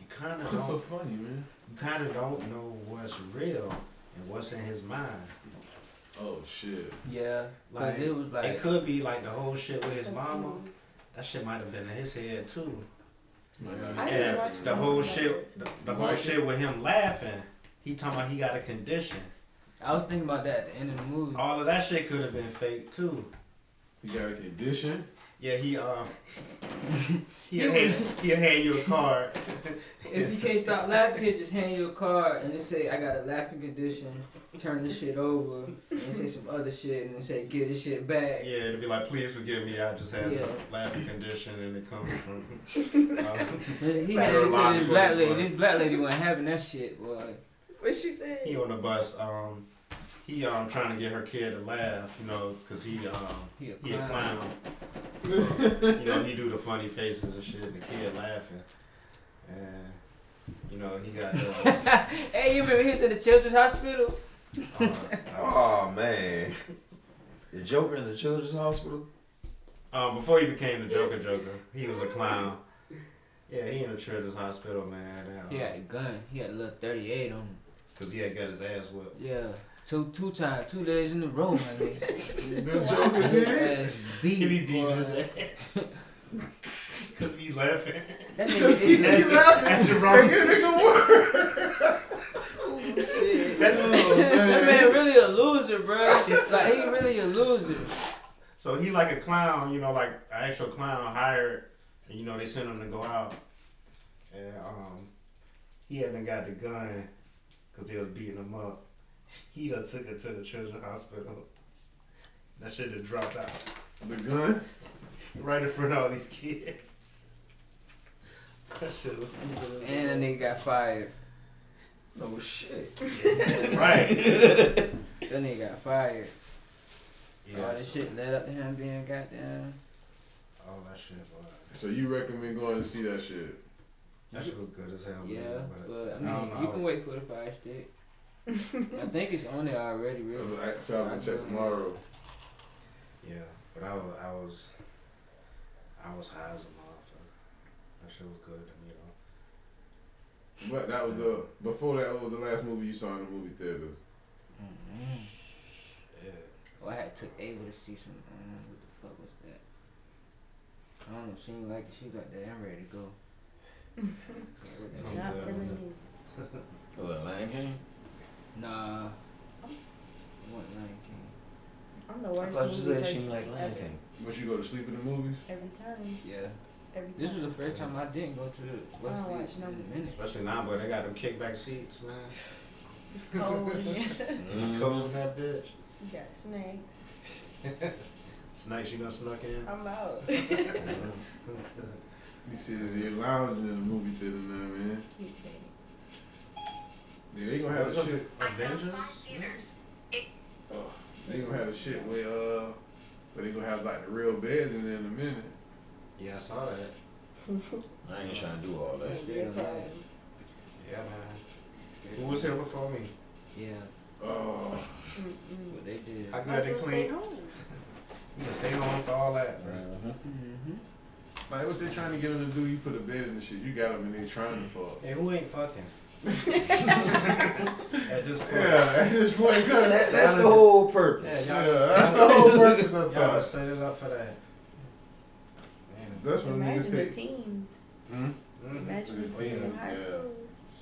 [SPEAKER 8] You kind of
[SPEAKER 5] What's so
[SPEAKER 8] don't,
[SPEAKER 5] funny, man?
[SPEAKER 8] you kind of don't know what's real and what's in his mind.
[SPEAKER 5] Oh shit.
[SPEAKER 4] yeah,
[SPEAKER 8] Like
[SPEAKER 4] because it was like
[SPEAKER 8] it could be like the whole shit with his
[SPEAKER 7] Confused.
[SPEAKER 8] mama. That shit might have been in his head too.
[SPEAKER 5] Might not be
[SPEAKER 7] I just
[SPEAKER 5] happening.
[SPEAKER 7] watched
[SPEAKER 8] The
[SPEAKER 7] it.
[SPEAKER 8] whole shit, the, the whole
[SPEAKER 5] Like it?
[SPEAKER 8] shit with him laughing. He talking about he got a condition.
[SPEAKER 4] I was thinking about that at the end of the movie.
[SPEAKER 8] All of that shit could have been fake too.
[SPEAKER 5] You got a condition.
[SPEAKER 8] Yeah, he uh, he'll hand, he'll hand you a card.
[SPEAKER 4] If you can't stop laughing, he'll just hand you a card and just say, "I got a laughing condition." Turn this shit over and say some other shit and then say, "Get this shit back."
[SPEAKER 8] Yeah, it'd be like, please forgive me, I just have
[SPEAKER 4] Yeah.
[SPEAKER 8] a laughing condition and it comes from. um,
[SPEAKER 4] He had it to this black lady. This black lady wasn't having that shit, boy.
[SPEAKER 7] What she said?
[SPEAKER 8] he on the bus, um, he um trying to get her kid to laugh, you know, cause he um
[SPEAKER 4] He a
[SPEAKER 8] he a
[SPEAKER 4] clown.
[SPEAKER 8] clown. So, you know, he do the funny faces and shit, and the kid laughing, and you know he got. Uh,
[SPEAKER 4] Hey, you remember he was in the children's hospital?
[SPEAKER 8] uh,
[SPEAKER 6] Oh man, the Joker in the Children's Hospital.
[SPEAKER 8] um, before he became the Joker, Joker, he was a clown. Yeah, he in the children's hospital, man. and, uh,
[SPEAKER 4] He had a gun. He had a little thirty-eight on him.
[SPEAKER 8] Cause he had got his ass whipped.
[SPEAKER 4] Yeah, two two times, two days in a row, my nigga.
[SPEAKER 5] The Joker
[SPEAKER 4] His
[SPEAKER 5] did.
[SPEAKER 4] ass beat,
[SPEAKER 8] He be beating
[SPEAKER 4] boy.
[SPEAKER 8] his ass. Cause he laughing.
[SPEAKER 4] That nigga
[SPEAKER 5] He
[SPEAKER 4] did
[SPEAKER 5] keep
[SPEAKER 4] that.
[SPEAKER 8] At
[SPEAKER 5] laughing.
[SPEAKER 8] the
[SPEAKER 5] Like,
[SPEAKER 8] wrong
[SPEAKER 5] this nigga work.
[SPEAKER 4] Oh, shit.
[SPEAKER 8] That's-
[SPEAKER 5] Oh, man.
[SPEAKER 4] That man really a loser, bro. Like he really a loser.
[SPEAKER 8] So he like a clown, you know, like an actual clown hired, and you know they sent him to go out, and um, he hadn't got the gun because they was beating him up. He done took it to the children's hospital. That shit had dropped out
[SPEAKER 5] The gun.
[SPEAKER 8] right in front of all these kids. That shit was stupid. as
[SPEAKER 4] And that nigga got fired.
[SPEAKER 6] No shit.
[SPEAKER 8] hell. right.
[SPEAKER 4] That nigga got fired.
[SPEAKER 8] Yeah,
[SPEAKER 4] All this shit led up to him being goddamn.
[SPEAKER 8] all that shit. boy.
[SPEAKER 5] So you recommend going to see that shit?
[SPEAKER 8] That shit was good as hell. man,
[SPEAKER 4] Yeah, but I mean,
[SPEAKER 8] don't know,
[SPEAKER 4] you
[SPEAKER 8] I
[SPEAKER 4] can
[SPEAKER 8] was-
[SPEAKER 4] wait for the fire stick. I think it's on there already, really.
[SPEAKER 5] I- So I'm gonna check tomorrow.
[SPEAKER 8] Yeah, but I was I was I was high as a motherfucker. That shit was good to me though.
[SPEAKER 5] But that was uh before that was the last movie you saw in the movie theater.
[SPEAKER 4] mm
[SPEAKER 8] Yeah.
[SPEAKER 4] Oh, I had took Ava to see some. Um, what the fuck was that? I don't know. She didn't like it. She was like, "Damn, I'm ready to go." Yeah, what the-
[SPEAKER 7] Not
[SPEAKER 8] Yeah.
[SPEAKER 7] feeling me.
[SPEAKER 6] Oh, the Lion King.
[SPEAKER 4] nah. What Lion King?
[SPEAKER 7] I'm the
[SPEAKER 6] I
[SPEAKER 7] worst
[SPEAKER 6] thought you
[SPEAKER 7] movie
[SPEAKER 6] said she
[SPEAKER 7] person
[SPEAKER 6] didn't like Lion
[SPEAKER 7] ever.
[SPEAKER 6] King.
[SPEAKER 5] But you go to sleep in the movies?
[SPEAKER 7] Every time.
[SPEAKER 4] Yeah.
[SPEAKER 7] Every time.
[SPEAKER 4] This was the first time I didn't go to
[SPEAKER 7] I
[SPEAKER 4] the
[SPEAKER 7] don't
[SPEAKER 4] West
[SPEAKER 7] watch no
[SPEAKER 4] in a
[SPEAKER 7] movies.
[SPEAKER 4] minute.
[SPEAKER 8] Especially now, but they got them kickback seats, man.
[SPEAKER 7] It's cold in here.
[SPEAKER 6] Mm-hmm.
[SPEAKER 4] Mm-hmm.
[SPEAKER 8] mm Cold in that bitch.
[SPEAKER 7] you got snacks.
[SPEAKER 8] Snakes you done snuck in.
[SPEAKER 7] I'm out.
[SPEAKER 5] You see, they're lounging in the movie theater now, man.
[SPEAKER 7] Keep it.
[SPEAKER 5] Yeah, they gonna have a shit.
[SPEAKER 8] Avengers?
[SPEAKER 11] Theaters.
[SPEAKER 5] Oh, they gonna have a shit where uh, where they gonna have like the real beds in there in a minute.
[SPEAKER 8] Yeah, I saw that.
[SPEAKER 6] I ain't trying to do all that.
[SPEAKER 8] Yeah, man. Who was here before me?
[SPEAKER 4] Yeah.
[SPEAKER 5] Oh.
[SPEAKER 4] What they did.
[SPEAKER 8] How good they clean? You gonna stay home for all that.
[SPEAKER 5] Like what they trying to get them to do? You put a bed in the shit. You got them and they trying to fuck.
[SPEAKER 8] Hey, who ain't fucking? At this point.
[SPEAKER 5] Yeah, at this point, good.
[SPEAKER 8] That-
[SPEAKER 6] that's the whole purpose.
[SPEAKER 8] Yeah, y'all-
[SPEAKER 5] Yeah, that's the whole purpose of
[SPEAKER 8] Y'all
[SPEAKER 4] uh,
[SPEAKER 5] that.
[SPEAKER 8] set it up for that.
[SPEAKER 5] That's what niggas
[SPEAKER 7] Imagine the
[SPEAKER 5] take.
[SPEAKER 7] teens.
[SPEAKER 5] Hmm?
[SPEAKER 7] Imagine the
[SPEAKER 5] Oh, Yeah,
[SPEAKER 7] teens in high
[SPEAKER 5] yeah.
[SPEAKER 7] school.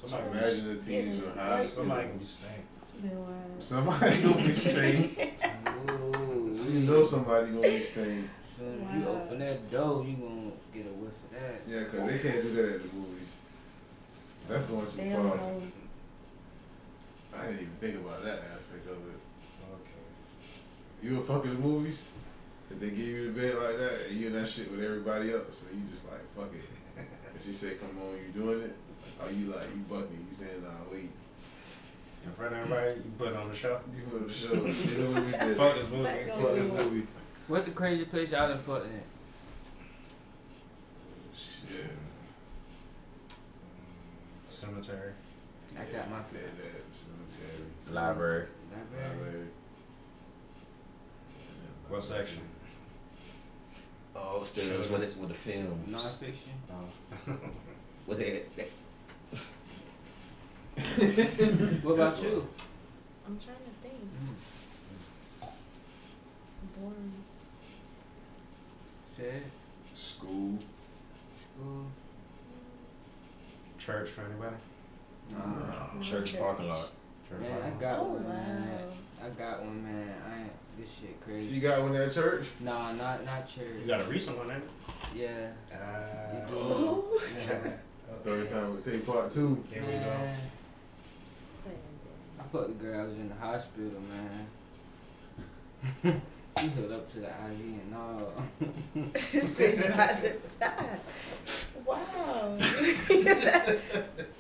[SPEAKER 8] Somebody,
[SPEAKER 5] Imagine the
[SPEAKER 7] Getting
[SPEAKER 5] teens
[SPEAKER 7] into
[SPEAKER 5] in high
[SPEAKER 7] like-
[SPEAKER 5] school.
[SPEAKER 8] somebody can be stank.
[SPEAKER 7] Been wild.
[SPEAKER 5] Somebody gonna be stained.
[SPEAKER 4] Ooh,
[SPEAKER 5] You know somebody gonna be stained.
[SPEAKER 4] soon Mm-hmm. as you
[SPEAKER 7] Wow.
[SPEAKER 4] open that door, you gonna get a whiff of that.
[SPEAKER 5] Yeah, 'cause they can't do that at the movies. That's going too
[SPEAKER 7] Damn
[SPEAKER 5] far.
[SPEAKER 7] old.
[SPEAKER 5] I didn't even think about that aspect of it.
[SPEAKER 8] Okay.
[SPEAKER 5] You were fucking the movies? If they give you the bed like that, and you in that shit with everybody else, so you just like, fuck it. And she said, come on, you doing it? Or you like, you bucking, you saying, nah, wait.
[SPEAKER 8] In front of everybody, you put on the show.
[SPEAKER 5] You for the show. You know what we did?
[SPEAKER 8] Fuck this movie.
[SPEAKER 7] Back
[SPEAKER 5] Fuck
[SPEAKER 7] on
[SPEAKER 5] this
[SPEAKER 7] the-
[SPEAKER 5] movie.
[SPEAKER 4] What's the crazy place y'all done fucked in?
[SPEAKER 5] Shit.
[SPEAKER 8] Cemetery.
[SPEAKER 4] I got my
[SPEAKER 5] I said that. Cemetery.
[SPEAKER 6] Library.
[SPEAKER 4] library.
[SPEAKER 5] Library.
[SPEAKER 8] What section?
[SPEAKER 6] Oh, upstairs with it with the films.
[SPEAKER 4] Nonfiction.
[SPEAKER 6] With that, that
[SPEAKER 4] What Mm-hmm. about you?
[SPEAKER 7] I'm trying to think. Boring.
[SPEAKER 4] Said
[SPEAKER 5] School.
[SPEAKER 4] school.
[SPEAKER 8] Mm. Church for anybody?
[SPEAKER 4] Nah.
[SPEAKER 7] Mm-hmm.
[SPEAKER 6] church parking lot.
[SPEAKER 8] Church
[SPEAKER 4] Man, I
[SPEAKER 8] Bible?
[SPEAKER 4] got
[SPEAKER 7] Oh,
[SPEAKER 4] one, man.
[SPEAKER 7] wow.
[SPEAKER 4] I got one, man. I ain't, this shit
[SPEAKER 5] You
[SPEAKER 4] crazy.
[SPEAKER 5] got one at church?
[SPEAKER 4] Nah, not not church.
[SPEAKER 8] You got a recent one, ain't it?
[SPEAKER 4] Yeah.
[SPEAKER 8] Uh,
[SPEAKER 5] Oh.
[SPEAKER 8] yeah.
[SPEAKER 5] Story time with take part two.
[SPEAKER 8] Here we go.
[SPEAKER 4] Man, I fucked the girl. I was in the hospital, man. she hooked up to the IV and all.
[SPEAKER 7] This bitch about to die. Wow.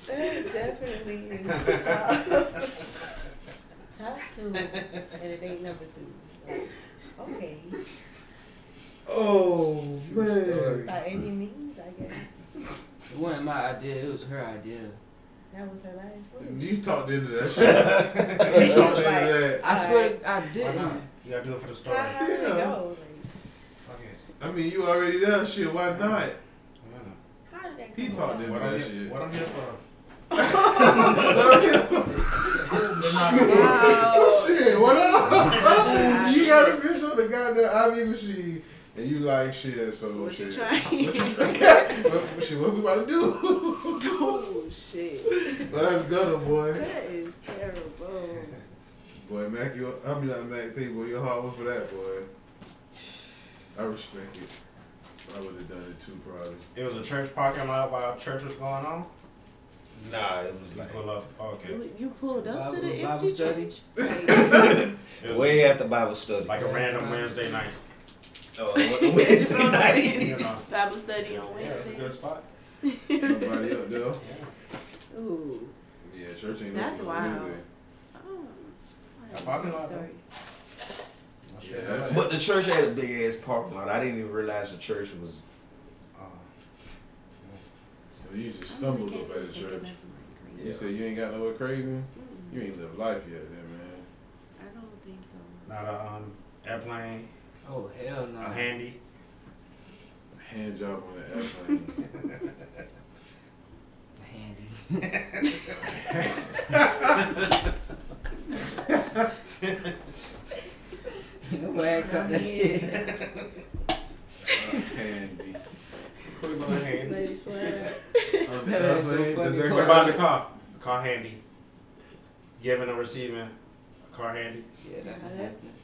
[SPEAKER 7] that definitely is top. top two. And it ain't number two. Okay.
[SPEAKER 5] Oh,
[SPEAKER 4] True story.
[SPEAKER 7] By any means, I guess.
[SPEAKER 4] It wasn't my idea. It was her idea.
[SPEAKER 7] That was her last word.
[SPEAKER 5] You talked into that shit. you talked into that.
[SPEAKER 4] I swear I
[SPEAKER 8] Why not?
[SPEAKER 4] didn't.
[SPEAKER 8] You gotta do it for the story.
[SPEAKER 7] How did it go?
[SPEAKER 8] Fuck it.
[SPEAKER 5] I mean, you already there. Shit, why not?
[SPEAKER 8] Yeah.
[SPEAKER 7] Like, how did that
[SPEAKER 5] He
[SPEAKER 7] come about?
[SPEAKER 5] talked into
[SPEAKER 8] What, I'm
[SPEAKER 5] that
[SPEAKER 8] here,
[SPEAKER 5] shit.
[SPEAKER 8] what I'm here for?
[SPEAKER 5] Oh shit, what
[SPEAKER 7] Wow.
[SPEAKER 5] up? you got a bitch on the goddamn IV machine. And you like shit, so
[SPEAKER 7] What
[SPEAKER 5] shit.
[SPEAKER 7] you trying?
[SPEAKER 5] what, shit, what we about to do?
[SPEAKER 7] oh shit.
[SPEAKER 5] well, that's gutter, boy.
[SPEAKER 7] That is terrible.
[SPEAKER 5] Boy, Mac, you, I mean, not Mac, tell you, boy, your heart was for that, boy. I respect it. I would have done it too, probably.
[SPEAKER 8] It was a church parking lot while church was going on.
[SPEAKER 6] Nah, it was
[SPEAKER 8] You
[SPEAKER 6] like
[SPEAKER 8] pull up. okay.
[SPEAKER 7] You, you pulled up to the
[SPEAKER 4] Bible-
[SPEAKER 7] empty
[SPEAKER 4] Bible study?
[SPEAKER 7] church. Like,
[SPEAKER 8] It was
[SPEAKER 6] way after Bible study.
[SPEAKER 8] like a random Wednesday night.
[SPEAKER 6] Oh, it wasn't Wednesday
[SPEAKER 8] You
[SPEAKER 6] night.
[SPEAKER 8] know.
[SPEAKER 7] Bible study on
[SPEAKER 8] Yeah, it was a good
[SPEAKER 7] Wednesday.
[SPEAKER 8] spot.
[SPEAKER 5] Somebody up there.
[SPEAKER 7] Ooh.
[SPEAKER 5] Yeah, church ain't
[SPEAKER 7] That's
[SPEAKER 5] open
[SPEAKER 7] wild.
[SPEAKER 5] anyway.
[SPEAKER 7] Oh.
[SPEAKER 8] Yeah, parking lot, though.
[SPEAKER 7] Story.
[SPEAKER 8] Oh, shit.
[SPEAKER 5] Yeah.
[SPEAKER 6] But the church had a big ass parking lot. I didn't even realize the church was.
[SPEAKER 8] Uh,
[SPEAKER 5] So you just
[SPEAKER 7] I really
[SPEAKER 5] stumbled
[SPEAKER 7] can't
[SPEAKER 5] up at
[SPEAKER 7] really
[SPEAKER 5] the
[SPEAKER 7] think of
[SPEAKER 5] church.
[SPEAKER 7] nothing like crazy.
[SPEAKER 5] You said you ain't got nowhere crazy?
[SPEAKER 7] Mm,
[SPEAKER 5] You ain't lived life yet, then, man.
[SPEAKER 7] I don't think so.
[SPEAKER 8] not a um, airplane,
[SPEAKER 4] Oh hell no.
[SPEAKER 8] a handy.
[SPEAKER 5] Hand job on the airplane.
[SPEAKER 4] Handy. Where I cut that shit.
[SPEAKER 5] Handy.
[SPEAKER 8] Put it on the handy.
[SPEAKER 7] Lady slap.
[SPEAKER 5] On the
[SPEAKER 4] That is so
[SPEAKER 5] airplane,
[SPEAKER 4] funny.
[SPEAKER 5] does that
[SPEAKER 8] What about the
[SPEAKER 5] got-
[SPEAKER 8] car? Car handy. Giving and receiving. Car handy.
[SPEAKER 4] Yeah,
[SPEAKER 7] Yeah,
[SPEAKER 4] that done
[SPEAKER 7] that's
[SPEAKER 4] happened.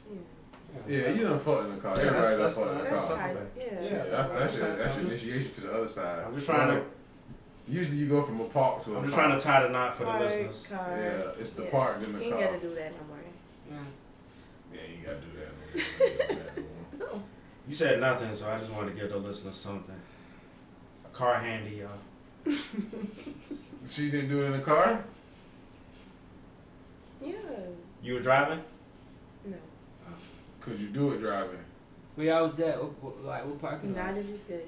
[SPEAKER 5] Yeah, you done fought in the car.
[SPEAKER 8] Yeah,
[SPEAKER 5] Everybody done
[SPEAKER 8] that's-
[SPEAKER 5] fought in the
[SPEAKER 8] that's-
[SPEAKER 7] that's
[SPEAKER 8] all.
[SPEAKER 5] car.
[SPEAKER 7] high. Yeah.
[SPEAKER 8] Yeah.
[SPEAKER 5] Yeah, that's, that's, your, that's your
[SPEAKER 8] I'm just-
[SPEAKER 5] initiation to the other side.
[SPEAKER 8] I'm just trying to.
[SPEAKER 5] Usually you go from a park to a
[SPEAKER 8] I'm just
[SPEAKER 5] car.
[SPEAKER 8] trying to tie the knot for the
[SPEAKER 7] Park,
[SPEAKER 8] listeners.
[SPEAKER 7] car.
[SPEAKER 5] Yeah, it's the
[SPEAKER 7] Yeah.
[SPEAKER 5] park in
[SPEAKER 7] You
[SPEAKER 5] the
[SPEAKER 7] ain't
[SPEAKER 5] car.
[SPEAKER 7] gotta do that no more.
[SPEAKER 5] Yeah, you gotta do that. no more. You gotta do that no more.
[SPEAKER 10] Oh,
[SPEAKER 8] You said nothing, so I just wanted to give the listeners something. A car handy, y'all.
[SPEAKER 5] She didn't do it in the car?
[SPEAKER 8] You were driving?
[SPEAKER 10] No.
[SPEAKER 5] Could you do it driving?
[SPEAKER 4] Where y'all was at? What, what, like what parking lot?
[SPEAKER 10] Not if it's good.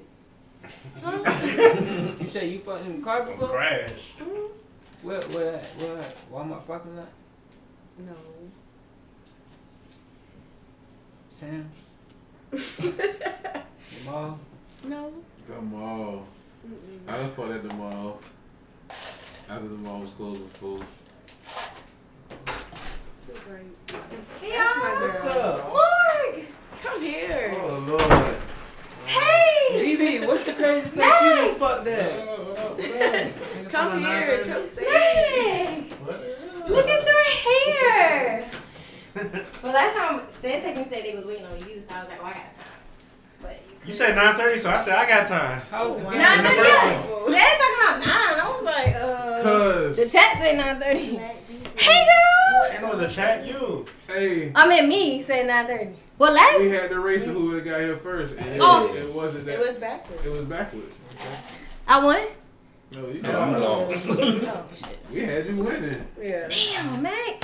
[SPEAKER 4] you say you fucked in the car before?
[SPEAKER 8] Crash.
[SPEAKER 4] Where, where, at? where? at? Walmart parking lot?
[SPEAKER 10] No.
[SPEAKER 4] Sam? the mall?
[SPEAKER 10] No.
[SPEAKER 5] The mall. I done fought at the mall. After the mall was closed with food.
[SPEAKER 10] Too great. That's my girl.
[SPEAKER 4] What's up?
[SPEAKER 7] Morg!
[SPEAKER 10] Come here.
[SPEAKER 5] Oh Lord.
[SPEAKER 7] Tay!
[SPEAKER 4] BB, what's the crazy place you done fucked at?
[SPEAKER 10] Come here. Come say
[SPEAKER 7] Nick! Look at your hair!
[SPEAKER 10] Well, last time said Texan said they was waiting on you, so I was like, well, I got time. But
[SPEAKER 8] You said 9.30, so I said I got time.
[SPEAKER 4] How was the game?
[SPEAKER 7] Nine
[SPEAKER 8] the
[SPEAKER 7] thirty.
[SPEAKER 8] first
[SPEAKER 7] Said talking about nine. I was like, uh. The
[SPEAKER 5] Cuz,
[SPEAKER 7] chat said nine thirty. Hey girl.
[SPEAKER 8] Ain't no the chat you.
[SPEAKER 5] hey,
[SPEAKER 7] I mean, me said nine thirty. Well, last
[SPEAKER 5] we had the race of who would have got here first. And it,
[SPEAKER 7] Oh.
[SPEAKER 5] it wasn't
[SPEAKER 10] it
[SPEAKER 5] that.
[SPEAKER 10] was backwards.
[SPEAKER 5] It was backwards. Okay.
[SPEAKER 7] I won.
[SPEAKER 5] No, you
[SPEAKER 12] And I'm
[SPEAKER 5] know,
[SPEAKER 12] lost.
[SPEAKER 6] Um,
[SPEAKER 10] Oh shit.
[SPEAKER 5] we had you winning.
[SPEAKER 10] Yeah.
[SPEAKER 7] Damn, Oh, Mac.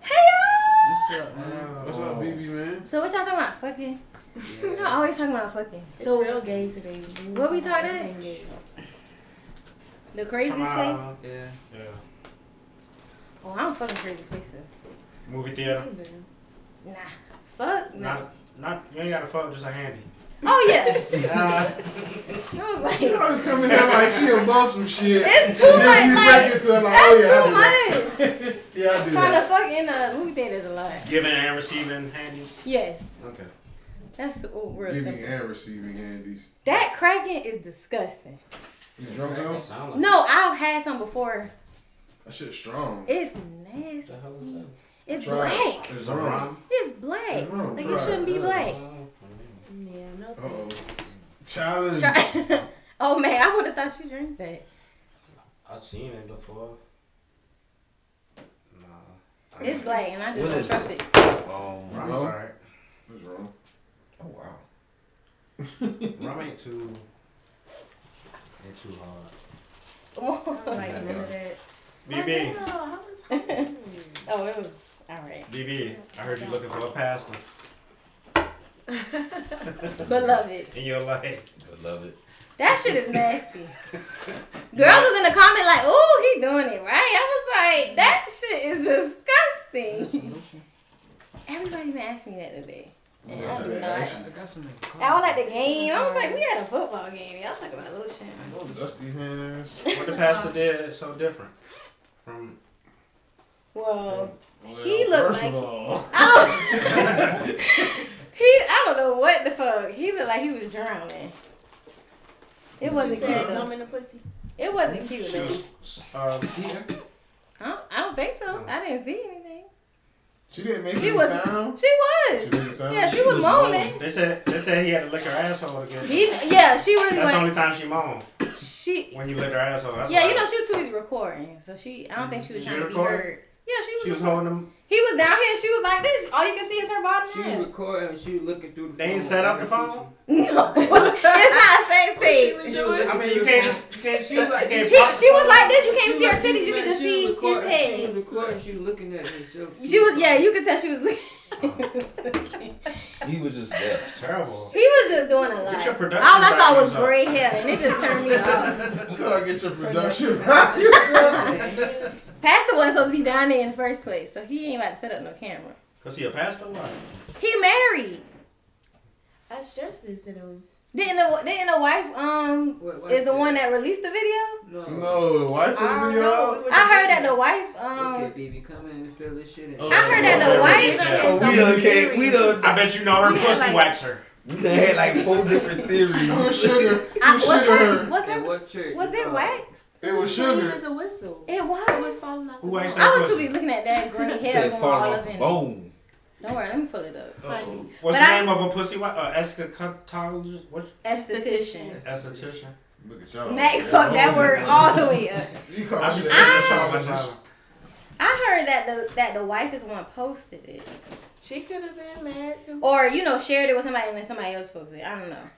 [SPEAKER 7] Hey y'all.
[SPEAKER 4] What's up, Oh. man?
[SPEAKER 7] Uh,
[SPEAKER 5] What's up, BB man?
[SPEAKER 7] So what y'all talking about? Fucking. You know, I always talking about fucking.
[SPEAKER 10] It's
[SPEAKER 7] So
[SPEAKER 10] real gay today.
[SPEAKER 7] What we talking about? the craziest place.
[SPEAKER 8] Uh,
[SPEAKER 4] Yeah.
[SPEAKER 8] yeah.
[SPEAKER 7] Oh, I don't fucking crazy places.
[SPEAKER 8] Movie theater.
[SPEAKER 5] Oh,
[SPEAKER 7] Nah. Fuck no.
[SPEAKER 8] Not, not, you ain't got a phone, just a handy.
[SPEAKER 7] Oh yeah.
[SPEAKER 8] Uh,
[SPEAKER 7] I was like,
[SPEAKER 5] She always come in here like she above some shit.
[SPEAKER 7] It's too
[SPEAKER 5] And then
[SPEAKER 7] much,
[SPEAKER 5] she back
[SPEAKER 7] like,
[SPEAKER 5] into it like,
[SPEAKER 7] that's
[SPEAKER 5] oh,
[SPEAKER 7] too
[SPEAKER 5] yeah, I do that. yeah, I do
[SPEAKER 7] trying to
[SPEAKER 5] that.
[SPEAKER 7] fuck in a movie theater is a lot.
[SPEAKER 8] giving and receiving handies.
[SPEAKER 7] Yes.
[SPEAKER 8] Okay.
[SPEAKER 7] That's the old real
[SPEAKER 5] Giving
[SPEAKER 7] simple.
[SPEAKER 5] and receiving handies.
[SPEAKER 7] That Kraken is disgusting.
[SPEAKER 5] You drunk on?
[SPEAKER 4] sound
[SPEAKER 7] No, I've had some before.
[SPEAKER 5] That shit's strong.
[SPEAKER 7] It's nasty. It's
[SPEAKER 5] Try it.
[SPEAKER 7] black.
[SPEAKER 5] It's
[SPEAKER 8] Is it wrong?
[SPEAKER 7] It's black.
[SPEAKER 5] Mm,
[SPEAKER 7] Like it
[SPEAKER 5] right.
[SPEAKER 7] shouldn't be black.
[SPEAKER 10] Yeah, no.
[SPEAKER 5] Uh oh. Challenge.
[SPEAKER 7] Try- oh man, I would have thought you drank that.
[SPEAKER 8] I've seen it before. Nah. I-
[SPEAKER 7] It's black, and I just
[SPEAKER 6] What
[SPEAKER 7] don't
[SPEAKER 6] is
[SPEAKER 7] trust it.
[SPEAKER 8] Oh,
[SPEAKER 5] Rum?
[SPEAKER 8] rum alright.
[SPEAKER 5] What's wrong?
[SPEAKER 8] Oh wow. rum ain't too. Ain't too hard.
[SPEAKER 7] oh,
[SPEAKER 10] Like, none of that.
[SPEAKER 8] BB,
[SPEAKER 10] No, I was hungry.
[SPEAKER 7] Oh, it was all right.
[SPEAKER 8] BB, I heard you looking for a pastor
[SPEAKER 7] Beloved,
[SPEAKER 8] in your life.
[SPEAKER 6] I love it.
[SPEAKER 7] that shit is nasty. Girls was in the comment like, "Ooh, he doing it right." I was like, "That shit is disgusting." Everybody been asking me that today. And I do not.
[SPEAKER 4] I got some in the car.
[SPEAKER 7] I was at the game. I was like, "We had a football game." Y'all talking about lotion?
[SPEAKER 5] Oh, dusty hands.
[SPEAKER 8] What the pastor did is so different from
[SPEAKER 7] Well,
[SPEAKER 5] Well,
[SPEAKER 7] He looked
[SPEAKER 5] first
[SPEAKER 7] like-
[SPEAKER 5] of all,
[SPEAKER 7] I don't. Oh. he, I don't know what the fuck. He looked like he was drowning. It wasn't
[SPEAKER 10] You
[SPEAKER 7] cute
[SPEAKER 10] said
[SPEAKER 7] though.
[SPEAKER 10] gum in the pussy.
[SPEAKER 7] It wasn't cute
[SPEAKER 8] she
[SPEAKER 7] though.
[SPEAKER 8] was uh eating.
[SPEAKER 7] I don't, I don't think so. I didn't see anything.
[SPEAKER 5] she didn't make
[SPEAKER 7] She
[SPEAKER 5] any
[SPEAKER 7] was.
[SPEAKER 5] sound.
[SPEAKER 7] She
[SPEAKER 5] She made it
[SPEAKER 7] was.
[SPEAKER 5] sound?
[SPEAKER 7] Yeah, she
[SPEAKER 5] She
[SPEAKER 7] was
[SPEAKER 5] was
[SPEAKER 7] moaning.
[SPEAKER 8] They said they said he had to lick her asshole again.
[SPEAKER 7] He, yeah, she really
[SPEAKER 8] That's the only
[SPEAKER 7] went.
[SPEAKER 8] time she moaned
[SPEAKER 7] She.
[SPEAKER 8] when he licked her asshole. That's
[SPEAKER 7] Yeah,
[SPEAKER 8] why
[SPEAKER 7] you know she was too busy recording, so she. I don't think she was
[SPEAKER 8] She
[SPEAKER 7] trying to be
[SPEAKER 8] recording?
[SPEAKER 7] heard. Yeah, she was.
[SPEAKER 8] she was
[SPEAKER 7] recording.
[SPEAKER 8] holding him.
[SPEAKER 7] He was down here. and She was like this. All you can see is her bottom
[SPEAKER 4] She
[SPEAKER 7] half.
[SPEAKER 4] was recording and she was looking through the
[SPEAKER 8] They ain't set up the phone.
[SPEAKER 7] No, it's not
[SPEAKER 10] She
[SPEAKER 7] sexy.
[SPEAKER 10] was
[SPEAKER 4] She
[SPEAKER 10] doing
[SPEAKER 4] was-
[SPEAKER 8] I mean, you can't just you can't
[SPEAKER 4] She
[SPEAKER 8] set,
[SPEAKER 4] was like-
[SPEAKER 8] you can't
[SPEAKER 7] He,
[SPEAKER 8] pop-
[SPEAKER 7] she was like this. You can't even
[SPEAKER 4] She
[SPEAKER 7] see her
[SPEAKER 4] was-
[SPEAKER 7] titties. You can
[SPEAKER 4] she
[SPEAKER 7] just
[SPEAKER 4] was
[SPEAKER 7] see his
[SPEAKER 4] recording- She was
[SPEAKER 7] head.
[SPEAKER 4] recording. She was looking at herself.
[SPEAKER 7] She was. Yeah, you could tell she was.
[SPEAKER 6] He was just there.
[SPEAKER 8] terrible.
[SPEAKER 7] She was just doing a lot.
[SPEAKER 8] Get your production
[SPEAKER 7] All I saw was
[SPEAKER 8] values up.
[SPEAKER 7] gray hair, and it just turned me off.
[SPEAKER 5] Gotta get your production value.
[SPEAKER 7] Pastor wasn't supposed to be down there in the first place, so he ain't about to set up no camera.
[SPEAKER 8] Cause he a pastor. Why?
[SPEAKER 7] He married.
[SPEAKER 10] I stressed this to them.
[SPEAKER 7] Didn't the didn't the wife um
[SPEAKER 4] What- what
[SPEAKER 7] is the
[SPEAKER 4] did-
[SPEAKER 7] one that released the video?
[SPEAKER 4] No.
[SPEAKER 5] no, the wife put
[SPEAKER 10] I
[SPEAKER 5] the
[SPEAKER 10] don't
[SPEAKER 5] video
[SPEAKER 10] know. We
[SPEAKER 5] out.
[SPEAKER 10] were
[SPEAKER 7] I heard that
[SPEAKER 10] debating.
[SPEAKER 7] the wife um
[SPEAKER 4] Okay, baby, come in and fill this shit in.
[SPEAKER 5] Oh.
[SPEAKER 7] I heard that the wife
[SPEAKER 8] Yeah.
[SPEAKER 6] We done can't. We done.
[SPEAKER 8] I bet you know her
[SPEAKER 10] Yeah,
[SPEAKER 8] pussy
[SPEAKER 10] like-
[SPEAKER 8] waxer.
[SPEAKER 6] We done had like four different
[SPEAKER 5] It
[SPEAKER 7] Oh,
[SPEAKER 5] was
[SPEAKER 6] theories.
[SPEAKER 5] sugar. It
[SPEAKER 7] I,
[SPEAKER 5] was
[SPEAKER 7] what's
[SPEAKER 5] sugar.
[SPEAKER 7] her what's
[SPEAKER 4] At
[SPEAKER 7] her
[SPEAKER 4] what church?
[SPEAKER 7] was it
[SPEAKER 4] Uh,
[SPEAKER 7] wax?
[SPEAKER 5] It was
[SPEAKER 10] It
[SPEAKER 5] sugar.
[SPEAKER 10] was a whistle.
[SPEAKER 7] It
[SPEAKER 10] It was
[SPEAKER 7] was.
[SPEAKER 10] falling out. the
[SPEAKER 8] Who
[SPEAKER 10] wall.
[SPEAKER 8] ain't
[SPEAKER 7] I was too busy looking at that gray hair
[SPEAKER 6] Said
[SPEAKER 7] going
[SPEAKER 6] fall
[SPEAKER 7] all
[SPEAKER 6] off
[SPEAKER 7] up
[SPEAKER 6] the
[SPEAKER 7] in it.
[SPEAKER 6] bone.
[SPEAKER 7] Don't worry, let me pull it up.
[SPEAKER 5] Uh-oh.
[SPEAKER 8] What's
[SPEAKER 7] But
[SPEAKER 8] the
[SPEAKER 7] I-
[SPEAKER 8] name of a pussy wa- uh, escatologist? What
[SPEAKER 7] Esthetician.
[SPEAKER 8] esthetician?
[SPEAKER 5] Look at y'all.
[SPEAKER 7] Mac fucked that word all the way up.
[SPEAKER 5] You call
[SPEAKER 8] I
[SPEAKER 5] me
[SPEAKER 8] just
[SPEAKER 5] that.
[SPEAKER 7] I heard that the that the wife is the one posted it.
[SPEAKER 10] She could have been mad too.
[SPEAKER 7] Or, you know, shared it with somebody and then somebody else posted it. I don't know.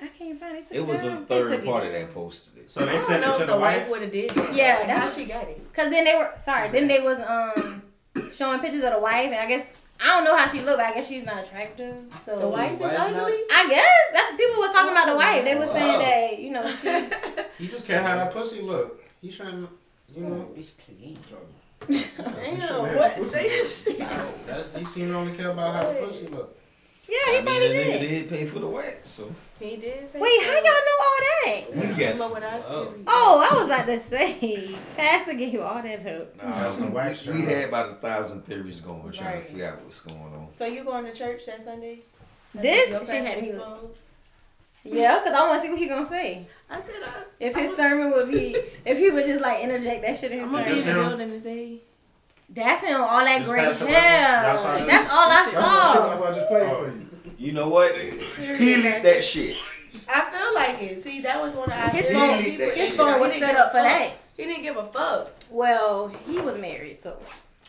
[SPEAKER 7] I can't find it. Took
[SPEAKER 6] It was
[SPEAKER 7] down.
[SPEAKER 6] a
[SPEAKER 7] They took
[SPEAKER 6] third
[SPEAKER 7] it
[SPEAKER 6] party
[SPEAKER 7] down.
[SPEAKER 6] that posted it.
[SPEAKER 8] So they
[SPEAKER 10] I don't
[SPEAKER 8] sent
[SPEAKER 10] know
[SPEAKER 8] it to
[SPEAKER 10] if
[SPEAKER 8] the wife.
[SPEAKER 10] would have did. it.
[SPEAKER 7] Yeah,
[SPEAKER 10] Like, how
[SPEAKER 7] that's
[SPEAKER 10] she got it.
[SPEAKER 7] Cause then they were sorry. Then they was um.
[SPEAKER 10] showing pictures of the wife, and I guess I don't know how she looked, but I guess she's not attractive. So
[SPEAKER 7] The wife is
[SPEAKER 8] Wife not-
[SPEAKER 7] ugly?
[SPEAKER 10] I guess that's people was talking about the wife. They were saying
[SPEAKER 8] Wow.
[SPEAKER 10] that you know she.
[SPEAKER 8] You just can't have that pussy look. You trying to, you know.
[SPEAKER 4] It's clean.
[SPEAKER 8] Damn,
[SPEAKER 7] what? Say some shit.
[SPEAKER 8] You seem to only care about how the pussy look.
[SPEAKER 10] Yeah, he
[SPEAKER 6] I mean,
[SPEAKER 10] probably
[SPEAKER 6] the
[SPEAKER 10] did.
[SPEAKER 6] nigga did pay for the wax, so
[SPEAKER 7] He did. pay
[SPEAKER 10] Wait,
[SPEAKER 7] for
[SPEAKER 10] how
[SPEAKER 7] it.
[SPEAKER 10] y'all know all that?
[SPEAKER 6] we guess.
[SPEAKER 7] But what I see-
[SPEAKER 10] Oh, I was about to say, Pastor gave you all that up.
[SPEAKER 6] Nah,
[SPEAKER 8] That's the wax
[SPEAKER 6] we, we
[SPEAKER 8] job.
[SPEAKER 6] had about a thousand theories going, trying
[SPEAKER 7] Right.
[SPEAKER 6] to figure out what's going on.
[SPEAKER 7] So you going to church that Sunday?
[SPEAKER 10] This
[SPEAKER 7] Your
[SPEAKER 10] shit had
[SPEAKER 7] pastor
[SPEAKER 10] me-
[SPEAKER 7] exposed?
[SPEAKER 10] Yeah, cause I want to see what he gonna say.
[SPEAKER 7] I said I.
[SPEAKER 10] If his sermon would be, if he would just like interject that shit in his
[SPEAKER 7] I'm gonna be
[SPEAKER 10] sermon.
[SPEAKER 7] in the building to
[SPEAKER 8] Yes, ma'am.
[SPEAKER 7] say.
[SPEAKER 10] That's him. All that
[SPEAKER 8] This
[SPEAKER 10] gray
[SPEAKER 8] pastor-
[SPEAKER 10] hair.
[SPEAKER 8] y'all saw this?
[SPEAKER 10] That's all I
[SPEAKER 5] That's the
[SPEAKER 10] saw.
[SPEAKER 5] shit I just played for you.
[SPEAKER 6] You know what? He leaked
[SPEAKER 7] I
[SPEAKER 6] that shit.
[SPEAKER 7] feel like it. See, that was one of our.
[SPEAKER 10] His
[SPEAKER 7] theories.
[SPEAKER 10] phone-
[SPEAKER 7] He put-
[SPEAKER 10] His phone was
[SPEAKER 7] he didn't
[SPEAKER 10] set
[SPEAKER 7] give a
[SPEAKER 10] up for
[SPEAKER 7] fuck.
[SPEAKER 10] that.
[SPEAKER 7] He didn't give a fuck.
[SPEAKER 10] Well, he was married, so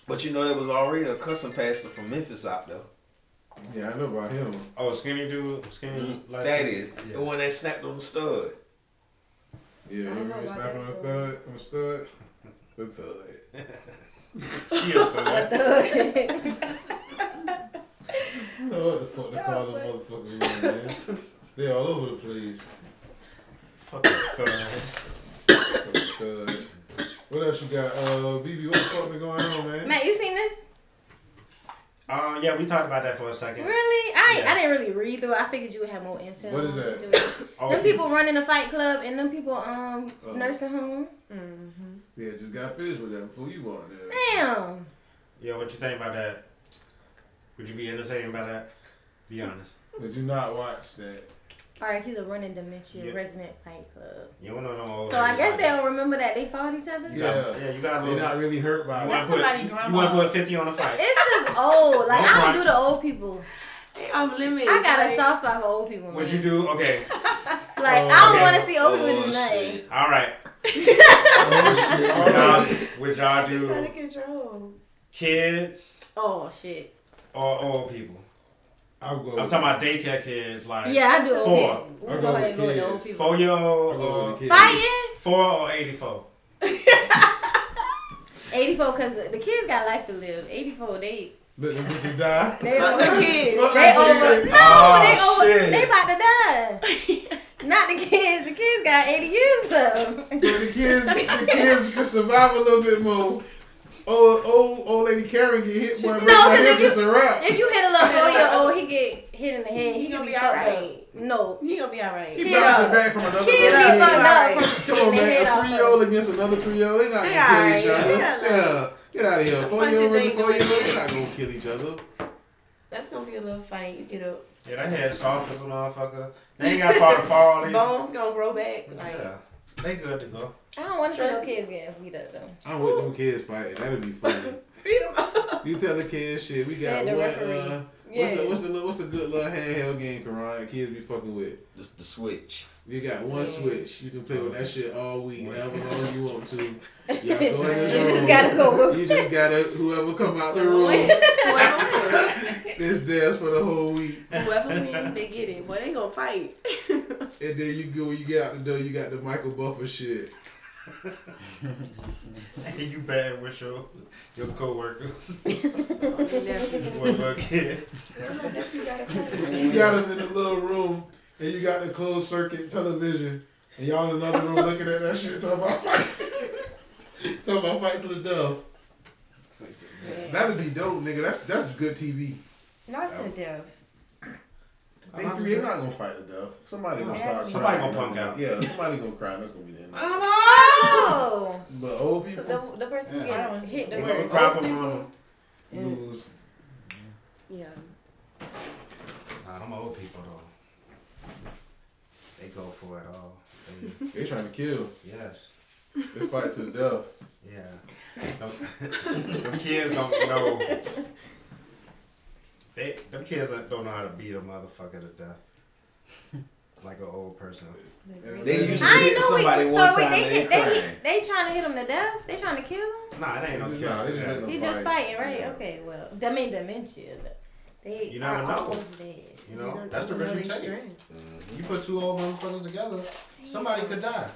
[SPEAKER 6] But you know, there was already a custom pastor from Memphis out there.
[SPEAKER 5] Yeah, I know about him.
[SPEAKER 8] Oh, skinny dude, skinny. Like
[SPEAKER 6] Mm-hmm. That is
[SPEAKER 8] Yeah.
[SPEAKER 6] the one that snapped on the stud.
[SPEAKER 7] I
[SPEAKER 5] Yeah, you
[SPEAKER 7] don't know
[SPEAKER 5] remember
[SPEAKER 7] about
[SPEAKER 5] snapping on
[SPEAKER 7] that
[SPEAKER 5] the
[SPEAKER 7] story.
[SPEAKER 5] thud? On the stud? The thud.
[SPEAKER 8] She a thug.
[SPEAKER 5] You know what the fuck they call them motherfuckers, man. They all over the place.
[SPEAKER 8] Fucking thugs.
[SPEAKER 5] Fucking thud. What else you got? Uh, BB, what the fuck been going on, man?
[SPEAKER 10] Matt, you seen this?
[SPEAKER 8] Um, yeah, we talked about that for a second.
[SPEAKER 10] Really? I
[SPEAKER 8] Yeah.
[SPEAKER 10] I didn't really read through. it. I figured you would have more intel.
[SPEAKER 5] What is
[SPEAKER 10] on the
[SPEAKER 5] that?
[SPEAKER 10] situation.
[SPEAKER 8] Oh,
[SPEAKER 10] them people running a fight club and them people um
[SPEAKER 5] Oh.
[SPEAKER 10] nursing home.
[SPEAKER 5] Yeah, just got finished with that before you walked there.
[SPEAKER 10] Damn.
[SPEAKER 8] Yeah, what you think about that? Would you be entertained by that? Be honest.
[SPEAKER 5] Did you not watch that?
[SPEAKER 10] All right, he's a running dementia
[SPEAKER 8] Yeah.
[SPEAKER 10] resident fight club.
[SPEAKER 8] You don't know no old.
[SPEAKER 10] So I
[SPEAKER 8] ladies
[SPEAKER 10] guess
[SPEAKER 8] like
[SPEAKER 10] they
[SPEAKER 8] that.
[SPEAKER 10] don't remember that they fought each other.
[SPEAKER 8] You got-
[SPEAKER 5] Yeah.
[SPEAKER 8] Yeah, you got a
[SPEAKER 5] You're
[SPEAKER 8] little.
[SPEAKER 5] not really hurt by it.
[SPEAKER 8] You want
[SPEAKER 7] That's
[SPEAKER 8] to put,
[SPEAKER 7] somebody's
[SPEAKER 8] you,
[SPEAKER 7] grandma.
[SPEAKER 8] want to put fifty on the fight?
[SPEAKER 10] It's just old. Like I
[SPEAKER 8] Alright.
[SPEAKER 10] don't do the old people.
[SPEAKER 7] They off limits.
[SPEAKER 10] I got a
[SPEAKER 7] like,
[SPEAKER 10] soft spot for old people.
[SPEAKER 8] Would
[SPEAKER 10] man.
[SPEAKER 8] you do? Okay,
[SPEAKER 10] Like I don't
[SPEAKER 8] Okay.
[SPEAKER 10] want to see old people
[SPEAKER 6] Oh,
[SPEAKER 10] do nothing.
[SPEAKER 6] shit.
[SPEAKER 8] all right.
[SPEAKER 6] Oh, shit.
[SPEAKER 8] Would y'all, would y'all
[SPEAKER 7] Out
[SPEAKER 8] do
[SPEAKER 7] of control.
[SPEAKER 8] kids
[SPEAKER 10] Oh shit.
[SPEAKER 8] or old people?
[SPEAKER 5] I'll go.
[SPEAKER 8] I'm talking about daycare kids, like
[SPEAKER 10] Yeah, I do. old
[SPEAKER 8] Four.
[SPEAKER 10] people. We'll
[SPEAKER 5] I'll
[SPEAKER 10] go
[SPEAKER 5] go
[SPEAKER 10] ahead and
[SPEAKER 5] with
[SPEAKER 10] go with the
[SPEAKER 5] kids.
[SPEAKER 10] old people.
[SPEAKER 8] four year
[SPEAKER 5] I'll
[SPEAKER 8] old
[SPEAKER 5] go
[SPEAKER 8] or
[SPEAKER 5] with the kids.
[SPEAKER 10] Fighting
[SPEAKER 8] four or eighty four.
[SPEAKER 10] 84 because the, the kids got life to live. 84, they
[SPEAKER 5] Let them bitches die.
[SPEAKER 10] they
[SPEAKER 7] Fuck the
[SPEAKER 10] over.
[SPEAKER 7] kids.
[SPEAKER 5] Fuck
[SPEAKER 10] They
[SPEAKER 5] that
[SPEAKER 10] over.
[SPEAKER 5] nigga.
[SPEAKER 10] No,
[SPEAKER 6] Oh,
[SPEAKER 10] they over.
[SPEAKER 6] shit.
[SPEAKER 10] They about to die. Not the kids. The kids got 80 years left.
[SPEAKER 5] the kids, the kids can survive a little bit more. Old, old, old lady Karen get hit by
[SPEAKER 10] No,
[SPEAKER 5] no, my
[SPEAKER 10] 'cause if
[SPEAKER 5] hip,
[SPEAKER 10] you-
[SPEAKER 5] it's a wrap.
[SPEAKER 10] If you hit a little four year old, he get hit in the head. He,
[SPEAKER 7] He
[SPEAKER 10] can
[SPEAKER 7] gonna
[SPEAKER 10] be
[SPEAKER 7] be
[SPEAKER 10] fucked
[SPEAKER 7] alright.
[SPEAKER 10] up. No.
[SPEAKER 7] He gonna be alright.
[SPEAKER 5] He
[SPEAKER 10] Kid
[SPEAKER 5] bouncing
[SPEAKER 10] up.
[SPEAKER 5] back from another
[SPEAKER 10] Kids
[SPEAKER 5] brother.
[SPEAKER 10] be
[SPEAKER 7] Yeah.
[SPEAKER 10] fucked up
[SPEAKER 7] Alright.
[SPEAKER 10] from
[SPEAKER 5] Come on,
[SPEAKER 10] getting their head
[SPEAKER 5] man. A
[SPEAKER 10] off.
[SPEAKER 5] three
[SPEAKER 10] of-
[SPEAKER 5] year old against another three year old. They're not
[SPEAKER 7] They
[SPEAKER 5] going to kill each
[SPEAKER 7] alright.
[SPEAKER 5] other.
[SPEAKER 7] Yeah, like-
[SPEAKER 5] Yeah. Get out of here. Four year old
[SPEAKER 7] punches
[SPEAKER 5] and
[SPEAKER 7] ain't
[SPEAKER 5] four year old.
[SPEAKER 7] doing
[SPEAKER 5] They're not going to kill each other.
[SPEAKER 7] That's gonna be a little fight. You get up.
[SPEAKER 8] Yeah, that head soft as a motherfucker. They ain't got far to fall. They,
[SPEAKER 7] Bones gonna grow back. Like,
[SPEAKER 8] Oh, yeah, they good to go.
[SPEAKER 10] I don't want to see no kids getting beat up though.
[SPEAKER 5] I'm with them kids fighting. That'll be funny.
[SPEAKER 7] beat him up.
[SPEAKER 5] You tell the kids shit. We got
[SPEAKER 10] Said the
[SPEAKER 5] what?
[SPEAKER 10] referee.
[SPEAKER 5] Uh,
[SPEAKER 7] Yeah.
[SPEAKER 5] What's a, what's a little, what's a good little handheld game, Karan? Kids be fucking with.
[SPEAKER 6] It's the switch.
[SPEAKER 5] You got one
[SPEAKER 7] Yeah.
[SPEAKER 5] switch. You can play with that shit all week,
[SPEAKER 6] One.
[SPEAKER 5] however long you want to. You,
[SPEAKER 10] you
[SPEAKER 5] gotta go in this room.
[SPEAKER 10] just gotta go.
[SPEAKER 5] You just gotta whoever come out the
[SPEAKER 7] Whoever
[SPEAKER 5] room.
[SPEAKER 7] wins, whoever wins,
[SPEAKER 5] This dance for the whole week,
[SPEAKER 7] whoever wins, they get it. Boy, they gonna fight.
[SPEAKER 5] and then you go when you get out the door. You got the Michael Buffer shit.
[SPEAKER 8] you bad with your your coworkers.
[SPEAKER 7] Your nephew.
[SPEAKER 8] Boy, look kid.
[SPEAKER 7] My nephew got a fight.
[SPEAKER 5] You got them in the little room, and you got the closed circuit television, and y'all in another room looking at that shit talking about fight, talking about fight to the death. That'd be dope, nigga. That's that's good TV.
[SPEAKER 7] Not to death.
[SPEAKER 5] They three, they're not gonna fight to death. Somebody gonna start.
[SPEAKER 8] Somebody
[SPEAKER 5] crying.
[SPEAKER 8] gonna punk out.
[SPEAKER 5] Yeah, somebody gonna cry. That's gonna be the end. of it.
[SPEAKER 10] Oh!
[SPEAKER 5] But old
[SPEAKER 10] Um, So
[SPEAKER 5] people
[SPEAKER 10] the, the person who
[SPEAKER 7] Yeah.
[SPEAKER 10] get hit the
[SPEAKER 8] You
[SPEAKER 10] worst.
[SPEAKER 8] gonna cry for mama?
[SPEAKER 5] lose.
[SPEAKER 7] Yeah.
[SPEAKER 8] Nah, them old people though. They go for it all.
[SPEAKER 5] They
[SPEAKER 8] They,
[SPEAKER 5] trying to kill.
[SPEAKER 8] yes.
[SPEAKER 5] They fight to the death.
[SPEAKER 8] Yeah. Them, them kids don't know. They, them kids that don't know how to beat a motherfucker to death. Like an old person.
[SPEAKER 6] They used to
[SPEAKER 10] I
[SPEAKER 6] hit
[SPEAKER 10] didn't know we.
[SPEAKER 6] somebody one
[SPEAKER 10] So we,
[SPEAKER 6] time
[SPEAKER 10] they,
[SPEAKER 6] and they
[SPEAKER 10] they,
[SPEAKER 6] crying.
[SPEAKER 10] they, they trying to hit him to death. They trying to kill him.
[SPEAKER 8] Nah, it ain't no
[SPEAKER 5] Nah,
[SPEAKER 8] kill.
[SPEAKER 5] they just let them-
[SPEAKER 10] He's
[SPEAKER 5] Right.
[SPEAKER 10] just fighting, right?
[SPEAKER 5] Yeah.
[SPEAKER 10] Okay, well, I mean dementia. but They
[SPEAKER 8] You never
[SPEAKER 10] are
[SPEAKER 8] know.
[SPEAKER 10] almost dead.
[SPEAKER 8] You know, that's the risk you take. You put two old motherfuckers together, somebody could die.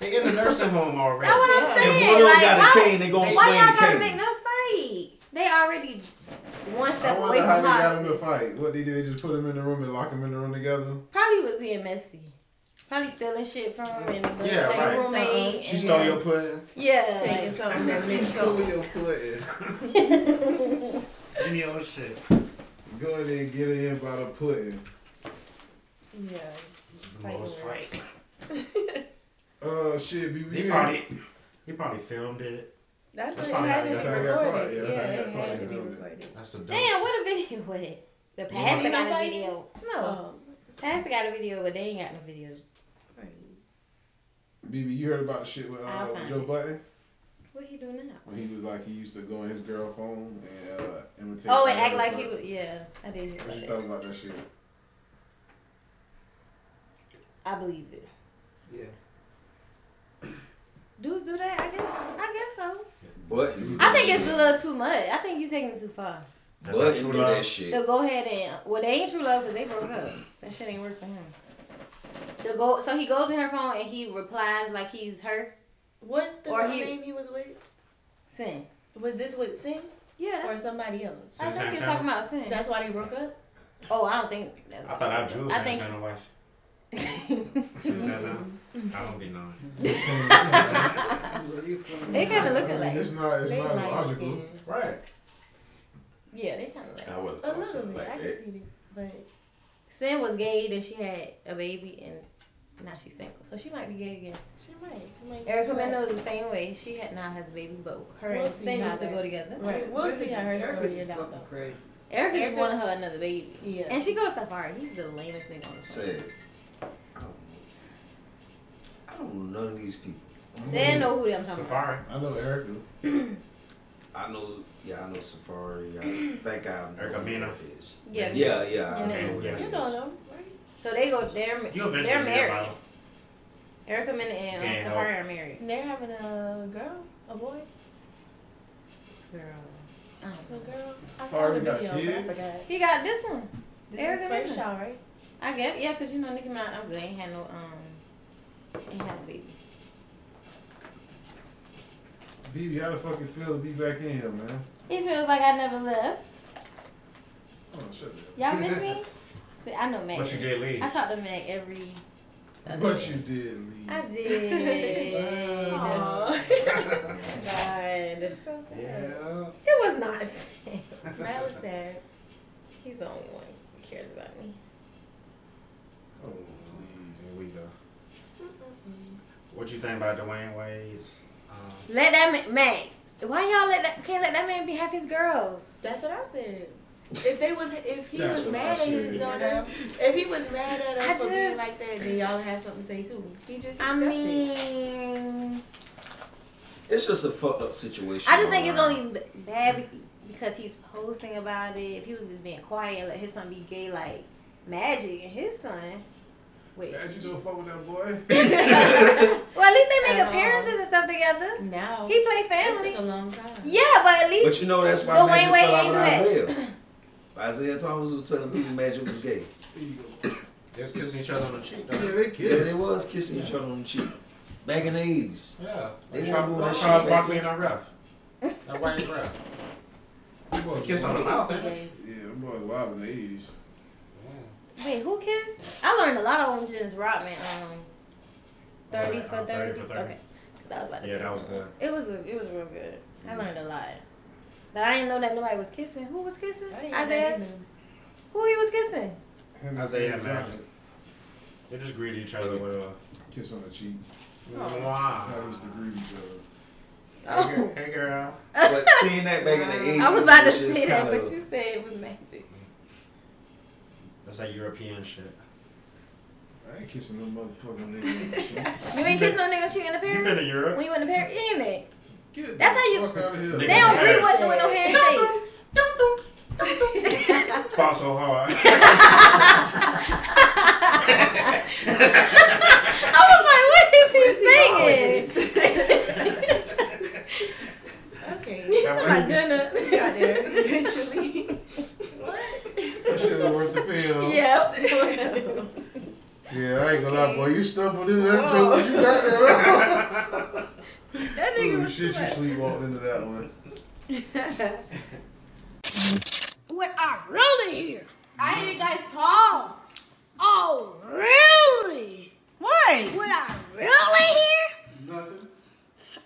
[SPEAKER 8] They in the nursing home already.
[SPEAKER 10] That's what I'm
[SPEAKER 6] If
[SPEAKER 10] saying.
[SPEAKER 6] one of them
[SPEAKER 10] Like,
[SPEAKER 6] got a
[SPEAKER 10] why,
[SPEAKER 6] cane, they gonna
[SPEAKER 10] why
[SPEAKER 6] swing
[SPEAKER 10] y'all
[SPEAKER 6] the
[SPEAKER 10] gotta
[SPEAKER 6] cane.
[SPEAKER 10] make no fight? They already one
[SPEAKER 5] I
[SPEAKER 10] step away
[SPEAKER 5] wonder how
[SPEAKER 10] from
[SPEAKER 5] they got him to
[SPEAKER 10] hospice.
[SPEAKER 5] fight. What they did, they just put him in the room and lock him in the room together.
[SPEAKER 10] Probably was being messy. Probably stealing shit from him and the
[SPEAKER 8] Yeah,
[SPEAKER 10] take
[SPEAKER 8] right.
[SPEAKER 10] a roommate.
[SPEAKER 8] She
[SPEAKER 10] and
[SPEAKER 8] stole
[SPEAKER 10] then-
[SPEAKER 8] your pudding.
[SPEAKER 10] Yeah.
[SPEAKER 7] Taking something that
[SPEAKER 5] She
[SPEAKER 7] bitch
[SPEAKER 5] stole
[SPEAKER 7] stole.
[SPEAKER 5] your pudding.
[SPEAKER 8] Give me your shit.
[SPEAKER 5] Go in there and get her in by the pudding.
[SPEAKER 7] Yeah. Tight
[SPEAKER 8] Most
[SPEAKER 7] right.
[SPEAKER 8] fights.
[SPEAKER 5] Uh, shit, BB.
[SPEAKER 8] He probably, he probably filmed it.
[SPEAKER 7] That's what
[SPEAKER 8] That's
[SPEAKER 7] it
[SPEAKER 8] probably
[SPEAKER 7] had to
[SPEAKER 8] how
[SPEAKER 7] be
[SPEAKER 8] they
[SPEAKER 5] got caught.
[SPEAKER 7] recorded.
[SPEAKER 5] Yeah,
[SPEAKER 7] Yeah,
[SPEAKER 5] that's how they
[SPEAKER 7] it
[SPEAKER 5] got caught.
[SPEAKER 7] had to be
[SPEAKER 5] Yeah.
[SPEAKER 7] recorded.
[SPEAKER 8] That's the
[SPEAKER 10] Damn, what a video was it? The pastor
[SPEAKER 7] seen
[SPEAKER 10] got a
[SPEAKER 7] nobody?
[SPEAKER 10] video. No.
[SPEAKER 7] Oh,
[SPEAKER 10] Pastor got a video, but they ain't got no videos.
[SPEAKER 7] right.
[SPEAKER 5] BB, you heard about the shit with uh,
[SPEAKER 10] I'll find
[SPEAKER 5] Joe
[SPEAKER 10] it.
[SPEAKER 5] Button
[SPEAKER 10] What he do now?
[SPEAKER 5] when he was like he used to go on his girl phone and uh, imitate.
[SPEAKER 10] Oh, and
[SPEAKER 5] her
[SPEAKER 10] act like
[SPEAKER 5] phone.
[SPEAKER 10] he was. Yeah, I did hear
[SPEAKER 5] What you
[SPEAKER 10] about that.
[SPEAKER 5] thought about that shit?
[SPEAKER 10] I believe it.
[SPEAKER 4] Yeah.
[SPEAKER 10] Dudes do that, I guess. I guess so.
[SPEAKER 6] But
[SPEAKER 10] I think it's a little too much. I think you taking it too far.
[SPEAKER 6] but
[SPEAKER 8] True
[SPEAKER 6] do
[SPEAKER 8] love.
[SPEAKER 6] that shit.
[SPEAKER 10] They'll go ahead and well, they ain't true love because they broke up. That shit ain't work for him. The go so he goes in her phone and he replies like he's her
[SPEAKER 7] What's the
[SPEAKER 10] Or
[SPEAKER 7] girl
[SPEAKER 10] he-
[SPEAKER 7] name he was with?
[SPEAKER 10] sin.
[SPEAKER 7] Was this with Sin
[SPEAKER 10] Yeah,
[SPEAKER 7] or
[SPEAKER 10] that's,
[SPEAKER 7] somebody else?
[SPEAKER 10] I think it's talking about sin.
[SPEAKER 7] That's why they broke up.
[SPEAKER 10] oh, I don't think. That's
[SPEAKER 8] I thought I drew
[SPEAKER 10] I think-
[SPEAKER 8] Santana wife.
[SPEAKER 10] they
[SPEAKER 8] Santana. I don't be knowing.
[SPEAKER 10] kind of
[SPEAKER 5] I mean,
[SPEAKER 10] looking like
[SPEAKER 5] it's not. It's
[SPEAKER 7] They
[SPEAKER 5] not
[SPEAKER 7] like
[SPEAKER 5] logical.
[SPEAKER 7] skin.
[SPEAKER 8] Right.
[SPEAKER 10] yeah, they kind of like.
[SPEAKER 6] I would have
[SPEAKER 7] A
[SPEAKER 6] thought
[SPEAKER 7] little
[SPEAKER 6] something
[SPEAKER 7] bit. I
[SPEAKER 6] like
[SPEAKER 7] can
[SPEAKER 6] that.
[SPEAKER 7] see it, but
[SPEAKER 10] Sin was gay, then she had a baby, and now she's single, so she might be gay again.
[SPEAKER 7] she might. She might.
[SPEAKER 10] Erica Mendel is the same way. She had now has a baby, but her
[SPEAKER 7] We'll
[SPEAKER 10] and
[SPEAKER 7] see
[SPEAKER 10] Sin
[SPEAKER 7] how
[SPEAKER 10] used to
[SPEAKER 7] that-
[SPEAKER 10] go together.
[SPEAKER 7] Right. We'll see how her story
[SPEAKER 4] is
[SPEAKER 7] is out though.
[SPEAKER 4] Crazy.
[SPEAKER 10] Erica just
[SPEAKER 7] Erica's-
[SPEAKER 10] wanted her another baby.
[SPEAKER 7] Yeah.
[SPEAKER 10] And she goes safari. He's the lamest nigga on the planet.
[SPEAKER 6] Said, I don't know. I don't know none of these people.
[SPEAKER 10] Said know who I'm talking about.
[SPEAKER 8] Safari.
[SPEAKER 5] I know Erica.
[SPEAKER 6] I know, yeah, I know Safari. I think I know
[SPEAKER 8] Erica
[SPEAKER 6] who
[SPEAKER 8] Mena.
[SPEAKER 6] that is.
[SPEAKER 10] Yeah.
[SPEAKER 6] Yeah, yeah, I
[SPEAKER 10] Yeah.
[SPEAKER 6] know who that
[SPEAKER 7] You
[SPEAKER 6] is.
[SPEAKER 7] know them, right?
[SPEAKER 10] So they go. They're
[SPEAKER 8] You eventually
[SPEAKER 10] they're
[SPEAKER 8] hear about
[SPEAKER 10] married.
[SPEAKER 8] him.
[SPEAKER 10] Erica Mena and um,
[SPEAKER 8] Yeah,
[SPEAKER 10] Safari are married.
[SPEAKER 7] And They're having a girl, a boy,
[SPEAKER 10] Girl. I don't
[SPEAKER 7] a
[SPEAKER 10] know.
[SPEAKER 7] girl. I saw
[SPEAKER 5] Already
[SPEAKER 7] the
[SPEAKER 5] got
[SPEAKER 7] video. but I
[SPEAKER 5] kids?
[SPEAKER 7] forgot.
[SPEAKER 10] He got this one.
[SPEAKER 7] This
[SPEAKER 10] Erica
[SPEAKER 7] is first
[SPEAKER 10] Mena.
[SPEAKER 7] y'all, right?
[SPEAKER 10] I guess yeah, cause you know Nicki Minaj. I'm good. Ain't had no um. Ain't had no baby.
[SPEAKER 5] BB, how the fuck it feel to be back in here, man?
[SPEAKER 10] It feels like I never left.
[SPEAKER 5] Oh, shut up.
[SPEAKER 10] Y'all miss me? See, I know Mac.
[SPEAKER 8] But you did leave.
[SPEAKER 10] I talk to Mac every. other
[SPEAKER 5] But
[SPEAKER 10] day.
[SPEAKER 5] you did leave.
[SPEAKER 10] I did. Oh, God.
[SPEAKER 7] That's so sad.
[SPEAKER 8] Yeah.
[SPEAKER 10] It was not sad.
[SPEAKER 7] That was sad.
[SPEAKER 10] He's the only one who cares about me.
[SPEAKER 5] Oh, please.
[SPEAKER 8] Here we go. What you think about Dwayne Wade's? Um,
[SPEAKER 10] Let that man, Mac. Why y'all let that, can't let that man be have his girls?
[SPEAKER 7] That's what I said. If they was, if he
[SPEAKER 5] That's
[SPEAKER 7] was
[SPEAKER 5] what
[SPEAKER 7] mad
[SPEAKER 5] I
[SPEAKER 7] at his
[SPEAKER 5] said.
[SPEAKER 7] daughter, if he was mad at
[SPEAKER 10] I
[SPEAKER 7] us for being
[SPEAKER 10] just-
[SPEAKER 7] like that, then y'all had something to say too. He just
[SPEAKER 10] I
[SPEAKER 7] accepted.
[SPEAKER 10] mean,
[SPEAKER 6] It's just a fucked up situation.
[SPEAKER 10] I just think it's
[SPEAKER 6] online.
[SPEAKER 10] only b- bad be- because he's posting about it. If he was just being quiet and let his son be gay like Magic and his son, wait.
[SPEAKER 5] Glad you don't fuck with that boy.
[SPEAKER 10] Well, at least they make
[SPEAKER 7] At all.
[SPEAKER 10] appearances and stuff together.
[SPEAKER 7] now
[SPEAKER 10] He play
[SPEAKER 7] it
[SPEAKER 10] family.
[SPEAKER 7] took a long time.
[SPEAKER 10] Yeah, but at least
[SPEAKER 6] But you know that's why
[SPEAKER 10] Lil
[SPEAKER 6] Magic
[SPEAKER 10] Wayne
[SPEAKER 6] fell out
[SPEAKER 10] Wade
[SPEAKER 6] with Isaiah. Isaiah Thomas was telling people Magic was gay.
[SPEAKER 5] Here you go.
[SPEAKER 8] they was kissing each other on the cheek.
[SPEAKER 5] Yeah,
[SPEAKER 8] Though.
[SPEAKER 5] they
[SPEAKER 6] Yeah, they
[SPEAKER 5] kids.
[SPEAKER 6] was kissing each other on the cheek back in the eighties.
[SPEAKER 8] Yeah.
[SPEAKER 6] They
[SPEAKER 8] They
[SPEAKER 6] won't
[SPEAKER 8] Charles,
[SPEAKER 6] go out.
[SPEAKER 8] like Charles Barkley and that ref. That white ref.
[SPEAKER 5] They boys
[SPEAKER 8] Kiss on the
[SPEAKER 5] wild.
[SPEAKER 8] mouth. ain't it?
[SPEAKER 7] Okay.
[SPEAKER 5] Yeah, them boys wild in the 80s.
[SPEAKER 10] wait, who kissed? I learned a lot on Dennis Rodman. Um, thirty
[SPEAKER 8] Right,
[SPEAKER 10] for
[SPEAKER 8] um,
[SPEAKER 10] 30.
[SPEAKER 8] 30 for 30.
[SPEAKER 10] Okay. 'Cause I was about to
[SPEAKER 8] Yeah,
[SPEAKER 10] say
[SPEAKER 8] that was
[SPEAKER 10] something.
[SPEAKER 8] good.
[SPEAKER 10] It was a, it was real good. I learned a lot. But I didn't know that nobody was kissing. Who was kissing?
[SPEAKER 7] I ain't
[SPEAKER 10] Isaiah.
[SPEAKER 7] know
[SPEAKER 10] Who he was kissing?
[SPEAKER 5] Henry
[SPEAKER 8] Isaiah
[SPEAKER 5] James
[SPEAKER 8] Magic.
[SPEAKER 5] Johnson.
[SPEAKER 8] They just greeted each other with a.
[SPEAKER 5] Kiss on the cheek.
[SPEAKER 8] Wow.
[SPEAKER 5] How uh, used to greet each other.
[SPEAKER 10] Oh.
[SPEAKER 8] Hey, girl. Hey, girl.
[SPEAKER 6] But seeing that back in the eighties,
[SPEAKER 10] I was about to say that, but you said it was magic.
[SPEAKER 8] That's that European shit.
[SPEAKER 5] I ain't kissing no motherfucking nigga.
[SPEAKER 10] You ain't kissed no nigga cheating in
[SPEAKER 8] You been to
[SPEAKER 10] Paris?
[SPEAKER 8] Europe?
[SPEAKER 10] When you went to Paris, ain't it?
[SPEAKER 5] Get the
[SPEAKER 10] That's how you-
[SPEAKER 5] Fuck out of here.
[SPEAKER 8] They
[SPEAKER 10] They don't
[SPEAKER 8] Paris.
[SPEAKER 10] agree with doing no handshake.
[SPEAKER 8] Fought so hard.
[SPEAKER 10] I was like, what is he singing?
[SPEAKER 7] that. Okay.
[SPEAKER 10] He's talking about dinner.
[SPEAKER 7] Got there eventually.
[SPEAKER 5] That shit was worth the pill.
[SPEAKER 10] Yeah.
[SPEAKER 5] Yeah, I ain't gonna lie, boy. You stumbled into that joke. You got that
[SPEAKER 10] That nigga
[SPEAKER 5] Holy
[SPEAKER 10] was
[SPEAKER 5] shit, you
[SPEAKER 10] like,
[SPEAKER 5] sleepwalked into that one.
[SPEAKER 11] what I really hear. I hear you guys talk. Oh, really?
[SPEAKER 9] What?
[SPEAKER 11] What I really hear?
[SPEAKER 5] Nothing.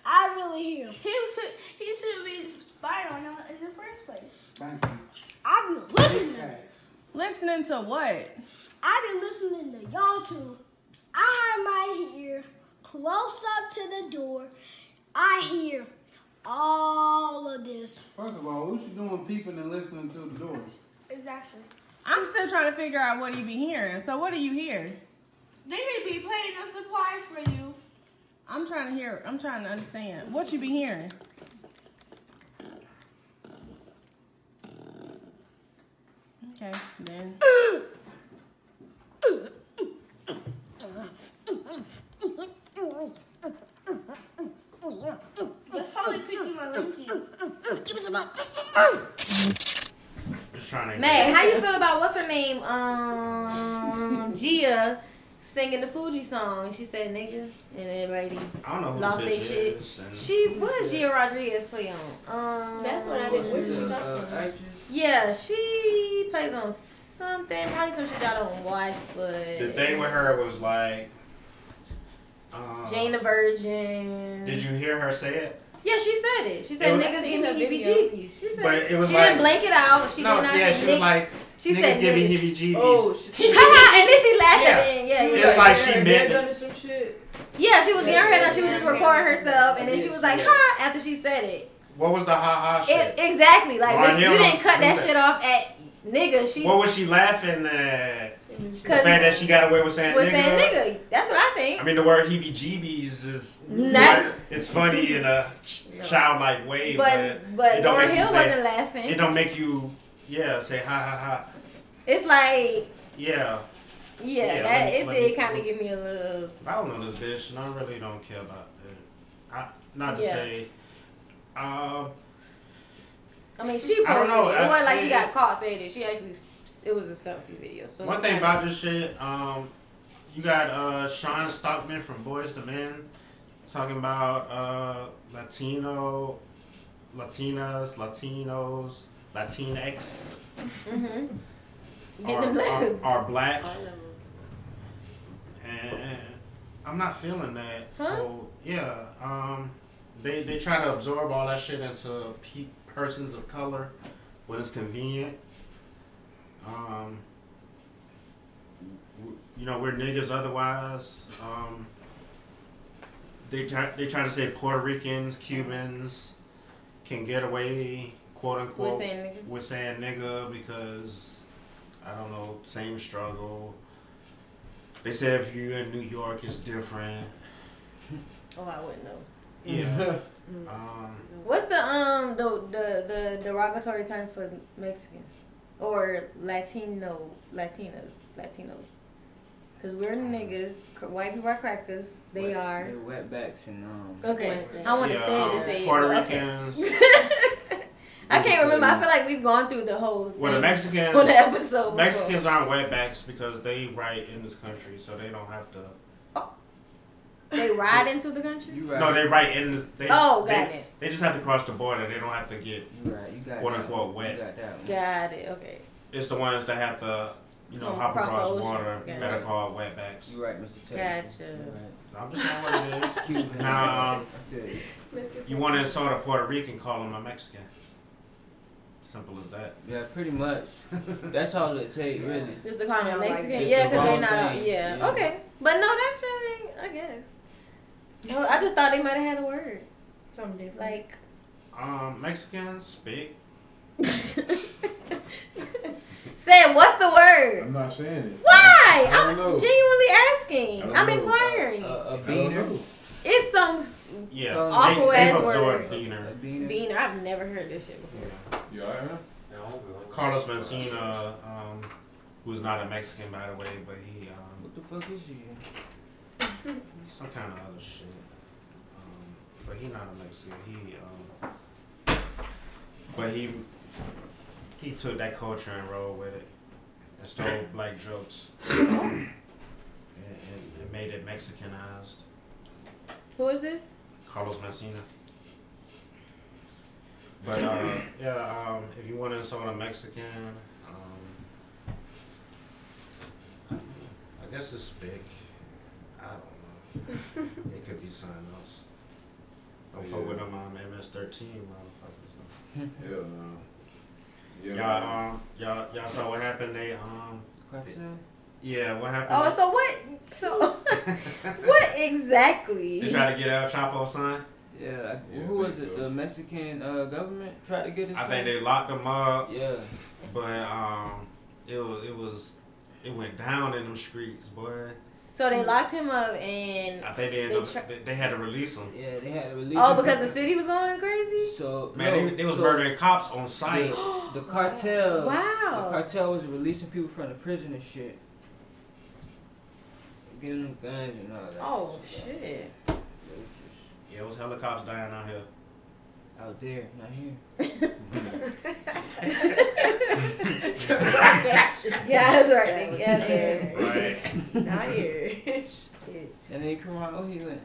[SPEAKER 11] I really hear. He should he should be spied on in the first place.
[SPEAKER 5] Thank you.
[SPEAKER 11] I've been listening.
[SPEAKER 9] Listening to what?
[SPEAKER 11] I've been listening to y'all too. I have my ear close up to the door. I hear all of this.
[SPEAKER 5] First of all, what you doing peeping and listening to the doors?
[SPEAKER 11] Exactly.
[SPEAKER 9] I'm still trying to figure out what he be hearing. So what do you hear?
[SPEAKER 11] They may be playing a surprise for you.
[SPEAKER 9] I'm trying to hear. I'm trying to understand what you be hearing. Okay, then.
[SPEAKER 11] That's probably picking my linky. Give me some up.
[SPEAKER 8] Just trying to.
[SPEAKER 10] May, how you feel about what's her name? Um, Gia singing the Fuji song. She said nigga, and everybody
[SPEAKER 8] I don't know who
[SPEAKER 10] lost
[SPEAKER 8] the
[SPEAKER 10] their
[SPEAKER 8] bitch
[SPEAKER 10] shit.
[SPEAKER 8] is and-
[SPEAKER 10] She was Gia Rodriguez play on. Um,
[SPEAKER 7] That's what I didn't Where did she come
[SPEAKER 4] uh,
[SPEAKER 5] from?
[SPEAKER 10] Yeah, she plays on something. Probably some shit y'all don't watch, but
[SPEAKER 8] The thing with her was like. Uh,
[SPEAKER 10] Jane the Virgin.
[SPEAKER 8] Did you hear her say it?
[SPEAKER 10] Yeah, she said it. She
[SPEAKER 8] It
[SPEAKER 10] said
[SPEAKER 8] was-
[SPEAKER 10] niggas
[SPEAKER 7] seen
[SPEAKER 10] give
[SPEAKER 7] the
[SPEAKER 10] me heebie
[SPEAKER 7] video.
[SPEAKER 10] jeebies. She said
[SPEAKER 8] But it was
[SPEAKER 10] she
[SPEAKER 8] like-
[SPEAKER 10] didn't blank it out. She
[SPEAKER 8] no,
[SPEAKER 10] did not say
[SPEAKER 8] yeah, she was
[SPEAKER 10] nigg-
[SPEAKER 8] like,
[SPEAKER 10] she
[SPEAKER 8] niggas
[SPEAKER 10] said
[SPEAKER 8] give me
[SPEAKER 10] niggas.
[SPEAKER 8] heebie jeebies.
[SPEAKER 7] Oh, shit.
[SPEAKER 10] and then she laughed at
[SPEAKER 8] Yeah.
[SPEAKER 10] it. Yeah, yeah.
[SPEAKER 8] It's like she
[SPEAKER 7] Her
[SPEAKER 8] meant
[SPEAKER 7] hair
[SPEAKER 8] it.
[SPEAKER 7] done or some shit.
[SPEAKER 10] Yeah, she was getting her
[SPEAKER 7] Yeah, she
[SPEAKER 10] head
[SPEAKER 7] was
[SPEAKER 10] up. She was
[SPEAKER 7] getting
[SPEAKER 10] just
[SPEAKER 7] her
[SPEAKER 10] recording
[SPEAKER 7] head up.
[SPEAKER 10] herself, and then she
[SPEAKER 7] Yes,
[SPEAKER 10] was like,
[SPEAKER 7] yeah.
[SPEAKER 10] "Huh?" After she said it,
[SPEAKER 8] What was the ha ha Oh, shit?
[SPEAKER 10] it exactly like
[SPEAKER 8] Why
[SPEAKER 10] bitch, you
[SPEAKER 8] him?
[SPEAKER 10] didn't cut that
[SPEAKER 8] Who's
[SPEAKER 10] shit off at nigga. She
[SPEAKER 8] what was she laughing at? The
[SPEAKER 10] Cause-
[SPEAKER 8] fact that she got away with saying
[SPEAKER 10] was
[SPEAKER 8] nigga.
[SPEAKER 10] saying nigga. That's what I think.
[SPEAKER 8] I mean, the word heebie jeebies is.
[SPEAKER 10] Not-
[SPEAKER 8] It's funny in a ch- childlike way, but,
[SPEAKER 10] but but
[SPEAKER 8] it don't
[SPEAKER 10] Lauren
[SPEAKER 8] make you
[SPEAKER 10] Hill
[SPEAKER 8] say-
[SPEAKER 10] wasn't laughing.
[SPEAKER 8] It don't make you, yeah, say ha ha ha.
[SPEAKER 10] it's like
[SPEAKER 8] Yeah,
[SPEAKER 10] yeah, that,
[SPEAKER 8] Yeah, let me-
[SPEAKER 10] it
[SPEAKER 8] let me-
[SPEAKER 10] did kind of give me a little.
[SPEAKER 8] I don't know this bitch, and I really don't care about that. I, not to
[SPEAKER 10] Yeah.
[SPEAKER 8] say, um,
[SPEAKER 10] I mean, she posted
[SPEAKER 8] I don't know,
[SPEAKER 10] it.
[SPEAKER 8] I-
[SPEAKER 10] It wasn't like she
[SPEAKER 8] it-
[SPEAKER 10] got caught saying it. She actually s- it was a selfie video. So
[SPEAKER 8] one thing about this shit, um, you got uh, Sean Stockman from Boys to Men talking about uh, Latino, Latinas, Latinos, Latinx
[SPEAKER 10] hmm
[SPEAKER 8] are,
[SPEAKER 10] Get them
[SPEAKER 8] are,
[SPEAKER 10] letters.
[SPEAKER 8] are black.
[SPEAKER 7] All of them.
[SPEAKER 8] and I'm not feeling that.
[SPEAKER 10] Huh?
[SPEAKER 8] So, yeah, um, they they try to absorb all that shit into pe- persons of color when it's convenient. Um, w- you know we're niggas otherwise. Um, they try they try to say Puerto Ricans, Cubans can get away quote unquote
[SPEAKER 10] With saying nigga.
[SPEAKER 8] with saying nigga because I don't know same struggle. They said if you're in New York, it's different.
[SPEAKER 10] Oh, I wouldn't know. Mm-hmm.
[SPEAKER 8] Yeah. um,
[SPEAKER 10] What's the um the the the derogatory term for Mexicans or Latino Latinos Latinos? Because we're
[SPEAKER 8] Uh-huh.
[SPEAKER 10] niggas, cr- white people are crackers. They
[SPEAKER 4] Wet-
[SPEAKER 10] are
[SPEAKER 4] They wetbacks and um.
[SPEAKER 10] okay.
[SPEAKER 7] White
[SPEAKER 10] I want to
[SPEAKER 8] yeah,
[SPEAKER 10] say it
[SPEAKER 8] um,
[SPEAKER 10] to say it.
[SPEAKER 8] Puerto
[SPEAKER 10] but
[SPEAKER 8] Ricans.
[SPEAKER 10] Okay. I can't remember. I feel like we've gone through the whole
[SPEAKER 8] Well, the
[SPEAKER 10] thing
[SPEAKER 8] Mexicans.
[SPEAKER 10] on the episode.
[SPEAKER 8] Mexicans aren't wetbacks because they write in this country, so they don't have to.
[SPEAKER 10] before. they ride into the country.
[SPEAKER 4] You right.
[SPEAKER 8] No, they write in. This, they,
[SPEAKER 10] Oh,
[SPEAKER 8] they,
[SPEAKER 10] got it.
[SPEAKER 8] They just have to cross the border. They don't have to get.
[SPEAKER 4] You right. You got
[SPEAKER 8] Quote,
[SPEAKER 4] that.
[SPEAKER 8] unquote,
[SPEAKER 4] one.
[SPEAKER 8] wet.
[SPEAKER 4] You got that one.
[SPEAKER 10] Got it. Okay.
[SPEAKER 8] It's the ones that have to, you know,
[SPEAKER 10] Oh,
[SPEAKER 8] hop
[SPEAKER 10] cross the
[SPEAKER 8] across
[SPEAKER 10] ocean.
[SPEAKER 8] water.
[SPEAKER 10] Gotcha.
[SPEAKER 8] Better call wetbacks.
[SPEAKER 4] You right, Mr. Taylor.
[SPEAKER 10] Gotcha.
[SPEAKER 8] I'm just saying what it is.
[SPEAKER 4] You right. Cuban.
[SPEAKER 8] Now, um,
[SPEAKER 4] Yeah.
[SPEAKER 8] you want to insult a Puerto Rican, call him a Mexican. Simple as that.
[SPEAKER 4] Yeah, pretty much. That's all it take, really.
[SPEAKER 10] Just to call
[SPEAKER 7] Yeah,
[SPEAKER 10] them
[SPEAKER 7] like
[SPEAKER 10] Mexican?
[SPEAKER 4] the-
[SPEAKER 10] yeah,
[SPEAKER 4] the
[SPEAKER 10] because they're
[SPEAKER 4] wrong
[SPEAKER 10] not. all
[SPEAKER 4] thing.
[SPEAKER 10] Yeah.
[SPEAKER 4] Yeah.
[SPEAKER 10] Okay. But no, that shit ain't. I guess. No, I just thought they might have had a word
[SPEAKER 7] Something different.
[SPEAKER 10] like.
[SPEAKER 8] Um, Mexicans speak.
[SPEAKER 10] Said what's the word?
[SPEAKER 5] I'm not saying it.
[SPEAKER 10] Why?
[SPEAKER 5] I don't
[SPEAKER 10] I'm
[SPEAKER 5] know.
[SPEAKER 10] genuinely
[SPEAKER 5] I
[SPEAKER 10] asking.
[SPEAKER 5] don't
[SPEAKER 10] I'm
[SPEAKER 5] know. Uh,
[SPEAKER 10] inquiring.
[SPEAKER 4] A, a
[SPEAKER 5] I don't know.
[SPEAKER 4] beaner.
[SPEAKER 10] it's some
[SPEAKER 8] Yeah.
[SPEAKER 4] Um,
[SPEAKER 10] Awful
[SPEAKER 8] they,
[SPEAKER 10] ass
[SPEAKER 8] they've absorbed
[SPEAKER 10] word.
[SPEAKER 4] A
[SPEAKER 8] Diener.
[SPEAKER 4] beaner.
[SPEAKER 10] beaner. I've never heard this shit before.
[SPEAKER 5] You all right, man?
[SPEAKER 8] Carlos Mencina, um, who's not a Mexican by the way, but he um,
[SPEAKER 4] What the fuck is he?
[SPEAKER 8] some kind of other shit. Um, but he not a Mexican. He um, but he he took that culture and rolled with it and stole black jokes and, and, and made it Mexicanized.
[SPEAKER 10] Who is this?
[SPEAKER 8] Carlos Mencina. But uh, yeah, um, if you want to insult a Mexican, um, I guess it's big. I don't know. it could be something else. Don't fuck with them um, MS-13 motherfuckers.
[SPEAKER 5] Yeah.
[SPEAKER 8] Yeah. Y'all, um, y'all, y'all saw what happened. They um. Yeah, what happened?
[SPEAKER 10] Oh, so what? So what exactly?
[SPEAKER 8] they tried to get El Chapo's son.
[SPEAKER 4] Yeah, I, who was it? The Mexican uh, government tried to get his.
[SPEAKER 8] I
[SPEAKER 4] son?
[SPEAKER 8] think they locked him up.
[SPEAKER 4] Yeah.
[SPEAKER 8] But um, it was it was it went down in them streets, boy.
[SPEAKER 10] So they locked him up and
[SPEAKER 8] I think they
[SPEAKER 10] They
[SPEAKER 8] ended
[SPEAKER 10] tra-
[SPEAKER 8] up, they, they had to release him.
[SPEAKER 4] Yeah, they had to release.
[SPEAKER 10] oh because the city was going crazy.
[SPEAKER 4] So
[SPEAKER 8] Man,
[SPEAKER 4] no,
[SPEAKER 8] they, they was
[SPEAKER 4] so
[SPEAKER 8] murdering cops on site.
[SPEAKER 4] The, the cartel.
[SPEAKER 10] Wow.
[SPEAKER 4] The cartel was releasing people from the prison and shit. Giving them guns and all that.
[SPEAKER 10] Oh shit.
[SPEAKER 8] Yeah, it was hella cops dying out here.
[SPEAKER 4] Out there, not here.
[SPEAKER 10] Yeah, that's right. They got there.
[SPEAKER 8] Right.
[SPEAKER 7] Not here. Shit.
[SPEAKER 4] And then Kamal, he went.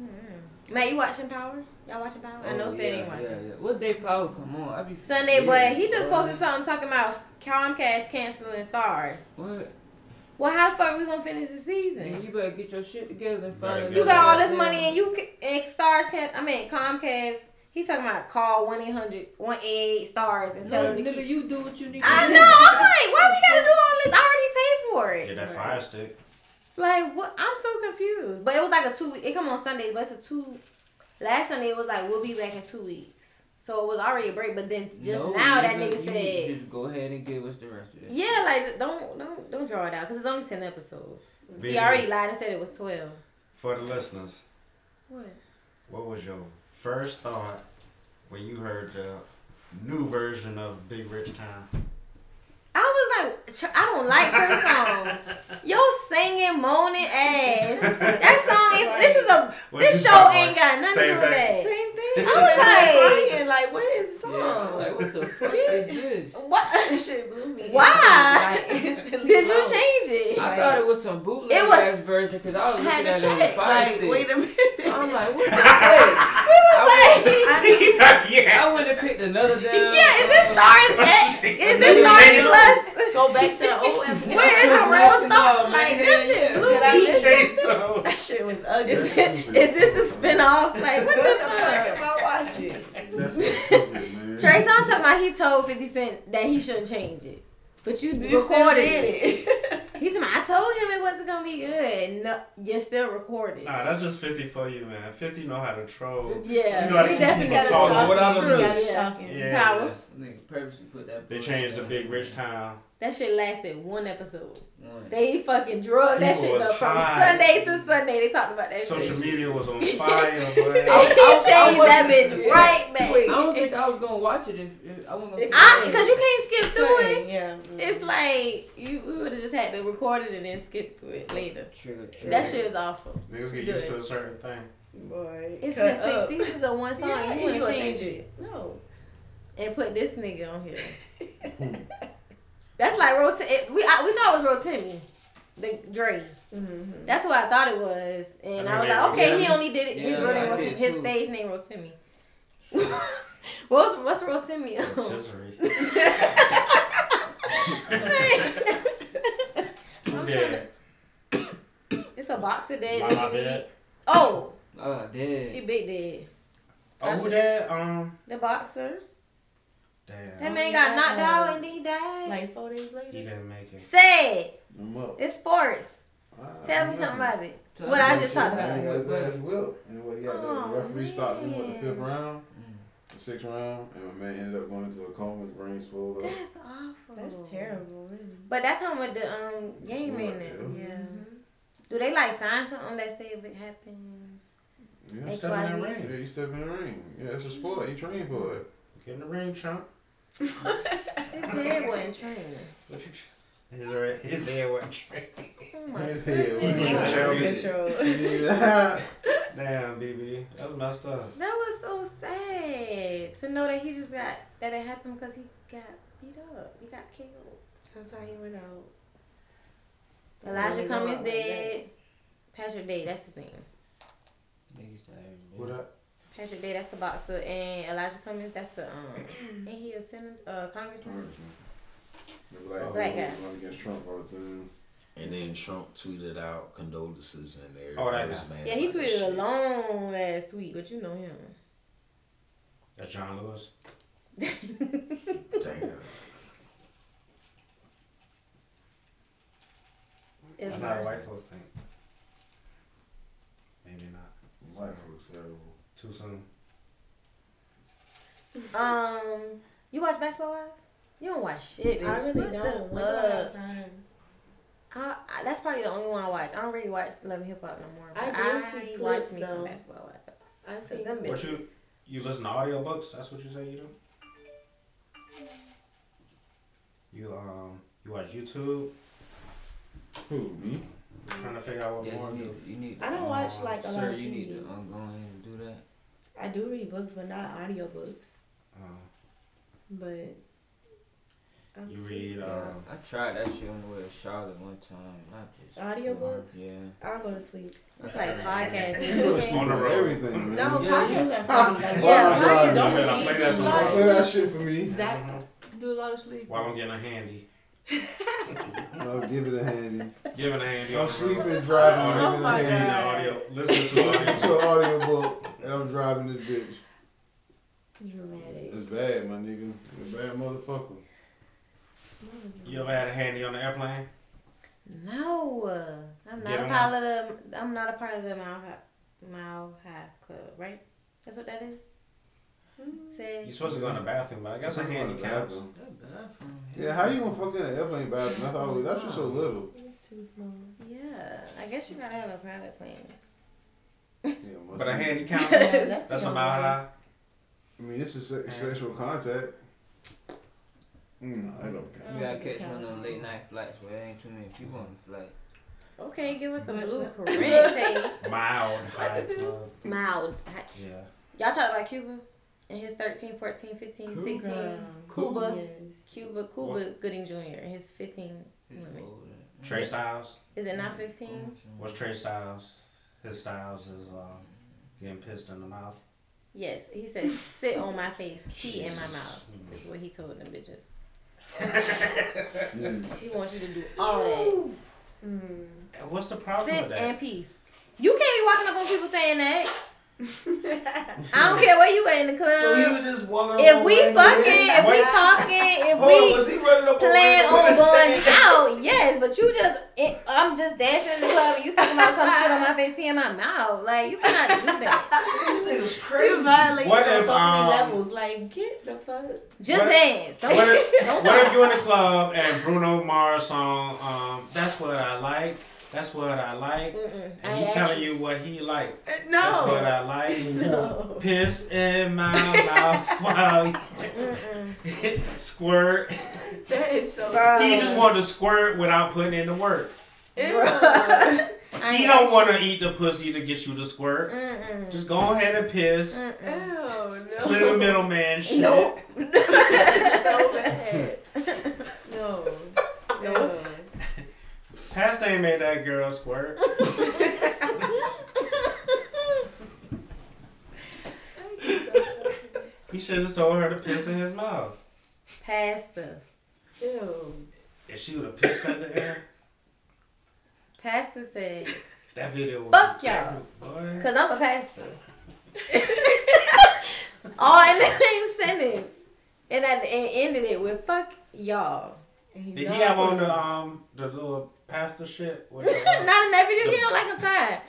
[SPEAKER 10] Mm-mm. Matt, you watching Power? Y'all watching Power? I know
[SPEAKER 4] oh,
[SPEAKER 10] Sid
[SPEAKER 4] yeah,
[SPEAKER 10] ain't watching.
[SPEAKER 4] Yeah, yeah. What day Power come on? I be
[SPEAKER 10] Sunday,
[SPEAKER 4] scared,
[SPEAKER 10] but he just
[SPEAKER 4] boy.
[SPEAKER 10] posted something talking about Comcast canceling stars.
[SPEAKER 4] What?
[SPEAKER 10] Well, how the fuck we gonna finish the
[SPEAKER 4] Man,
[SPEAKER 10] season?
[SPEAKER 4] you better get your shit together and find
[SPEAKER 10] You got all this
[SPEAKER 4] another-
[SPEAKER 10] money and you ca- and stars can I mean Comcast. He's talking about call one 800 188 stars and tell
[SPEAKER 4] No,
[SPEAKER 10] them to
[SPEAKER 4] nigga,
[SPEAKER 10] keep.
[SPEAKER 4] you do what you need.
[SPEAKER 10] I
[SPEAKER 4] to
[SPEAKER 10] know. I'm like, why we gotta do all this? I already
[SPEAKER 8] Yeah,
[SPEAKER 10] paid for it.
[SPEAKER 8] that fire stick.
[SPEAKER 10] Like, what? I'm so confused. But it was like a two. It come on Sunday, but it's a two. Last Sunday it was like we'll be back in two weeks, so it was already a break. But then
[SPEAKER 4] do.
[SPEAKER 10] just
[SPEAKER 4] No,
[SPEAKER 10] now that nigga
[SPEAKER 4] you
[SPEAKER 10] said.
[SPEAKER 4] Just go ahead and give us the rest of this.
[SPEAKER 10] Yeah, like don't don't don't draw it out because it's only ten episodes. He
[SPEAKER 8] Video.
[SPEAKER 10] already lied and said it was twelve.
[SPEAKER 8] For the listeners,
[SPEAKER 10] What?
[SPEAKER 8] what was your first thought when you heard the new version of Big Rich Town?
[SPEAKER 10] I was like, Tr- I don't like church songs. Yo, singing, moaning ass. That song is this is a
[SPEAKER 8] What
[SPEAKER 10] this
[SPEAKER 8] you
[SPEAKER 10] show
[SPEAKER 8] talking
[SPEAKER 10] ain't got nothing to do
[SPEAKER 8] Same
[SPEAKER 10] with
[SPEAKER 8] thing.
[SPEAKER 10] that.
[SPEAKER 7] Same thing.
[SPEAKER 10] I was like-
[SPEAKER 7] crying. Like, what is this song?
[SPEAKER 4] Yeah, like what the fuck is this?
[SPEAKER 7] that
[SPEAKER 10] What?
[SPEAKER 7] shit blew me.
[SPEAKER 10] Why?
[SPEAKER 7] Like, instantly
[SPEAKER 10] Did you
[SPEAKER 7] blown.
[SPEAKER 10] change it?
[SPEAKER 4] I thought it was some bootleg
[SPEAKER 10] It was-
[SPEAKER 4] ass version because I was
[SPEAKER 7] I
[SPEAKER 4] looking
[SPEAKER 7] had
[SPEAKER 4] at
[SPEAKER 7] to
[SPEAKER 4] it on the
[SPEAKER 7] check.
[SPEAKER 4] fire
[SPEAKER 7] Like,
[SPEAKER 4] stick.
[SPEAKER 7] wait a
[SPEAKER 4] I'm
[SPEAKER 7] minute.
[SPEAKER 4] like, what the fuck?
[SPEAKER 10] He was like,
[SPEAKER 8] yeah.
[SPEAKER 4] I would have picked another damn.
[SPEAKER 10] yeah, is this stars? X? Is this stars plus?
[SPEAKER 7] Go back to the old episode.
[SPEAKER 10] Where is the
[SPEAKER 4] Christmas
[SPEAKER 10] real
[SPEAKER 4] and all,
[SPEAKER 10] star? Like
[SPEAKER 4] man.
[SPEAKER 10] this shit blew
[SPEAKER 7] Did I
[SPEAKER 10] me.
[SPEAKER 7] miss
[SPEAKER 8] Changed
[SPEAKER 7] something?
[SPEAKER 8] though.
[SPEAKER 7] That shit was ugly.
[SPEAKER 10] Is, it, is this the spinoff? Like what
[SPEAKER 7] What
[SPEAKER 10] the
[SPEAKER 7] the
[SPEAKER 10] fuck?
[SPEAKER 7] fuck am I watching?
[SPEAKER 5] That's so stupid, man.
[SPEAKER 10] Trey Songz talking about he told 50 Cent that he shouldn't change it. But you,
[SPEAKER 7] You still
[SPEAKER 10] recorded
[SPEAKER 7] did
[SPEAKER 10] it.
[SPEAKER 7] it.
[SPEAKER 10] He's like, I told him it wasn't gonna be good. No, you still recorded.
[SPEAKER 8] Nah, that's just 50 for you, man. 50 know how to troll.
[SPEAKER 10] yeah,
[SPEAKER 8] You know how to
[SPEAKER 10] he
[SPEAKER 8] keep
[SPEAKER 10] definitely got
[SPEAKER 8] people talking
[SPEAKER 10] talk.
[SPEAKER 6] without a
[SPEAKER 10] True,
[SPEAKER 6] noose.
[SPEAKER 10] gotta talk.
[SPEAKER 8] Yeah.
[SPEAKER 10] Power.
[SPEAKER 4] Nigga purposely put that.
[SPEAKER 8] They
[SPEAKER 4] bullshit
[SPEAKER 8] changed the
[SPEAKER 4] on.
[SPEAKER 8] Big Rich Town.
[SPEAKER 10] That shit lasted one episode.
[SPEAKER 4] One.
[SPEAKER 10] They fucking drug that
[SPEAKER 8] People
[SPEAKER 10] shit
[SPEAKER 8] was
[SPEAKER 10] up from
[SPEAKER 8] high.
[SPEAKER 10] Sunday to Sunday. They talked about that
[SPEAKER 8] Social
[SPEAKER 10] shit.
[SPEAKER 8] media was on fire, boy.
[SPEAKER 10] he changed that
[SPEAKER 7] wasn't-
[SPEAKER 10] bitch
[SPEAKER 7] yeah.
[SPEAKER 10] right back.
[SPEAKER 7] Wait.
[SPEAKER 4] I don't think I was gonna watch it if, if I wasn't gonna.
[SPEAKER 10] I because you can't skip through it.
[SPEAKER 7] Yeah. mm.
[SPEAKER 10] It's like you we would have just had to record it and then skip through it later.
[SPEAKER 4] Trigger, trigger.
[SPEAKER 10] That shit is awful.
[SPEAKER 8] Niggas get
[SPEAKER 10] Good.
[SPEAKER 8] used to a certain thing.
[SPEAKER 7] Boy.
[SPEAKER 10] It's
[SPEAKER 7] cut
[SPEAKER 10] been six
[SPEAKER 7] up.
[SPEAKER 10] seasons of one song. you
[SPEAKER 7] Yeah, you
[SPEAKER 10] want to
[SPEAKER 7] gonna
[SPEAKER 10] change
[SPEAKER 7] change
[SPEAKER 10] it.
[SPEAKER 7] No.
[SPEAKER 10] and put this nigga on here. That's like Rot. It, we I, we thought it was Rotimi, the Dre.
[SPEAKER 7] Mhm.
[SPEAKER 10] That's what I thought it was, and I,
[SPEAKER 8] I
[SPEAKER 10] was
[SPEAKER 8] mean,
[SPEAKER 10] like,
[SPEAKER 8] yeah.
[SPEAKER 10] okay, he only did it. his
[SPEAKER 4] Yeah,
[SPEAKER 10] real name
[SPEAKER 4] I
[SPEAKER 10] Rotimi,
[SPEAKER 4] did
[SPEAKER 10] his
[SPEAKER 4] too.
[SPEAKER 10] stage name Rotimi. what's what's Rotimi?
[SPEAKER 8] Rotisserie.
[SPEAKER 10] I'm
[SPEAKER 8] Who
[SPEAKER 10] trying
[SPEAKER 8] did?
[SPEAKER 10] it's a boxer dead
[SPEAKER 8] My,
[SPEAKER 10] this
[SPEAKER 8] my
[SPEAKER 10] week.
[SPEAKER 8] dad?
[SPEAKER 10] Oh,
[SPEAKER 4] Oh, dead.
[SPEAKER 10] she big dead.
[SPEAKER 8] Oh, who did? Um,
[SPEAKER 10] The boxer.
[SPEAKER 7] Oh,
[SPEAKER 10] That
[SPEAKER 8] damn.
[SPEAKER 10] man
[SPEAKER 7] he
[SPEAKER 10] got
[SPEAKER 7] died.
[SPEAKER 10] knocked out and then he died.
[SPEAKER 7] Like four days
[SPEAKER 8] He
[SPEAKER 7] later.
[SPEAKER 8] didn't make it.
[SPEAKER 10] Sad.
[SPEAKER 5] I'm up.
[SPEAKER 10] It's sports.
[SPEAKER 5] Ah,
[SPEAKER 10] Tell
[SPEAKER 5] I'm
[SPEAKER 10] me something
[SPEAKER 5] up.
[SPEAKER 10] about it. What I just talked about.
[SPEAKER 5] He got his ass whipped, and what he had done,
[SPEAKER 10] Aw,
[SPEAKER 5] the referee stopped him with the fifth
[SPEAKER 10] man.
[SPEAKER 5] round,
[SPEAKER 13] Mm.
[SPEAKER 5] the sixth round, and my man ended up going into a coma, his brain swelled up.
[SPEAKER 10] That's awful.
[SPEAKER 7] That's terrible, really.
[SPEAKER 10] But that come with the um game
[SPEAKER 5] Smart,
[SPEAKER 10] in it.
[SPEAKER 5] yeah.
[SPEAKER 10] Yeah.
[SPEAKER 7] Mm-hmm.
[SPEAKER 10] Do they like sign something that say if it happens?
[SPEAKER 5] Yeah,
[SPEAKER 10] X,
[SPEAKER 8] Step
[SPEAKER 10] Y,
[SPEAKER 8] in
[SPEAKER 10] Z.
[SPEAKER 8] that
[SPEAKER 5] yeah,
[SPEAKER 8] ring.
[SPEAKER 5] you step in the ring. Yeah, it's a sport. You train for it.
[SPEAKER 8] Get in the ring, Trump.
[SPEAKER 10] His head wasn't trained.
[SPEAKER 8] What you his, re- his head wasn't straight.
[SPEAKER 10] Oh my.
[SPEAKER 5] His head was
[SPEAKER 8] Yeah.
[SPEAKER 5] shot.
[SPEAKER 7] Control.
[SPEAKER 5] Yeah.
[SPEAKER 8] Damn, BB. That's messed up.
[SPEAKER 10] That was so sad to know that he just got that it happened because he got beat up. He got killed.
[SPEAKER 7] That's how he went out.
[SPEAKER 10] Elijah
[SPEAKER 7] Don't
[SPEAKER 10] Cummings
[SPEAKER 7] go out like
[SPEAKER 10] dead. Patrick Day. That's the thing.
[SPEAKER 4] Niggas die every day.
[SPEAKER 8] What up?
[SPEAKER 10] Patrick Day, that's the boxer, and Elijah Cummings, that's the um, and he a senator, uh, congressman.
[SPEAKER 13] The
[SPEAKER 8] Oh,
[SPEAKER 13] black,
[SPEAKER 10] Black
[SPEAKER 13] dude
[SPEAKER 10] guy.
[SPEAKER 13] run against Trump all the time.
[SPEAKER 6] And then Trump tweeted out condolences and everybody
[SPEAKER 8] Oh, that
[SPEAKER 6] was
[SPEAKER 8] guy.
[SPEAKER 6] mad.
[SPEAKER 10] Yeah, he
[SPEAKER 6] about that
[SPEAKER 10] tweeted a
[SPEAKER 6] shit.
[SPEAKER 10] long ass tweet, but you know him.
[SPEAKER 8] That's John Lewis.
[SPEAKER 6] Damn.
[SPEAKER 10] It's
[SPEAKER 8] That's not a
[SPEAKER 10] mine.
[SPEAKER 8] white folks thing. Maybe not.
[SPEAKER 13] White folks terrible.
[SPEAKER 8] Too soon.
[SPEAKER 10] Um, you watch Basketball Wives? You don't watch shit.
[SPEAKER 7] I
[SPEAKER 10] bitch.
[SPEAKER 7] really
[SPEAKER 10] What the
[SPEAKER 7] don't. When do I have
[SPEAKER 10] fuck? I, I, that's probably the only one I watch. I don't really watch Love and Hip Hop no more.
[SPEAKER 7] I
[SPEAKER 10] but
[SPEAKER 7] do see
[SPEAKER 10] watch
[SPEAKER 7] clips,
[SPEAKER 10] me some
[SPEAKER 7] though.
[SPEAKER 10] Basketball Wives.
[SPEAKER 7] I
[SPEAKER 10] So
[SPEAKER 7] see
[SPEAKER 10] them
[SPEAKER 8] What you
[SPEAKER 10] bitches.
[SPEAKER 8] you listen to audiobooks? That's what you say you do? You um you watch YouTube?
[SPEAKER 13] Who, me?
[SPEAKER 8] Trying to figure out what
[SPEAKER 4] Yeah,
[SPEAKER 8] more
[SPEAKER 4] you
[SPEAKER 8] to do.
[SPEAKER 4] need, you need um,
[SPEAKER 7] I don't watch, like, a lot
[SPEAKER 4] sir,
[SPEAKER 7] of
[SPEAKER 4] you need
[SPEAKER 7] TV.
[SPEAKER 4] to um, go in and do that.
[SPEAKER 7] I do read books, but not audiobooks.
[SPEAKER 8] Uh,
[SPEAKER 7] But I'm
[SPEAKER 8] you read
[SPEAKER 4] Yeah,
[SPEAKER 8] um
[SPEAKER 4] I tried that shit on the way to Charlotte one time. and I just
[SPEAKER 7] Audiobooks?
[SPEAKER 4] Yeah.
[SPEAKER 7] I'll go to sleep.
[SPEAKER 10] It's like podcasts.
[SPEAKER 13] You go to
[SPEAKER 10] okay?
[SPEAKER 13] sleep on everything, man.
[SPEAKER 7] No, podcasts are
[SPEAKER 4] Yeah, yeah.
[SPEAKER 7] funny. Like,
[SPEAKER 10] Yeah,
[SPEAKER 7] you
[SPEAKER 10] sorry,
[SPEAKER 7] don't
[SPEAKER 8] you better
[SPEAKER 7] read,
[SPEAKER 8] play
[SPEAKER 7] you
[SPEAKER 8] that some
[SPEAKER 7] watch.
[SPEAKER 13] Play that shit for me.
[SPEAKER 7] That
[SPEAKER 4] Do a lot of sleep.
[SPEAKER 8] while I'm getting a handy.
[SPEAKER 13] No, give it a handy.
[SPEAKER 8] Giving a handy
[SPEAKER 13] I'm
[SPEAKER 8] on the road.
[SPEAKER 13] sleeping, driving,
[SPEAKER 7] Oh
[SPEAKER 13] giving
[SPEAKER 7] my
[SPEAKER 13] a
[SPEAKER 8] You know,
[SPEAKER 13] handy.
[SPEAKER 8] audio listen to audio.
[SPEAKER 13] It's an audiobook, and I'm driving this bitch.
[SPEAKER 7] dramatic.
[SPEAKER 13] It's bad, my nigga. It's a bad motherfucker.
[SPEAKER 8] You ever had a handy on the airplane?
[SPEAKER 10] No, I'm not
[SPEAKER 8] Get
[SPEAKER 10] a
[SPEAKER 8] on
[SPEAKER 10] part of the. I'm not a part of the mile high, mile high club, right? That's what that is.
[SPEAKER 8] You're
[SPEAKER 10] Say
[SPEAKER 8] supposed to go in the bathroom, but I guess a
[SPEAKER 13] Come on,
[SPEAKER 8] handy counts.
[SPEAKER 13] bathroom.
[SPEAKER 4] That bathroom.
[SPEAKER 13] Yeah, how you gonna fuck in an airplane bathroom? That's always that's just so little.
[SPEAKER 7] It's too small.
[SPEAKER 10] yeah. I guess you gotta have a private plane.
[SPEAKER 13] Yeah, must
[SPEAKER 8] But a
[SPEAKER 13] be.
[SPEAKER 8] handy counts.
[SPEAKER 7] Yeah,
[SPEAKER 8] That's a
[SPEAKER 7] dumb.
[SPEAKER 8] mile high.
[SPEAKER 13] I mean, this is se- sexual contact. Mm, I don't care.
[SPEAKER 4] You
[SPEAKER 7] Oh,
[SPEAKER 4] gotta catch one of them late night flights where there ain't too many people on the flight.
[SPEAKER 10] Okay, give us the
[SPEAKER 7] But-
[SPEAKER 10] blueprint. Tay.
[SPEAKER 8] Mild high club.
[SPEAKER 10] Mild.
[SPEAKER 8] Yeah.
[SPEAKER 10] Y'all talked about Cuba and his 13, 14, 15, 16. Cuba.
[SPEAKER 7] Yes.
[SPEAKER 10] Cuba, Cuba Gooding Jr. and his 15
[SPEAKER 4] It's
[SPEAKER 10] women.
[SPEAKER 4] old, eh. man.
[SPEAKER 8] Trey Styles.
[SPEAKER 10] Is it not 15?
[SPEAKER 4] eh.
[SPEAKER 8] What's Trey Styles? His Styles is um, getting pissed in the mouth.
[SPEAKER 10] Yes, he said, sit on my face, pee in my mouth.
[SPEAKER 8] Jesus.
[SPEAKER 10] That's what he told them bitches.
[SPEAKER 13] Mm.
[SPEAKER 10] He wants you to do all that.
[SPEAKER 8] And what's the problem
[SPEAKER 10] Sit
[SPEAKER 8] with that?
[SPEAKER 10] and pee. You can't be walking up on people saying that. I don't care where you at in the club.
[SPEAKER 6] So he was just walking
[SPEAKER 10] if
[SPEAKER 6] up
[SPEAKER 10] we
[SPEAKER 6] on
[SPEAKER 10] fucking,
[SPEAKER 6] random
[SPEAKER 10] if
[SPEAKER 6] women?
[SPEAKER 10] we talking, if
[SPEAKER 6] Hold on,
[SPEAKER 10] we
[SPEAKER 6] Oh, was he running up
[SPEAKER 10] plan
[SPEAKER 6] on
[SPEAKER 10] on
[SPEAKER 6] random women
[SPEAKER 10] going
[SPEAKER 6] saying-
[SPEAKER 10] out, yes, but you just, it, I'm just dancing in the club and you talking about come sit on my face, pee in my mouth. Like, you cannot do that.
[SPEAKER 6] This nigga's
[SPEAKER 7] You
[SPEAKER 6] crazy.
[SPEAKER 7] violating
[SPEAKER 8] What
[SPEAKER 7] on
[SPEAKER 8] if,
[SPEAKER 7] so
[SPEAKER 8] um,
[SPEAKER 7] many levels. Like, get the fuck.
[SPEAKER 10] Just
[SPEAKER 8] What-
[SPEAKER 10] dance. Don't,
[SPEAKER 8] What if,
[SPEAKER 10] don't
[SPEAKER 8] what if
[SPEAKER 10] talk.
[SPEAKER 8] you in the club and Bruno Mars song? Um, that's what I like. That's what I like.
[SPEAKER 10] Mm-mm. I
[SPEAKER 8] And he
[SPEAKER 10] asked
[SPEAKER 8] telling you what he like.
[SPEAKER 7] Uh,
[SPEAKER 8] That's what
[SPEAKER 7] No.
[SPEAKER 8] I like. Piss in my mouth while
[SPEAKER 10] Mm-mm.
[SPEAKER 8] he- squirt.
[SPEAKER 7] That is so.
[SPEAKER 8] He just wanted to squirt without putting in the work.
[SPEAKER 7] Ew.
[SPEAKER 10] I Mm.
[SPEAKER 8] He
[SPEAKER 10] ain't
[SPEAKER 8] don't
[SPEAKER 10] asked
[SPEAKER 8] want to eat the pussy to get you to squirt.
[SPEAKER 10] Mm-mm.
[SPEAKER 8] Just go ahead and piss.
[SPEAKER 7] Ew,
[SPEAKER 10] Mm-mm.
[SPEAKER 8] Clear the
[SPEAKER 7] no.
[SPEAKER 8] middleman shit.
[SPEAKER 10] Mm. Nope.
[SPEAKER 7] That's so bad. No. No.
[SPEAKER 8] Past ain't made that girl squirt. He should have told her to piss in his mouth.
[SPEAKER 10] Pasta.
[SPEAKER 7] Ew.
[SPEAKER 8] If she would have pissed in the air,
[SPEAKER 10] Pasta said,
[SPEAKER 8] that video would
[SPEAKER 10] Fuck
[SPEAKER 8] be
[SPEAKER 10] y'all.
[SPEAKER 8] terrible, boy.
[SPEAKER 10] because I'm a pastor. All in the same sentence. And I and ended it with, fuck y'all.
[SPEAKER 8] Did he have on the um the little pastor shit? What the- uh,
[SPEAKER 10] Not in that video. He don't like him tired.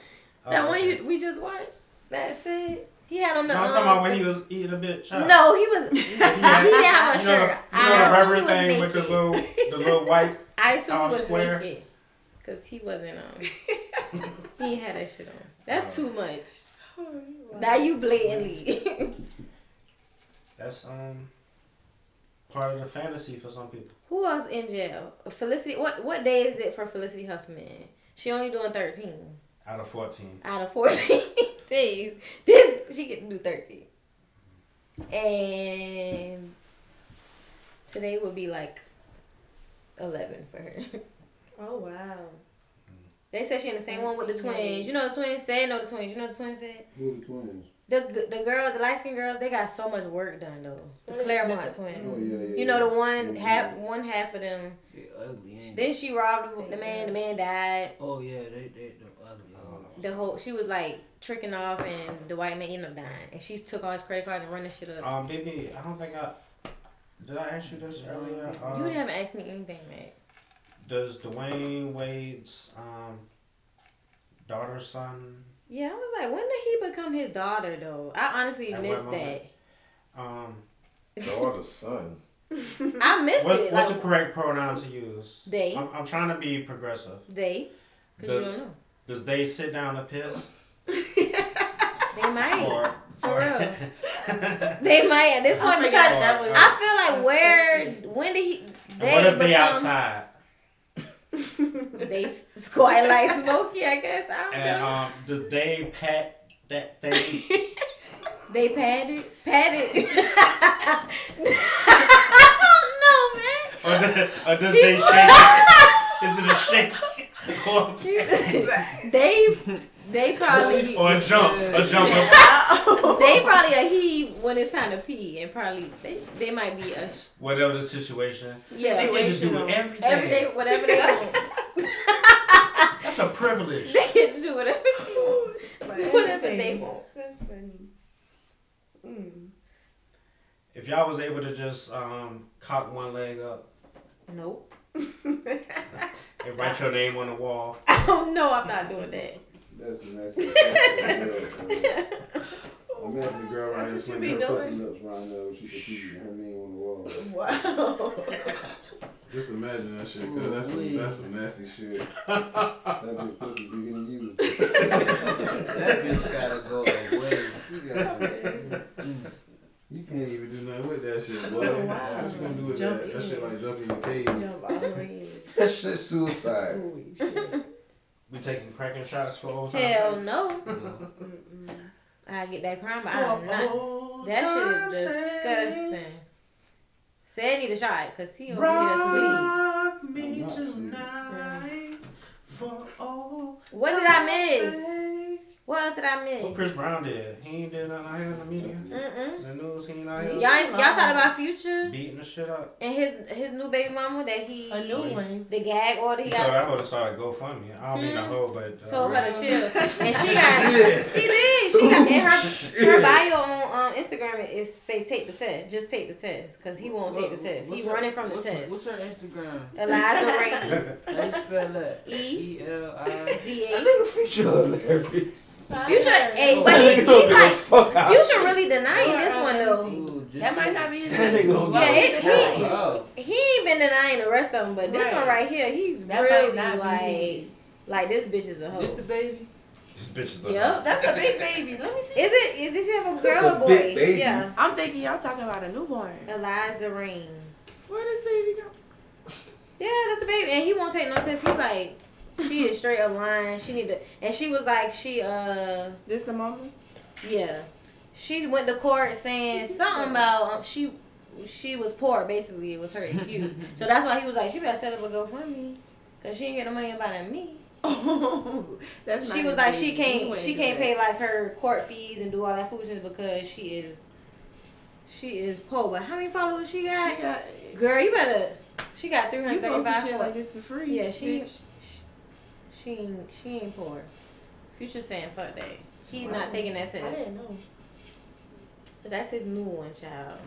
[SPEAKER 8] Oh,
[SPEAKER 10] That one
[SPEAKER 8] okay.
[SPEAKER 10] you, we just watched. That's it. He had on the.
[SPEAKER 8] No, I'm
[SPEAKER 10] um,
[SPEAKER 8] talking about when he was eating a bitch. huh?
[SPEAKER 10] No, he was. he didn't have a
[SPEAKER 8] You know, the-
[SPEAKER 10] shirt.
[SPEAKER 8] you know the
[SPEAKER 10] I assume he
[SPEAKER 8] rubber
[SPEAKER 10] was
[SPEAKER 8] thing
[SPEAKER 10] naked.
[SPEAKER 8] with the little the little white.
[SPEAKER 10] I assume
[SPEAKER 8] um,
[SPEAKER 10] he was
[SPEAKER 8] square.
[SPEAKER 10] naked. Cause he wasn't um he ain't had that shit on. That's too much. Now you blatantly.
[SPEAKER 8] That's um part of the fantasy for some people.
[SPEAKER 10] Who else in jail? Felicity what what day is it for Felicity Huffman? She only doing thirteen
[SPEAKER 8] Out of fourteen,
[SPEAKER 10] out of fourteen days. This she can do thirteen. And today would be like eleven for her.
[SPEAKER 7] Oh wow.
[SPEAKER 10] They said she in the same one with the twins. You know the twins said no the twins. You know the twins said.
[SPEAKER 13] Who the twins?
[SPEAKER 10] The, g- the girl, the light skinned girls, they got so much work done though. The Claremont twins.
[SPEAKER 13] Oh, yeah, yeah,
[SPEAKER 10] you know
[SPEAKER 13] yeah.
[SPEAKER 10] the one
[SPEAKER 13] Yeah.
[SPEAKER 10] half one half of them.
[SPEAKER 4] They ugly, ain't they?
[SPEAKER 10] Then she robbed the man. The man died.
[SPEAKER 4] Oh yeah, they they they ugly. Oh,
[SPEAKER 10] The whole she was like tricking off, and the white man ended up dying. And she took all his credit cards and run the shit up.
[SPEAKER 8] Um, BB, I don't think I did. I ask you this earlier. Um,
[SPEAKER 10] you haven't asked me anything, man.
[SPEAKER 8] Does Dwayne Wade's um daughter's son?
[SPEAKER 10] Yeah, I was like, when did he become his daughter though? I honestly
[SPEAKER 8] At what
[SPEAKER 10] missed that.
[SPEAKER 8] moment? Um,
[SPEAKER 6] daughter's son.
[SPEAKER 10] I missed
[SPEAKER 8] What's,
[SPEAKER 10] it.
[SPEAKER 8] what's
[SPEAKER 10] like,
[SPEAKER 8] the correct pronoun to use?
[SPEAKER 10] They.
[SPEAKER 8] I'm, I'm trying to be progressive.
[SPEAKER 10] They, because you
[SPEAKER 8] The-
[SPEAKER 10] don't know.
[SPEAKER 8] Does they sit down to piss?
[SPEAKER 10] They might.
[SPEAKER 8] Or,
[SPEAKER 10] For
[SPEAKER 8] or-
[SPEAKER 10] real. They might at this
[SPEAKER 8] I
[SPEAKER 10] point
[SPEAKER 8] forgot
[SPEAKER 10] because
[SPEAKER 8] that
[SPEAKER 10] I
[SPEAKER 8] was-
[SPEAKER 10] feel like where when did he
[SPEAKER 8] And
[SPEAKER 10] they
[SPEAKER 8] what if they
[SPEAKER 10] become-
[SPEAKER 8] outside?
[SPEAKER 10] they s- quite like Smokey I guess I don't
[SPEAKER 8] And
[SPEAKER 10] know
[SPEAKER 8] um, does they pat that thing?
[SPEAKER 10] they padded padded I
[SPEAKER 8] or, does, or does they shake? it? Is it a shake? Or,
[SPEAKER 10] don't know man they they probably
[SPEAKER 8] or a jump? A jump? Up.
[SPEAKER 10] they probably a he when it's time to pee and probably they, they might be a sh-
[SPEAKER 8] Whatever the situation.
[SPEAKER 10] Yeah.
[SPEAKER 8] They get to do
[SPEAKER 10] Situational.
[SPEAKER 8] everything.
[SPEAKER 10] every day whatever they want
[SPEAKER 8] That's a privilege.
[SPEAKER 10] they get to do whatever they want whatever they want
[SPEAKER 7] That's funny. Mm.
[SPEAKER 8] If y'all was able to just um, cock one leg up
[SPEAKER 10] nope
[SPEAKER 8] and write your name on the wall,
[SPEAKER 10] oh no I'm not doing that
[SPEAKER 13] That's the next thing. Imagine the girl right here
[SPEAKER 7] That's what you
[SPEAKER 13] swinging
[SPEAKER 7] be
[SPEAKER 13] her pussy
[SPEAKER 7] doing.
[SPEAKER 13] lips around there when she could pee her name on the wall.
[SPEAKER 7] Hmm. Wow.
[SPEAKER 5] Just imagine that shit, cause that's some, that's some nasty shit.
[SPEAKER 13] That bitch pussy bigger than you.
[SPEAKER 4] that bitch gotta go away.
[SPEAKER 13] She got You can't even do nothing with that shit, boy.
[SPEAKER 7] Wow.
[SPEAKER 13] What you gonna do with
[SPEAKER 7] Jump
[SPEAKER 13] that?
[SPEAKER 7] in.
[SPEAKER 13] That shit like jumping your cage.
[SPEAKER 7] Jump all the way in.
[SPEAKER 13] That shit suicide.
[SPEAKER 7] Holy shit.
[SPEAKER 8] we taking cracking shots for old times.
[SPEAKER 10] Hell no. I get that crime, but I'm not. That shit is disgusting. Said need a shot, cause he over here asleep.
[SPEAKER 8] Rock me tonight for old.
[SPEAKER 10] What did I miss? What else did I
[SPEAKER 8] What
[SPEAKER 10] miss?
[SPEAKER 8] Chris Brown did? He ain't did nothing out here in the media.
[SPEAKER 10] Mm-mm.
[SPEAKER 8] The news, he ain't out
[SPEAKER 10] Y'all
[SPEAKER 8] here
[SPEAKER 10] ain't- y'all talking about Future
[SPEAKER 8] beating the shit up.
[SPEAKER 10] and his his new baby mama that he
[SPEAKER 7] A new one.
[SPEAKER 10] the gag order he
[SPEAKER 8] He told her I
[SPEAKER 10] got
[SPEAKER 8] would have started GoFundMe. I don't mean
[SPEAKER 10] Hmm.
[SPEAKER 8] the whole, but uh,
[SPEAKER 10] told her to chill and she got he did she got and her her bio on um, Instagram is say take the test just take the test cause he won't take the test he
[SPEAKER 4] What's her-
[SPEAKER 10] running from the
[SPEAKER 4] what's her-
[SPEAKER 10] test
[SPEAKER 4] What's her Instagram?
[SPEAKER 10] Eliza Ray
[SPEAKER 4] How you spell that?
[SPEAKER 10] E
[SPEAKER 4] E L I.
[SPEAKER 10] Z A
[SPEAKER 6] Nigga, future hilarious.
[SPEAKER 10] Future, hey, but
[SPEAKER 6] Nigga,
[SPEAKER 10] he's, he's
[SPEAKER 6] don't give a
[SPEAKER 10] like,
[SPEAKER 6] fuck out.
[SPEAKER 10] Future really denying this one though.
[SPEAKER 4] Ooh, just-
[SPEAKER 7] That might not be his
[SPEAKER 6] That nigga don't
[SPEAKER 10] Yeah,
[SPEAKER 6] give a
[SPEAKER 10] it, he
[SPEAKER 4] Oh,
[SPEAKER 10] he ain't been denying the rest of them, but this
[SPEAKER 7] Right.
[SPEAKER 10] one right here, he's
[SPEAKER 7] That
[SPEAKER 10] really
[SPEAKER 7] might not be
[SPEAKER 10] like,
[SPEAKER 7] his.
[SPEAKER 10] like this bitch is a
[SPEAKER 4] oh. this
[SPEAKER 10] hoe.
[SPEAKER 4] the baby?
[SPEAKER 8] this bitch is a
[SPEAKER 10] Yep.
[SPEAKER 7] That's a big baby. Let me
[SPEAKER 10] Is
[SPEAKER 7] see.
[SPEAKER 10] it? Is this you have a
[SPEAKER 6] That's
[SPEAKER 10] girl
[SPEAKER 6] a
[SPEAKER 10] or boy?
[SPEAKER 6] big baby.
[SPEAKER 10] Yeah.
[SPEAKER 7] I'm thinking y'all talking about a newborn.
[SPEAKER 10] Eliza Rain.
[SPEAKER 7] Where does baby go?
[SPEAKER 10] Yeah, that's a baby, and he won't take no test. He like, she is straight up lying. She need to, and she was like, she uh.
[SPEAKER 7] This the mama?
[SPEAKER 10] Yeah, she went to court saying something about um, she she was poor. Basically, it was her excuse. so that's why he was like, she better set up a GoFundMe because she ain't get no money about it me.
[SPEAKER 7] That's not
[SPEAKER 10] she
[SPEAKER 7] his
[SPEAKER 10] was like,
[SPEAKER 7] baby.
[SPEAKER 10] she
[SPEAKER 7] He
[SPEAKER 10] can't
[SPEAKER 7] wouldn't
[SPEAKER 10] she
[SPEAKER 7] do
[SPEAKER 10] can't
[SPEAKER 7] that.
[SPEAKER 10] pay like her court fees and do all that foolishness because she is she is poor. But how many followers she got?
[SPEAKER 7] She got.
[SPEAKER 10] Girl, you better. She got three
[SPEAKER 7] you
[SPEAKER 10] hundred
[SPEAKER 7] posted
[SPEAKER 10] thirty-five.
[SPEAKER 7] shit like this for free.
[SPEAKER 10] Yeah, she
[SPEAKER 7] bitch.
[SPEAKER 10] she ain't, she ain't poor. Future saying fuck that. He's not taking that test.
[SPEAKER 7] I didn't know.
[SPEAKER 10] So that's his new one, child.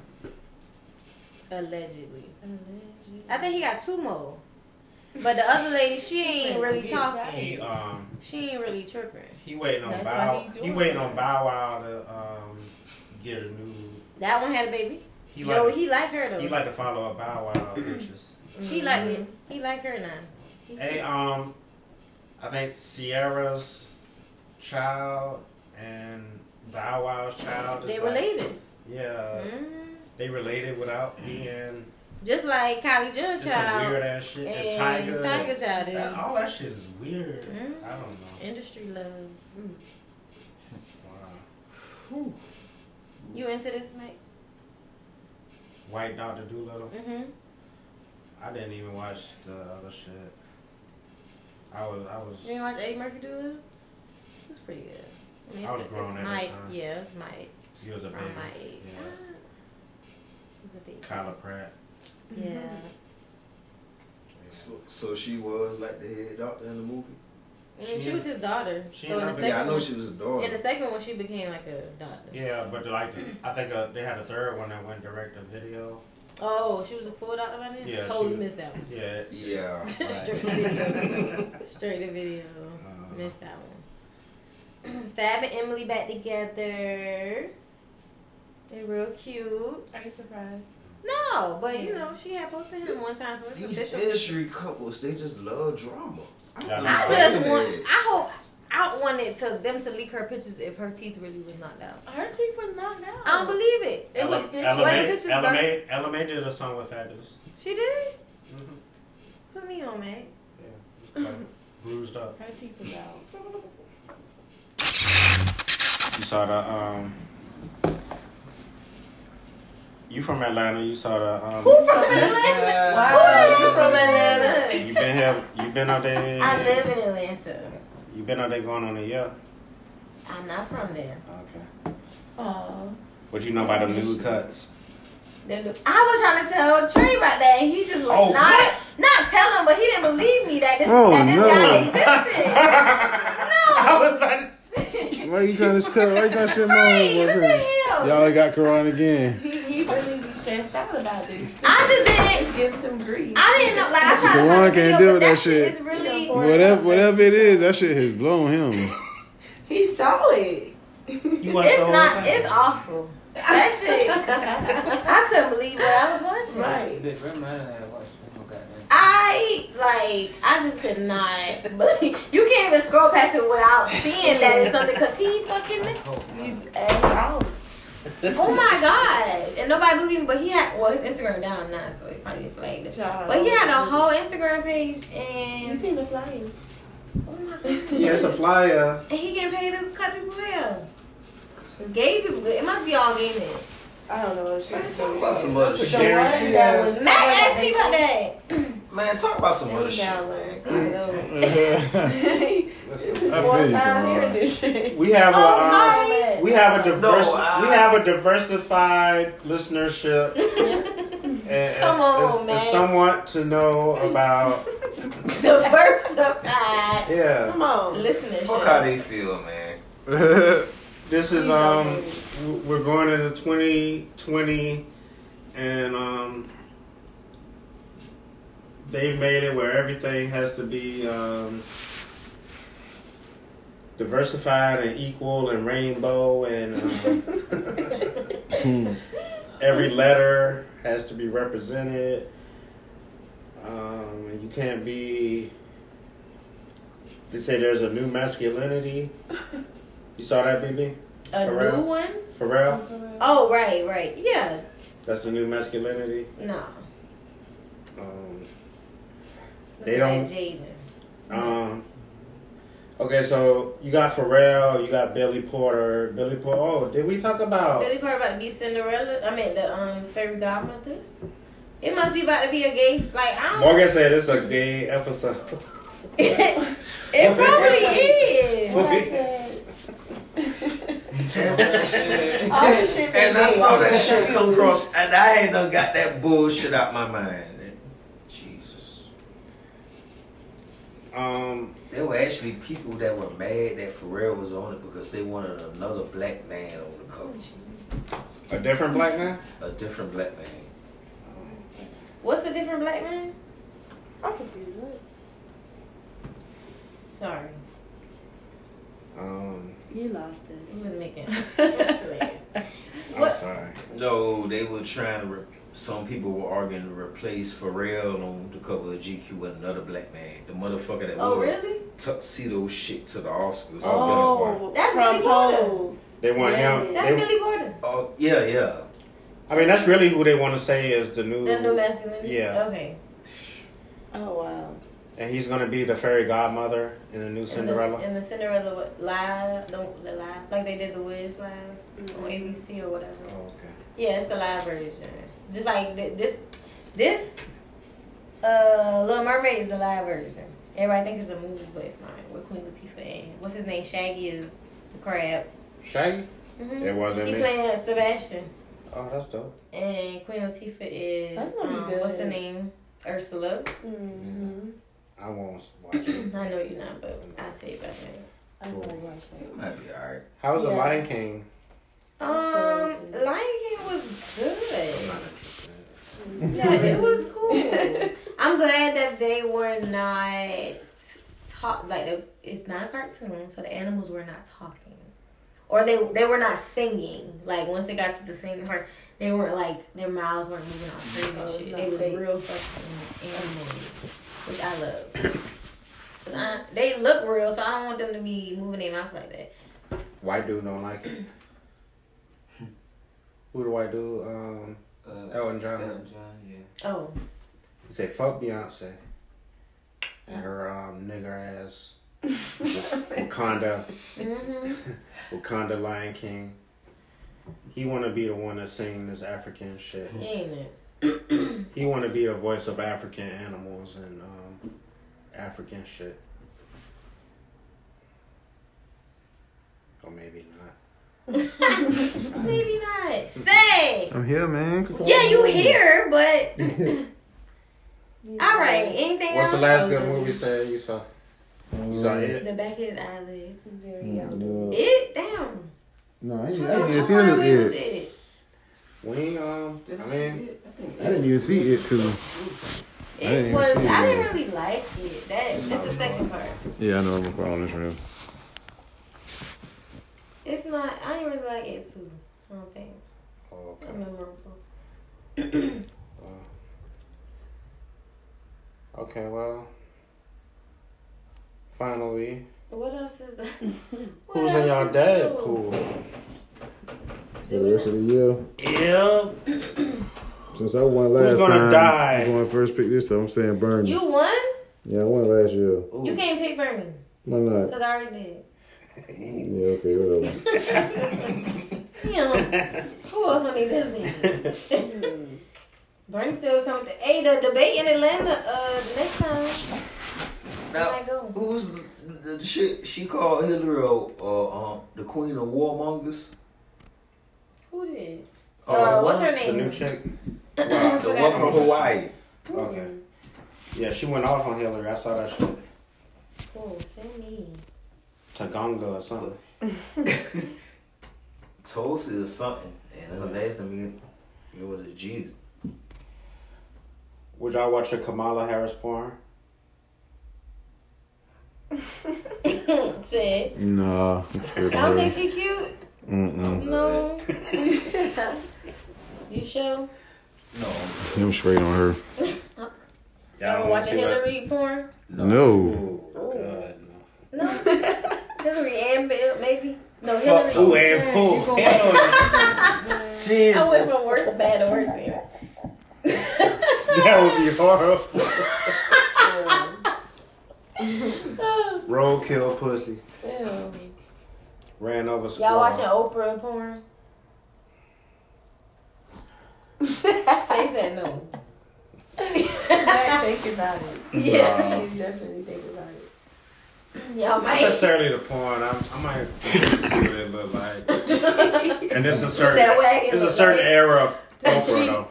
[SPEAKER 10] Allegedly.
[SPEAKER 7] Allegedly.
[SPEAKER 10] I think he got two more. But the other lady, she ain't really
[SPEAKER 7] Get
[SPEAKER 10] talking.
[SPEAKER 7] that.
[SPEAKER 8] He um
[SPEAKER 10] She ain't really tripping.
[SPEAKER 8] he waiting on
[SPEAKER 7] That's why
[SPEAKER 8] Bow.
[SPEAKER 7] he
[SPEAKER 8] He,
[SPEAKER 7] doing
[SPEAKER 8] waiting
[SPEAKER 7] that.
[SPEAKER 8] on Bow Wow to um get a new.
[SPEAKER 10] That one had a baby.
[SPEAKER 8] He
[SPEAKER 10] Yo,
[SPEAKER 8] like
[SPEAKER 10] he like her though.
[SPEAKER 8] he like to follow up Bow Wow bitches.
[SPEAKER 10] He like it. He like her now. He-
[SPEAKER 8] Hey, um, I think Sierra's child and Bow Wow's child. Is
[SPEAKER 10] they
[SPEAKER 8] like- uh,
[SPEAKER 10] related.
[SPEAKER 8] Yeah,
[SPEAKER 10] Mm.
[SPEAKER 8] they related without being
[SPEAKER 10] Just like Kylie Jenner
[SPEAKER 8] just some
[SPEAKER 10] child
[SPEAKER 8] weird ass shit. And,
[SPEAKER 10] and
[SPEAKER 8] Tiger,
[SPEAKER 10] Tiger child is.
[SPEAKER 8] That- all that shit is weird.
[SPEAKER 10] Mm.
[SPEAKER 8] I don't know.
[SPEAKER 10] Industry love. Mm-hmm.
[SPEAKER 8] Wow.
[SPEAKER 10] You into this, mate?
[SPEAKER 8] White Doctor Doolittle.
[SPEAKER 10] Mm-hmm.
[SPEAKER 8] I didn't even watch the other shit. I was, I was.
[SPEAKER 10] You didn't watch Eddie Murphy do it? It's pretty good. I mean,
[SPEAKER 8] I
[SPEAKER 10] it's,
[SPEAKER 8] was grown
[SPEAKER 10] it's
[SPEAKER 8] at
[SPEAKER 10] my
[SPEAKER 8] that time.
[SPEAKER 10] yeah, it's my
[SPEAKER 8] He was a
[SPEAKER 10] around
[SPEAKER 8] baby.
[SPEAKER 10] my age.
[SPEAKER 8] Yeah.
[SPEAKER 10] Ah, he was "Ah." a baby.
[SPEAKER 8] Kyla Pratt.
[SPEAKER 10] Yeah.
[SPEAKER 6] So, so she was like the head doctor in the movie.
[SPEAKER 10] I mean, she, was his daughter.
[SPEAKER 8] she
[SPEAKER 10] so in
[SPEAKER 8] ain't
[SPEAKER 10] the second
[SPEAKER 8] no-
[SPEAKER 6] yeah, I know
[SPEAKER 10] one,
[SPEAKER 6] she was a daughter.
[SPEAKER 10] In the second one, she became like a doctor.
[SPEAKER 8] Yeah, but like I think uh, they had a third one that went direct to video.
[SPEAKER 10] Oh, she was a full doctor by then.
[SPEAKER 8] Yeah,
[SPEAKER 10] totally
[SPEAKER 8] she-
[SPEAKER 10] missed that one.
[SPEAKER 8] Yeah.
[SPEAKER 6] Yeah.
[SPEAKER 10] Straight to video. Straight to video.
[SPEAKER 8] Uh-huh.
[SPEAKER 10] Missed that one. Fab and Emily back together. They real cute.
[SPEAKER 7] Are you surprised?
[SPEAKER 10] No, but you know she had posted him one time, so it's
[SPEAKER 6] These
[SPEAKER 10] official.
[SPEAKER 6] industry couples, they just love drama. I,
[SPEAKER 8] Yeah.
[SPEAKER 6] don't
[SPEAKER 10] I
[SPEAKER 6] understand
[SPEAKER 10] just want.
[SPEAKER 6] that.
[SPEAKER 10] I hope. I wanted to them to leak her pictures if her teeth really was knocked out.
[SPEAKER 7] Her teeth was knocked out.
[SPEAKER 10] I don't believe it.
[SPEAKER 7] It was bitch.
[SPEAKER 8] LMA,
[SPEAKER 10] What the pictures
[SPEAKER 8] LMA, LMA did a song with Fabulous.
[SPEAKER 10] She did.
[SPEAKER 8] Mhm.
[SPEAKER 10] Put me on, man.
[SPEAKER 8] Yeah. Like, bruised up.
[SPEAKER 7] Her teeth was out.
[SPEAKER 8] You saw the um. You from Atlanta? You saw the um.
[SPEAKER 10] Who from Atlanta? Why Who the hell from Atlanta?
[SPEAKER 8] You been here? You been out there?
[SPEAKER 10] I live in Atlanta.
[SPEAKER 8] You been out there going on a year?
[SPEAKER 10] I'm not from there.
[SPEAKER 8] Okay.
[SPEAKER 10] Oh.
[SPEAKER 8] What you know about them new cuts?
[SPEAKER 10] I was trying to tell Trey about that, and he just was
[SPEAKER 8] Oh,
[SPEAKER 10] not not tell him, but he didn't believe me that this
[SPEAKER 14] Oh,
[SPEAKER 10] that this
[SPEAKER 14] no.
[SPEAKER 10] guy existed. no,
[SPEAKER 8] I was about to
[SPEAKER 14] Why you trying to tell? Why you trying to tell my homeboy?
[SPEAKER 10] hell?
[SPEAKER 14] Y'all got Quran again.
[SPEAKER 7] He, he really be stressed out about this.
[SPEAKER 10] I just
[SPEAKER 7] didn't give some grief.
[SPEAKER 10] I didn't know. Like I tried to
[SPEAKER 14] Quran
[SPEAKER 10] find
[SPEAKER 14] can't
[SPEAKER 10] a
[SPEAKER 14] deal
[SPEAKER 10] video, but
[SPEAKER 14] with that
[SPEAKER 10] Is
[SPEAKER 14] shit.
[SPEAKER 10] really
[SPEAKER 14] Whatever, whatever it is, that shit has blown him.
[SPEAKER 7] He saw it.
[SPEAKER 14] watched
[SPEAKER 10] it's
[SPEAKER 14] the whole
[SPEAKER 10] not.
[SPEAKER 14] thing?
[SPEAKER 10] It's awful. That shit. I couldn't believe what I was watching.
[SPEAKER 4] Big grandma had to watch. it. Oh, goddamn.
[SPEAKER 10] I like I just could not. believe you can't even scroll past it without seeing that it's something because he fucking
[SPEAKER 7] he's ass out.
[SPEAKER 10] Oh my god! And nobody believed him, but he had well his Instagram down now, so he probably flagged it.
[SPEAKER 7] Child.
[SPEAKER 10] But he had a whole Instagram page, and
[SPEAKER 7] You seen the flyer?
[SPEAKER 10] oh my god!
[SPEAKER 8] Yeah, it's a flyer.
[SPEAKER 10] And he getting paid to cut people hair. Gay people, it must be all gay men.
[SPEAKER 7] I don't know. She was talking
[SPEAKER 6] about some other shit.
[SPEAKER 7] That was
[SPEAKER 10] Matt asked me about that.
[SPEAKER 6] Man, talk about some other
[SPEAKER 7] Down
[SPEAKER 6] shit.
[SPEAKER 7] there. I know. Mm-hmm.
[SPEAKER 6] This
[SPEAKER 7] is one time hearing this shit.
[SPEAKER 8] We have a um,
[SPEAKER 10] Oh,
[SPEAKER 8] we have a
[SPEAKER 6] No,
[SPEAKER 8] diverse
[SPEAKER 6] I-
[SPEAKER 8] we have a diversified listenership. and, and-
[SPEAKER 10] Come on,
[SPEAKER 8] and- and
[SPEAKER 10] man.
[SPEAKER 8] some want to know about
[SPEAKER 10] Diversified.
[SPEAKER 8] Yeah. Come
[SPEAKER 7] on.
[SPEAKER 10] Listen
[SPEAKER 6] Fuck how they feel, man.
[SPEAKER 8] this is um w- we're going into 2020 and um they've made it where everything has to be um diversified and equal and rainbow and um, every letter has to be represented um and you can't be they say there's a new masculinity you saw that, BB?
[SPEAKER 10] A
[SPEAKER 8] Pharrell?
[SPEAKER 10] new one?
[SPEAKER 8] Pharrell?
[SPEAKER 10] Oh right, right, yeah.
[SPEAKER 8] That's the new masculinity.
[SPEAKER 10] No,
[SPEAKER 8] Um,
[SPEAKER 10] Look
[SPEAKER 8] they
[SPEAKER 10] at
[SPEAKER 8] don't.
[SPEAKER 10] that Jaden.
[SPEAKER 8] Um, okay, so you got Pharrell, you got Billy Porter. Billy Porter. Oh, did we talk about?
[SPEAKER 10] Really probably about to be Cinderella. I mean the um fairy godmother. It must be about to be a gay like I don't
[SPEAKER 8] Morgan said it's a gay episode.
[SPEAKER 10] It probably is.
[SPEAKER 7] All this shit
[SPEAKER 6] and I
[SPEAKER 7] been
[SPEAKER 6] saw
[SPEAKER 7] made.
[SPEAKER 6] that shit come across, and I ain't done got that bullshit out my mind. Jesus.
[SPEAKER 8] Um,
[SPEAKER 6] there were actually people that were mad that Pharrell was on it because they wanted another black man on the cover.
[SPEAKER 8] A different black man?
[SPEAKER 6] A different black man.
[SPEAKER 10] What's a different black man?
[SPEAKER 7] I'm confused. What?
[SPEAKER 10] Sorry.
[SPEAKER 8] Um,
[SPEAKER 7] You lost us.
[SPEAKER 10] He was making
[SPEAKER 6] I'm
[SPEAKER 8] sorry.
[SPEAKER 6] No, they were trying to. Re- some people were arguing to replace Pharrell on the cover of GQ with another black man. The motherfucker that
[SPEAKER 10] Oh,
[SPEAKER 6] wore
[SPEAKER 10] really?
[SPEAKER 6] tuxedo shit to the Oscars.
[SPEAKER 10] Oh, that's
[SPEAKER 7] From
[SPEAKER 10] Billy Porter.
[SPEAKER 8] They want him.
[SPEAKER 10] That's
[SPEAKER 8] they-
[SPEAKER 10] Billy Porter.
[SPEAKER 6] Oh yeah, yeah.
[SPEAKER 8] I mean, that's really who they want to say is the new.
[SPEAKER 10] The new masculinity.
[SPEAKER 8] Yeah.
[SPEAKER 10] Okay.
[SPEAKER 7] Oh wow.
[SPEAKER 8] And he's gonna be the fairy godmother in the new Cinderella.
[SPEAKER 10] And the, and the Cinderella what, live, the, the live, like they did the Wiz live
[SPEAKER 7] Mm-hmm.
[SPEAKER 10] on ABC or whatever.
[SPEAKER 8] Oh, okay.
[SPEAKER 10] Yeah, it's the live version. Just like th- this, this, uh, Little Mermaid is the live version. Everybody think it's a movie, but it's not. With Queen Latifah and what's his name? Shaggy is the crab.
[SPEAKER 8] Shaggy?
[SPEAKER 7] Mm-hmm.
[SPEAKER 10] Mhm.
[SPEAKER 8] It wasn't
[SPEAKER 10] He
[SPEAKER 8] me.
[SPEAKER 10] playing Sebastian,
[SPEAKER 8] Oh, that's dope.
[SPEAKER 10] and Queen Latifah is
[SPEAKER 7] That's gonna be
[SPEAKER 10] um,
[SPEAKER 7] good.
[SPEAKER 10] what's her name? Ursula.
[SPEAKER 7] Mm-hmm.
[SPEAKER 8] I won't.
[SPEAKER 10] I know you're not, but I'll tell you about that.
[SPEAKER 7] I know you watch that.
[SPEAKER 6] Might be alright.
[SPEAKER 8] How's the
[SPEAKER 7] Yeah.
[SPEAKER 8] Lion King?
[SPEAKER 10] Um, Lion King was
[SPEAKER 8] I'm
[SPEAKER 10] good.
[SPEAKER 8] not interested.
[SPEAKER 10] Yeah, it was cool. I'm glad that they were not talk like the, it's not a cartoon, so the animals were not talking, or they they were not singing. Like once they got to the singing part, they weren't like their mouths weren't moving on screen
[SPEAKER 7] Oh,
[SPEAKER 10] and
[SPEAKER 7] it's
[SPEAKER 10] shit.
[SPEAKER 7] not
[SPEAKER 10] They was
[SPEAKER 7] fake.
[SPEAKER 10] real fucking animals, which I love. 'Cause I, they look real, so I don't want them to be moving their mouth like that.
[SPEAKER 8] White dude don't like it. Who the white dude? Um, Elton John.
[SPEAKER 4] uh, Elton John, yeah.
[SPEAKER 10] Oh,
[SPEAKER 8] He said, "Fuck Beyonce and her um nigger ass Wakanda,
[SPEAKER 10] mm-hmm.
[SPEAKER 8] Wakanda Lion King." He want to be the one that sing this African shit.
[SPEAKER 10] he ain't it.
[SPEAKER 8] He want to be the voice of African animals and um, African shit. Or maybe not.
[SPEAKER 10] Maybe not. Say.
[SPEAKER 5] I'm here, man.
[SPEAKER 10] Yeah, you here, but all right. Anything
[SPEAKER 8] What's the
[SPEAKER 10] else?
[SPEAKER 8] last good movie say you saw? You saw
[SPEAKER 5] Mm.
[SPEAKER 8] it?
[SPEAKER 10] The back of his eyelids.
[SPEAKER 5] No,
[SPEAKER 10] It damn.
[SPEAKER 5] I
[SPEAKER 10] How
[SPEAKER 5] didn't, I
[SPEAKER 10] the
[SPEAKER 5] didn't even
[SPEAKER 10] fuck
[SPEAKER 5] see none of
[SPEAKER 10] was
[SPEAKER 5] it.
[SPEAKER 10] it?
[SPEAKER 8] We ain't, um, I mean,
[SPEAKER 5] I didn't even see it too. I didn't
[SPEAKER 10] It
[SPEAKER 5] even
[SPEAKER 10] was.
[SPEAKER 5] see it,
[SPEAKER 10] I
[SPEAKER 5] man.
[SPEAKER 10] didn't really like it. That that's the second part.
[SPEAKER 5] Yeah, I know I'm following this real.
[SPEAKER 10] It's not. I didn't really like it too. I don't think.
[SPEAKER 8] Oh,
[SPEAKER 10] It's memorable.
[SPEAKER 8] okay, well, finally,
[SPEAKER 10] What else is that? What
[SPEAKER 8] who's in
[SPEAKER 10] else
[SPEAKER 8] y'all
[SPEAKER 10] is
[SPEAKER 8] dad
[SPEAKER 10] new?
[SPEAKER 8] pool?
[SPEAKER 5] The rest of the year.
[SPEAKER 8] Yeah.
[SPEAKER 5] Since I won last
[SPEAKER 8] gonna
[SPEAKER 5] time,
[SPEAKER 8] die?
[SPEAKER 5] I'm going first pick this, so I'm saying Bernie.
[SPEAKER 10] You won.
[SPEAKER 5] yeah, I won last year.
[SPEAKER 10] You can't pick Bernie
[SPEAKER 5] Why not?
[SPEAKER 10] because I already did.
[SPEAKER 5] Yeah, okay, whatever.
[SPEAKER 10] Damn. Who else on their damn man? Bernie still coming. To, hey, the debate in Atlanta. Uh, the next time.
[SPEAKER 6] Now, who's the, the shit she called Hillary uh, uh, the queen of warmongers?
[SPEAKER 10] Who did?
[SPEAKER 6] Oh,
[SPEAKER 10] uh, what's
[SPEAKER 6] what?
[SPEAKER 10] her name?
[SPEAKER 8] The new chick.
[SPEAKER 10] I
[SPEAKER 6] The
[SPEAKER 10] forgot.
[SPEAKER 6] one from Hawaii.
[SPEAKER 8] Okay. Yeah, she went off on Hillary. I saw that shit.
[SPEAKER 10] Oh, send me.
[SPEAKER 8] Tagonga or something.
[SPEAKER 6] Tulsi or something. And her last name it was a G.
[SPEAKER 8] Would y'all watch a Kamala Harris porn?
[SPEAKER 10] Said.
[SPEAKER 5] Nah,
[SPEAKER 10] I
[SPEAKER 5] I'm tripping.
[SPEAKER 10] don't think she cute.
[SPEAKER 5] Mm-mm.
[SPEAKER 10] No. you sure?
[SPEAKER 5] I'm straight on her.
[SPEAKER 10] You ever watch a Hillary porn?
[SPEAKER 5] No.
[SPEAKER 8] Oh,
[SPEAKER 10] No. Hillary and Bill, maybe. No,
[SPEAKER 8] Fuck
[SPEAKER 10] Hillary.
[SPEAKER 8] who and who? Hell
[SPEAKER 10] I went from work to bad to work there.
[SPEAKER 8] That would be horrible. Roadkill pussy.
[SPEAKER 10] Ew.
[SPEAKER 8] Ran over squirrel.
[SPEAKER 10] Y'all watching Oprah porn? Tay said no.
[SPEAKER 7] think about it.
[SPEAKER 10] Yeah.
[SPEAKER 7] You definitely think about it.
[SPEAKER 10] Y'all
[SPEAKER 8] Not
[SPEAKER 10] might.
[SPEAKER 8] necessarily the porn. I'm, I might see what it look like. And it's a certain,
[SPEAKER 10] That wagon
[SPEAKER 8] it's a
[SPEAKER 10] look
[SPEAKER 8] certain
[SPEAKER 10] like-
[SPEAKER 8] era of Oprah, though.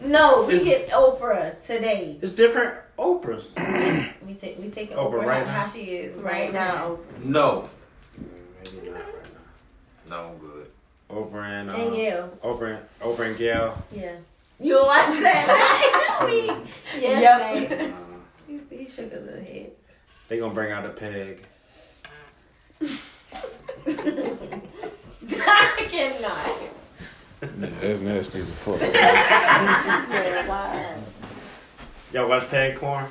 [SPEAKER 10] No, we get Oprah today.
[SPEAKER 8] It's different Oprahs.
[SPEAKER 10] We take we take
[SPEAKER 8] Oprah
[SPEAKER 10] Oprah,
[SPEAKER 8] right
[SPEAKER 10] how,
[SPEAKER 8] now?
[SPEAKER 10] how she is right now.
[SPEAKER 6] No. No, I'm good.
[SPEAKER 8] Oprah and, uh,
[SPEAKER 10] And Gail.
[SPEAKER 8] Oprah, and- Oprah and Gail.
[SPEAKER 10] Yeah. You watch that? right? we, yes,
[SPEAKER 7] Yep.
[SPEAKER 10] babe. He, he shook a little head.
[SPEAKER 8] They gonna bring out a peg.
[SPEAKER 10] I cannot.
[SPEAKER 5] Yeah, that's nasty as fuck.
[SPEAKER 8] Y'all watch peg porn?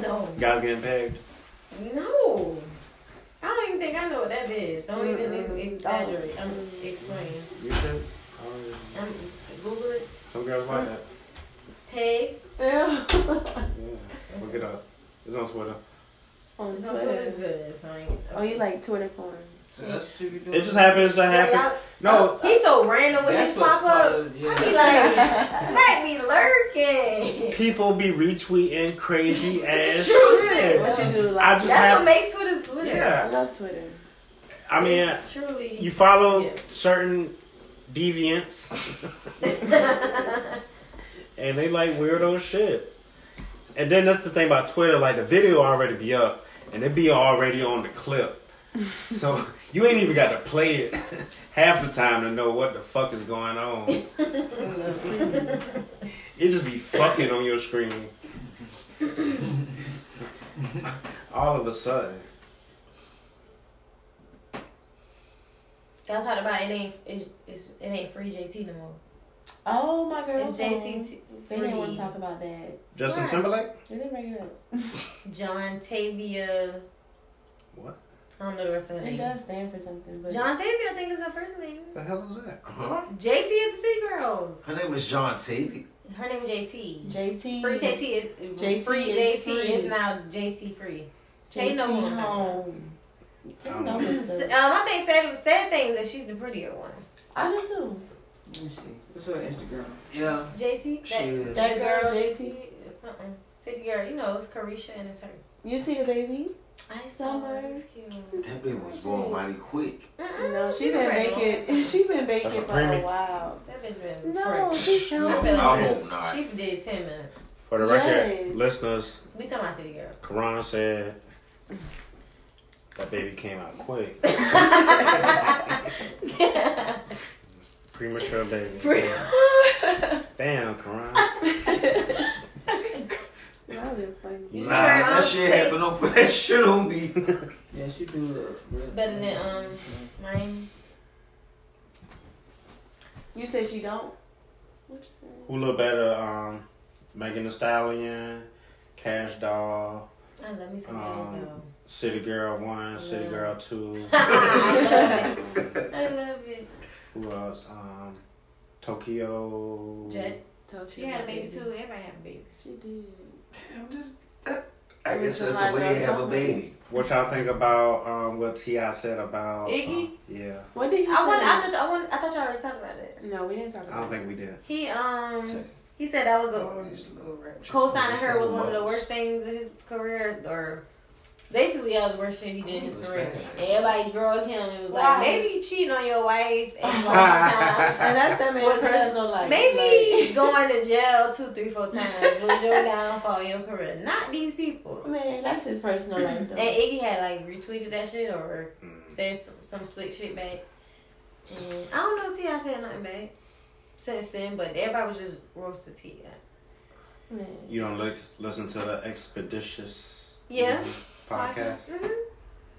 [SPEAKER 10] No.
[SPEAKER 8] Guys getting pegged?
[SPEAKER 10] No. I don't even think I know what that is. Don't even ex- exaggerate. I'm explaining.
[SPEAKER 8] You should. Um,
[SPEAKER 10] I'm Google it.
[SPEAKER 8] some girls like that.
[SPEAKER 10] Peg.
[SPEAKER 8] Yeah. Look it up. It's on Twitter.
[SPEAKER 7] On
[SPEAKER 10] It's on Twitter.
[SPEAKER 7] Twitter.
[SPEAKER 10] Good. So I ain't-
[SPEAKER 7] Oh, you like Twitter porn?
[SPEAKER 4] So that's what you be doing.
[SPEAKER 8] It just happens to
[SPEAKER 10] Yeah,
[SPEAKER 8] happen.
[SPEAKER 10] y'all-
[SPEAKER 8] No.
[SPEAKER 10] He's so random with
[SPEAKER 8] That's
[SPEAKER 10] his
[SPEAKER 8] what
[SPEAKER 10] pop ups.
[SPEAKER 8] follows, yeah.
[SPEAKER 10] I be like, that be lurking.
[SPEAKER 8] People be retweeting crazy ass
[SPEAKER 10] True
[SPEAKER 8] shit.
[SPEAKER 10] What you do,
[SPEAKER 8] I just
[SPEAKER 10] That's what
[SPEAKER 8] have.
[SPEAKER 10] makes Twitter Twitter.
[SPEAKER 8] Yeah. I
[SPEAKER 7] love Twitter.
[SPEAKER 8] I mean, uh,
[SPEAKER 10] It's truly.
[SPEAKER 8] you follow certain deviants, and they like weirdo shit. And then that's the thing about Twitter. Like the video already be up, and it be already on the clip. So you ain't even got to play it half the time to know what the fuck is going on. It just be fucking on your screen. All of a sudden.
[SPEAKER 10] Y'all talked about it ain't it's, it's, it ain't free JT no more.
[SPEAKER 7] Oh my girl.
[SPEAKER 10] It's JT.
[SPEAKER 7] They didn't want to talk about that.
[SPEAKER 8] Justin Timberlake?
[SPEAKER 7] They didn't bring it up.
[SPEAKER 10] John Tavia.
[SPEAKER 8] What?
[SPEAKER 10] I don't know the rest of her
[SPEAKER 7] It
[SPEAKER 10] name.
[SPEAKER 7] does stand for something. But
[SPEAKER 10] John Tavia, I think is her first name.
[SPEAKER 8] The hell is that?
[SPEAKER 6] Huh?
[SPEAKER 10] JT and the City Girls.
[SPEAKER 6] Her name is John Tavy.
[SPEAKER 10] Her name JT.
[SPEAKER 7] JT.
[SPEAKER 10] Free JT is
[SPEAKER 7] JT
[SPEAKER 10] free. JT
[SPEAKER 7] is free.
[SPEAKER 10] is now JT free. Tay
[SPEAKER 7] JT
[SPEAKER 10] no one.
[SPEAKER 7] home. Tay no one's
[SPEAKER 10] Um,
[SPEAKER 7] the-
[SPEAKER 10] I think sad sad thing is that she's the prettier one.
[SPEAKER 7] I do too.
[SPEAKER 4] Let me see. What's her Instagram?
[SPEAKER 6] Yeah.
[SPEAKER 10] JT,
[SPEAKER 4] She
[SPEAKER 10] that,
[SPEAKER 4] is.
[SPEAKER 7] That girl,
[SPEAKER 10] JT, is something. City girl, you know, it's Carisha and it's her. Oh,
[SPEAKER 7] You see the baby?
[SPEAKER 10] I
[SPEAKER 7] Summer.
[SPEAKER 6] That baby was born mighty quick.
[SPEAKER 7] No, she been baking. She been baking for a while.
[SPEAKER 10] That bitch been
[SPEAKER 7] No,
[SPEAKER 10] fresh.
[SPEAKER 7] she's young.
[SPEAKER 10] I feel
[SPEAKER 8] I
[SPEAKER 10] like
[SPEAKER 8] hope not.
[SPEAKER 10] She did ten minutes.
[SPEAKER 8] For the
[SPEAKER 7] Yes.
[SPEAKER 8] record, listeners,
[SPEAKER 10] We talking about city girl.
[SPEAKER 8] Karan said that baby came out quick. Premature baby. Yeah. Damn, Karan.
[SPEAKER 10] You see her
[SPEAKER 6] Nah,
[SPEAKER 10] on
[SPEAKER 6] that shit
[SPEAKER 10] tape?
[SPEAKER 6] happened on that shit on me.
[SPEAKER 4] Yeah, she do.
[SPEAKER 10] It's better than um
[SPEAKER 4] Mm-hmm.
[SPEAKER 10] mine.
[SPEAKER 7] You said she don't. What you said?
[SPEAKER 8] Who look better? Um, Megan Thee Stallion, Cash Doll,
[SPEAKER 10] I love me some
[SPEAKER 8] um,
[SPEAKER 10] Megan
[SPEAKER 8] City Girl One, City
[SPEAKER 10] Yeah.
[SPEAKER 8] Girl Two.
[SPEAKER 10] I love it. I love it.
[SPEAKER 8] Who else? Um, Tokyo.
[SPEAKER 10] Jet.
[SPEAKER 7] Talk
[SPEAKER 10] She
[SPEAKER 7] shit
[SPEAKER 10] had a
[SPEAKER 7] about
[SPEAKER 10] baby
[SPEAKER 7] baby.
[SPEAKER 10] too. Everybody had a baby.
[SPEAKER 7] She did.
[SPEAKER 6] I guess that's the way you have a baby.
[SPEAKER 8] What y'all think about um, what Ti said about
[SPEAKER 10] Iggy?
[SPEAKER 8] um, yeah,
[SPEAKER 7] What did he
[SPEAKER 10] I want.
[SPEAKER 7] say?
[SPEAKER 10] I thought. I want. I thought y'all already talked about it.
[SPEAKER 7] No, we didn't talk
[SPEAKER 8] I
[SPEAKER 7] about
[SPEAKER 8] don't think we did.
[SPEAKER 10] He um. He said that was the co-signing her was one of the worst things in his career, or basically that was the worst shit he did in his career. And everybody drug him. It was
[SPEAKER 7] Why?
[SPEAKER 10] like maybe cheating on your wife and multiple times.
[SPEAKER 7] And that's that man's
[SPEAKER 10] Was the-
[SPEAKER 7] personal life.
[SPEAKER 10] Maybe
[SPEAKER 7] Like-
[SPEAKER 10] going to jail two, three, four times was your downfall, in your career. Not these people.
[SPEAKER 7] Man, that's his personal life. Though.
[SPEAKER 10] And Iggy had like retweeted that shit or
[SPEAKER 8] Mm.
[SPEAKER 10] said some, some slick shit back. And I don't know if T.I. said nothing back since then, but everybody was just roasted T.I.
[SPEAKER 7] Man.
[SPEAKER 8] You don't li- listen to the expeditious
[SPEAKER 10] Yeah.
[SPEAKER 8] podcast.
[SPEAKER 10] hmm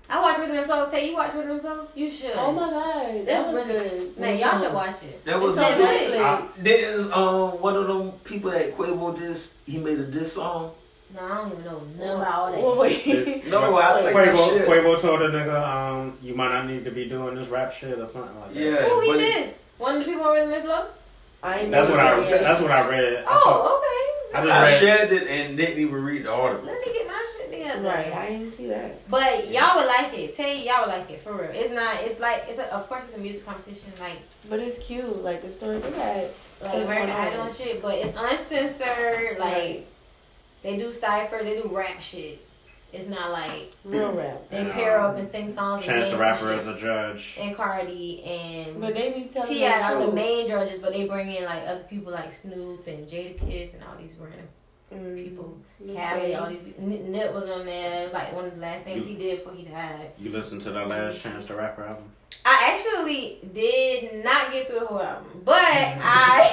[SPEAKER 10] I watch Rhythm and Flow. Tay, you watch Rhythm and Flow? You should.
[SPEAKER 7] Oh my god,
[SPEAKER 10] That's
[SPEAKER 7] that was
[SPEAKER 10] really
[SPEAKER 7] good.
[SPEAKER 10] Man, y'all should watch it.
[SPEAKER 6] That was
[SPEAKER 10] It's on Netflix.
[SPEAKER 6] uh, there's um one of them people that Quavo did. He made a diss song.
[SPEAKER 10] No, I don't even know nothing about all that.
[SPEAKER 6] No, I think that
[SPEAKER 8] Quavo,
[SPEAKER 6] shit.
[SPEAKER 8] Quavo told a nigga, um, you might not need to be doing this rap shit or something like that.
[SPEAKER 6] Yeah,
[SPEAKER 10] Who he
[SPEAKER 6] but it-
[SPEAKER 10] this? One of the people on Rhythm and Flow?
[SPEAKER 7] I ain't
[SPEAKER 8] That's
[SPEAKER 7] know
[SPEAKER 8] what I.
[SPEAKER 7] that yet.
[SPEAKER 8] That's what I read. I saw-
[SPEAKER 10] Oh, okay.
[SPEAKER 8] I just
[SPEAKER 6] I
[SPEAKER 8] read-
[SPEAKER 6] shared it and didn't even read the article.
[SPEAKER 10] Let me get my shit together.
[SPEAKER 7] Right, I didn't see that.
[SPEAKER 10] But y'all would like it. Tell you, y'all would like it for real. It's not. It's like it's a, of course it's a music competition like
[SPEAKER 7] But it's cute, like the story they had. uh,
[SPEAKER 10] like American Idol and shit, but it's uncensored. Like
[SPEAKER 7] Right.
[SPEAKER 10] they do cipher, they do rap shit. It's not like
[SPEAKER 7] Real rap.
[SPEAKER 10] They
[SPEAKER 8] And,
[SPEAKER 10] pair
[SPEAKER 8] um,
[SPEAKER 10] up and sing songs.
[SPEAKER 8] Chance
[SPEAKER 10] and
[SPEAKER 8] the
[SPEAKER 10] dance
[SPEAKER 8] rapper
[SPEAKER 10] and
[SPEAKER 8] as
[SPEAKER 10] shit.
[SPEAKER 8] a judge.
[SPEAKER 10] and Cardi and
[SPEAKER 7] But they be telling
[SPEAKER 10] Ti
[SPEAKER 7] the
[SPEAKER 10] are the
[SPEAKER 7] truth.
[SPEAKER 10] main judges, but they bring in like other people like Snoop and Jada Kiss and all these random
[SPEAKER 7] Mm-hmm.
[SPEAKER 10] people.
[SPEAKER 7] Lil
[SPEAKER 10] Cali,
[SPEAKER 7] Baby.
[SPEAKER 10] all these. N- Nip was on there. It was like one of the last things
[SPEAKER 6] Mm-hmm.
[SPEAKER 10] he did before he died.
[SPEAKER 8] You listened to that last Chance the Rapper album?
[SPEAKER 10] I actually did not get through the whole album, but I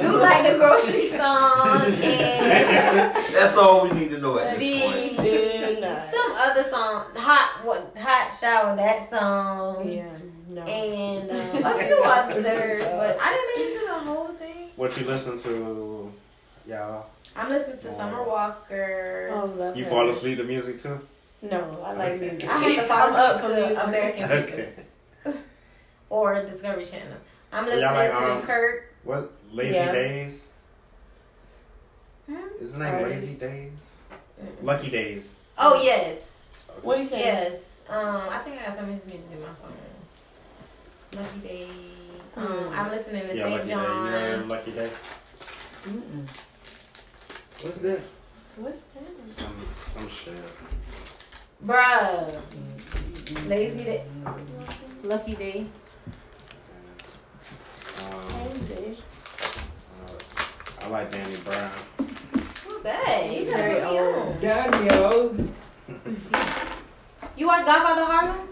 [SPEAKER 10] do like the grocery song and
[SPEAKER 6] That's all we need to know at this point.
[SPEAKER 10] the some other song, hot what, hot shower that song,
[SPEAKER 7] Yeah, no.
[SPEAKER 10] and um, a few others, but I didn't even do the whole thing.
[SPEAKER 8] What you listening to, y'all?
[SPEAKER 10] I'm listening to Summer
[SPEAKER 8] Oh.
[SPEAKER 10] Walker.
[SPEAKER 7] Oh, love
[SPEAKER 8] You
[SPEAKER 7] her.
[SPEAKER 8] fall asleep to music too?
[SPEAKER 7] No, I like music.
[SPEAKER 10] I have to
[SPEAKER 7] I'm
[SPEAKER 10] follow
[SPEAKER 7] up
[SPEAKER 10] up
[SPEAKER 7] for
[SPEAKER 10] to
[SPEAKER 7] music.
[SPEAKER 10] American
[SPEAKER 8] Okay.
[SPEAKER 10] or Discovery Channel. I'm
[SPEAKER 8] Y'all
[SPEAKER 10] listening
[SPEAKER 8] like,
[SPEAKER 10] to
[SPEAKER 8] um,
[SPEAKER 10] Kirk.
[SPEAKER 8] What? Lazy
[SPEAKER 10] Yeah.
[SPEAKER 8] Days?
[SPEAKER 10] Hmm?
[SPEAKER 8] Isn't that Lazy Days? Lucky Days.
[SPEAKER 10] Oh yes.
[SPEAKER 7] What do you say?
[SPEAKER 10] Yes. Um, I think I got some of his music in my phone. Lucky Day. Um, I'm listening to
[SPEAKER 8] Yeah,
[SPEAKER 10] St.
[SPEAKER 8] Lucky Day. You
[SPEAKER 10] John.
[SPEAKER 8] know, Lucky Day. What's that?
[SPEAKER 10] What's that?
[SPEAKER 8] Some, some shit.
[SPEAKER 10] Bruh. Lazy Day. Lucky Day.
[SPEAKER 8] Um, uh,
[SPEAKER 10] Lazy.
[SPEAKER 8] I like Danny Brown.
[SPEAKER 10] Who's that? You gotta
[SPEAKER 4] Very
[SPEAKER 10] put me on.
[SPEAKER 4] Daniel.
[SPEAKER 10] You watch Godfather Harlem?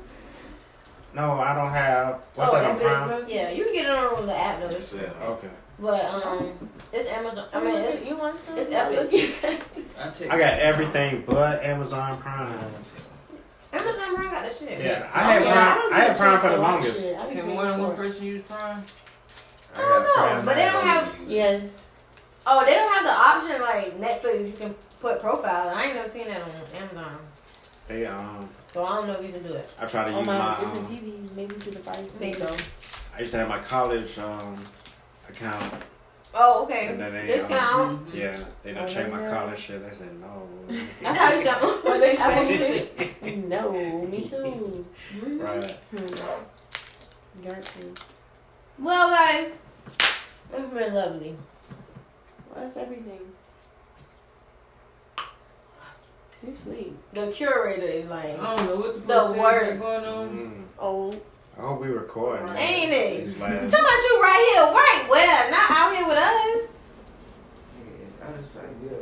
[SPEAKER 8] No, I don't have.
[SPEAKER 10] oh,
[SPEAKER 8] What's that on
[SPEAKER 10] it's been-
[SPEAKER 8] Prime?
[SPEAKER 10] Yeah, you can get it on the app though. It's-
[SPEAKER 8] Okay.
[SPEAKER 10] But um, it's Amazon. I mean, it's, you want some? It's epic.
[SPEAKER 8] I got everything but Amazon Prime.
[SPEAKER 10] Amazon Prime got the shit.
[SPEAKER 8] Yeah, I
[SPEAKER 10] Oh,
[SPEAKER 8] had Prime. I had Prime for the longest.
[SPEAKER 4] Can more than one person use Prime?
[SPEAKER 10] I don't know, but they don't have. Yes. Oh, they don't have the option like Netflix. You can put profile. I ain't never seen that on Amazon,
[SPEAKER 8] They um,
[SPEAKER 10] so I don't know if you can do it. Mm-hmm.
[SPEAKER 8] I try
[SPEAKER 7] Oh,
[SPEAKER 8] to use my. Um,
[SPEAKER 10] TV, maybe to the fire station.
[SPEAKER 8] I used to have my college um account.
[SPEAKER 10] Oh, okay.
[SPEAKER 8] And then they,
[SPEAKER 10] Discount.
[SPEAKER 4] Mm-hmm.
[SPEAKER 8] Um, yeah, they done
[SPEAKER 10] Oh,
[SPEAKER 8] checked my
[SPEAKER 10] yeah.
[SPEAKER 8] college shit. I said no.
[SPEAKER 10] I thought you got
[SPEAKER 7] What they
[SPEAKER 10] Apple
[SPEAKER 7] say?
[SPEAKER 10] Music.
[SPEAKER 7] no, me too.
[SPEAKER 10] Mm-hmm.
[SPEAKER 8] Right.
[SPEAKER 7] Hmm. Got to.
[SPEAKER 10] Well, guys, it's been lovely.
[SPEAKER 7] Well, that's everything. You sleep.
[SPEAKER 10] The curator is like
[SPEAKER 4] I don't know what the, fuck
[SPEAKER 10] the
[SPEAKER 4] said
[SPEAKER 10] worst.
[SPEAKER 4] going on.
[SPEAKER 7] Oh.
[SPEAKER 8] I hope Mm. we record. man.
[SPEAKER 10] Ain't it?
[SPEAKER 8] These
[SPEAKER 10] Talking about
[SPEAKER 8] last-
[SPEAKER 10] you right here, right well, not out here with us.
[SPEAKER 4] I just like, yeah.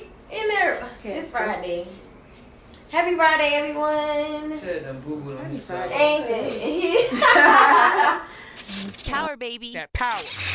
[SPEAKER 10] Like in there. It's Friday. Happy Friday, everyone.
[SPEAKER 4] Said them boo boo on his side.
[SPEAKER 10] Ain't it?
[SPEAKER 1] Power, baby. That power.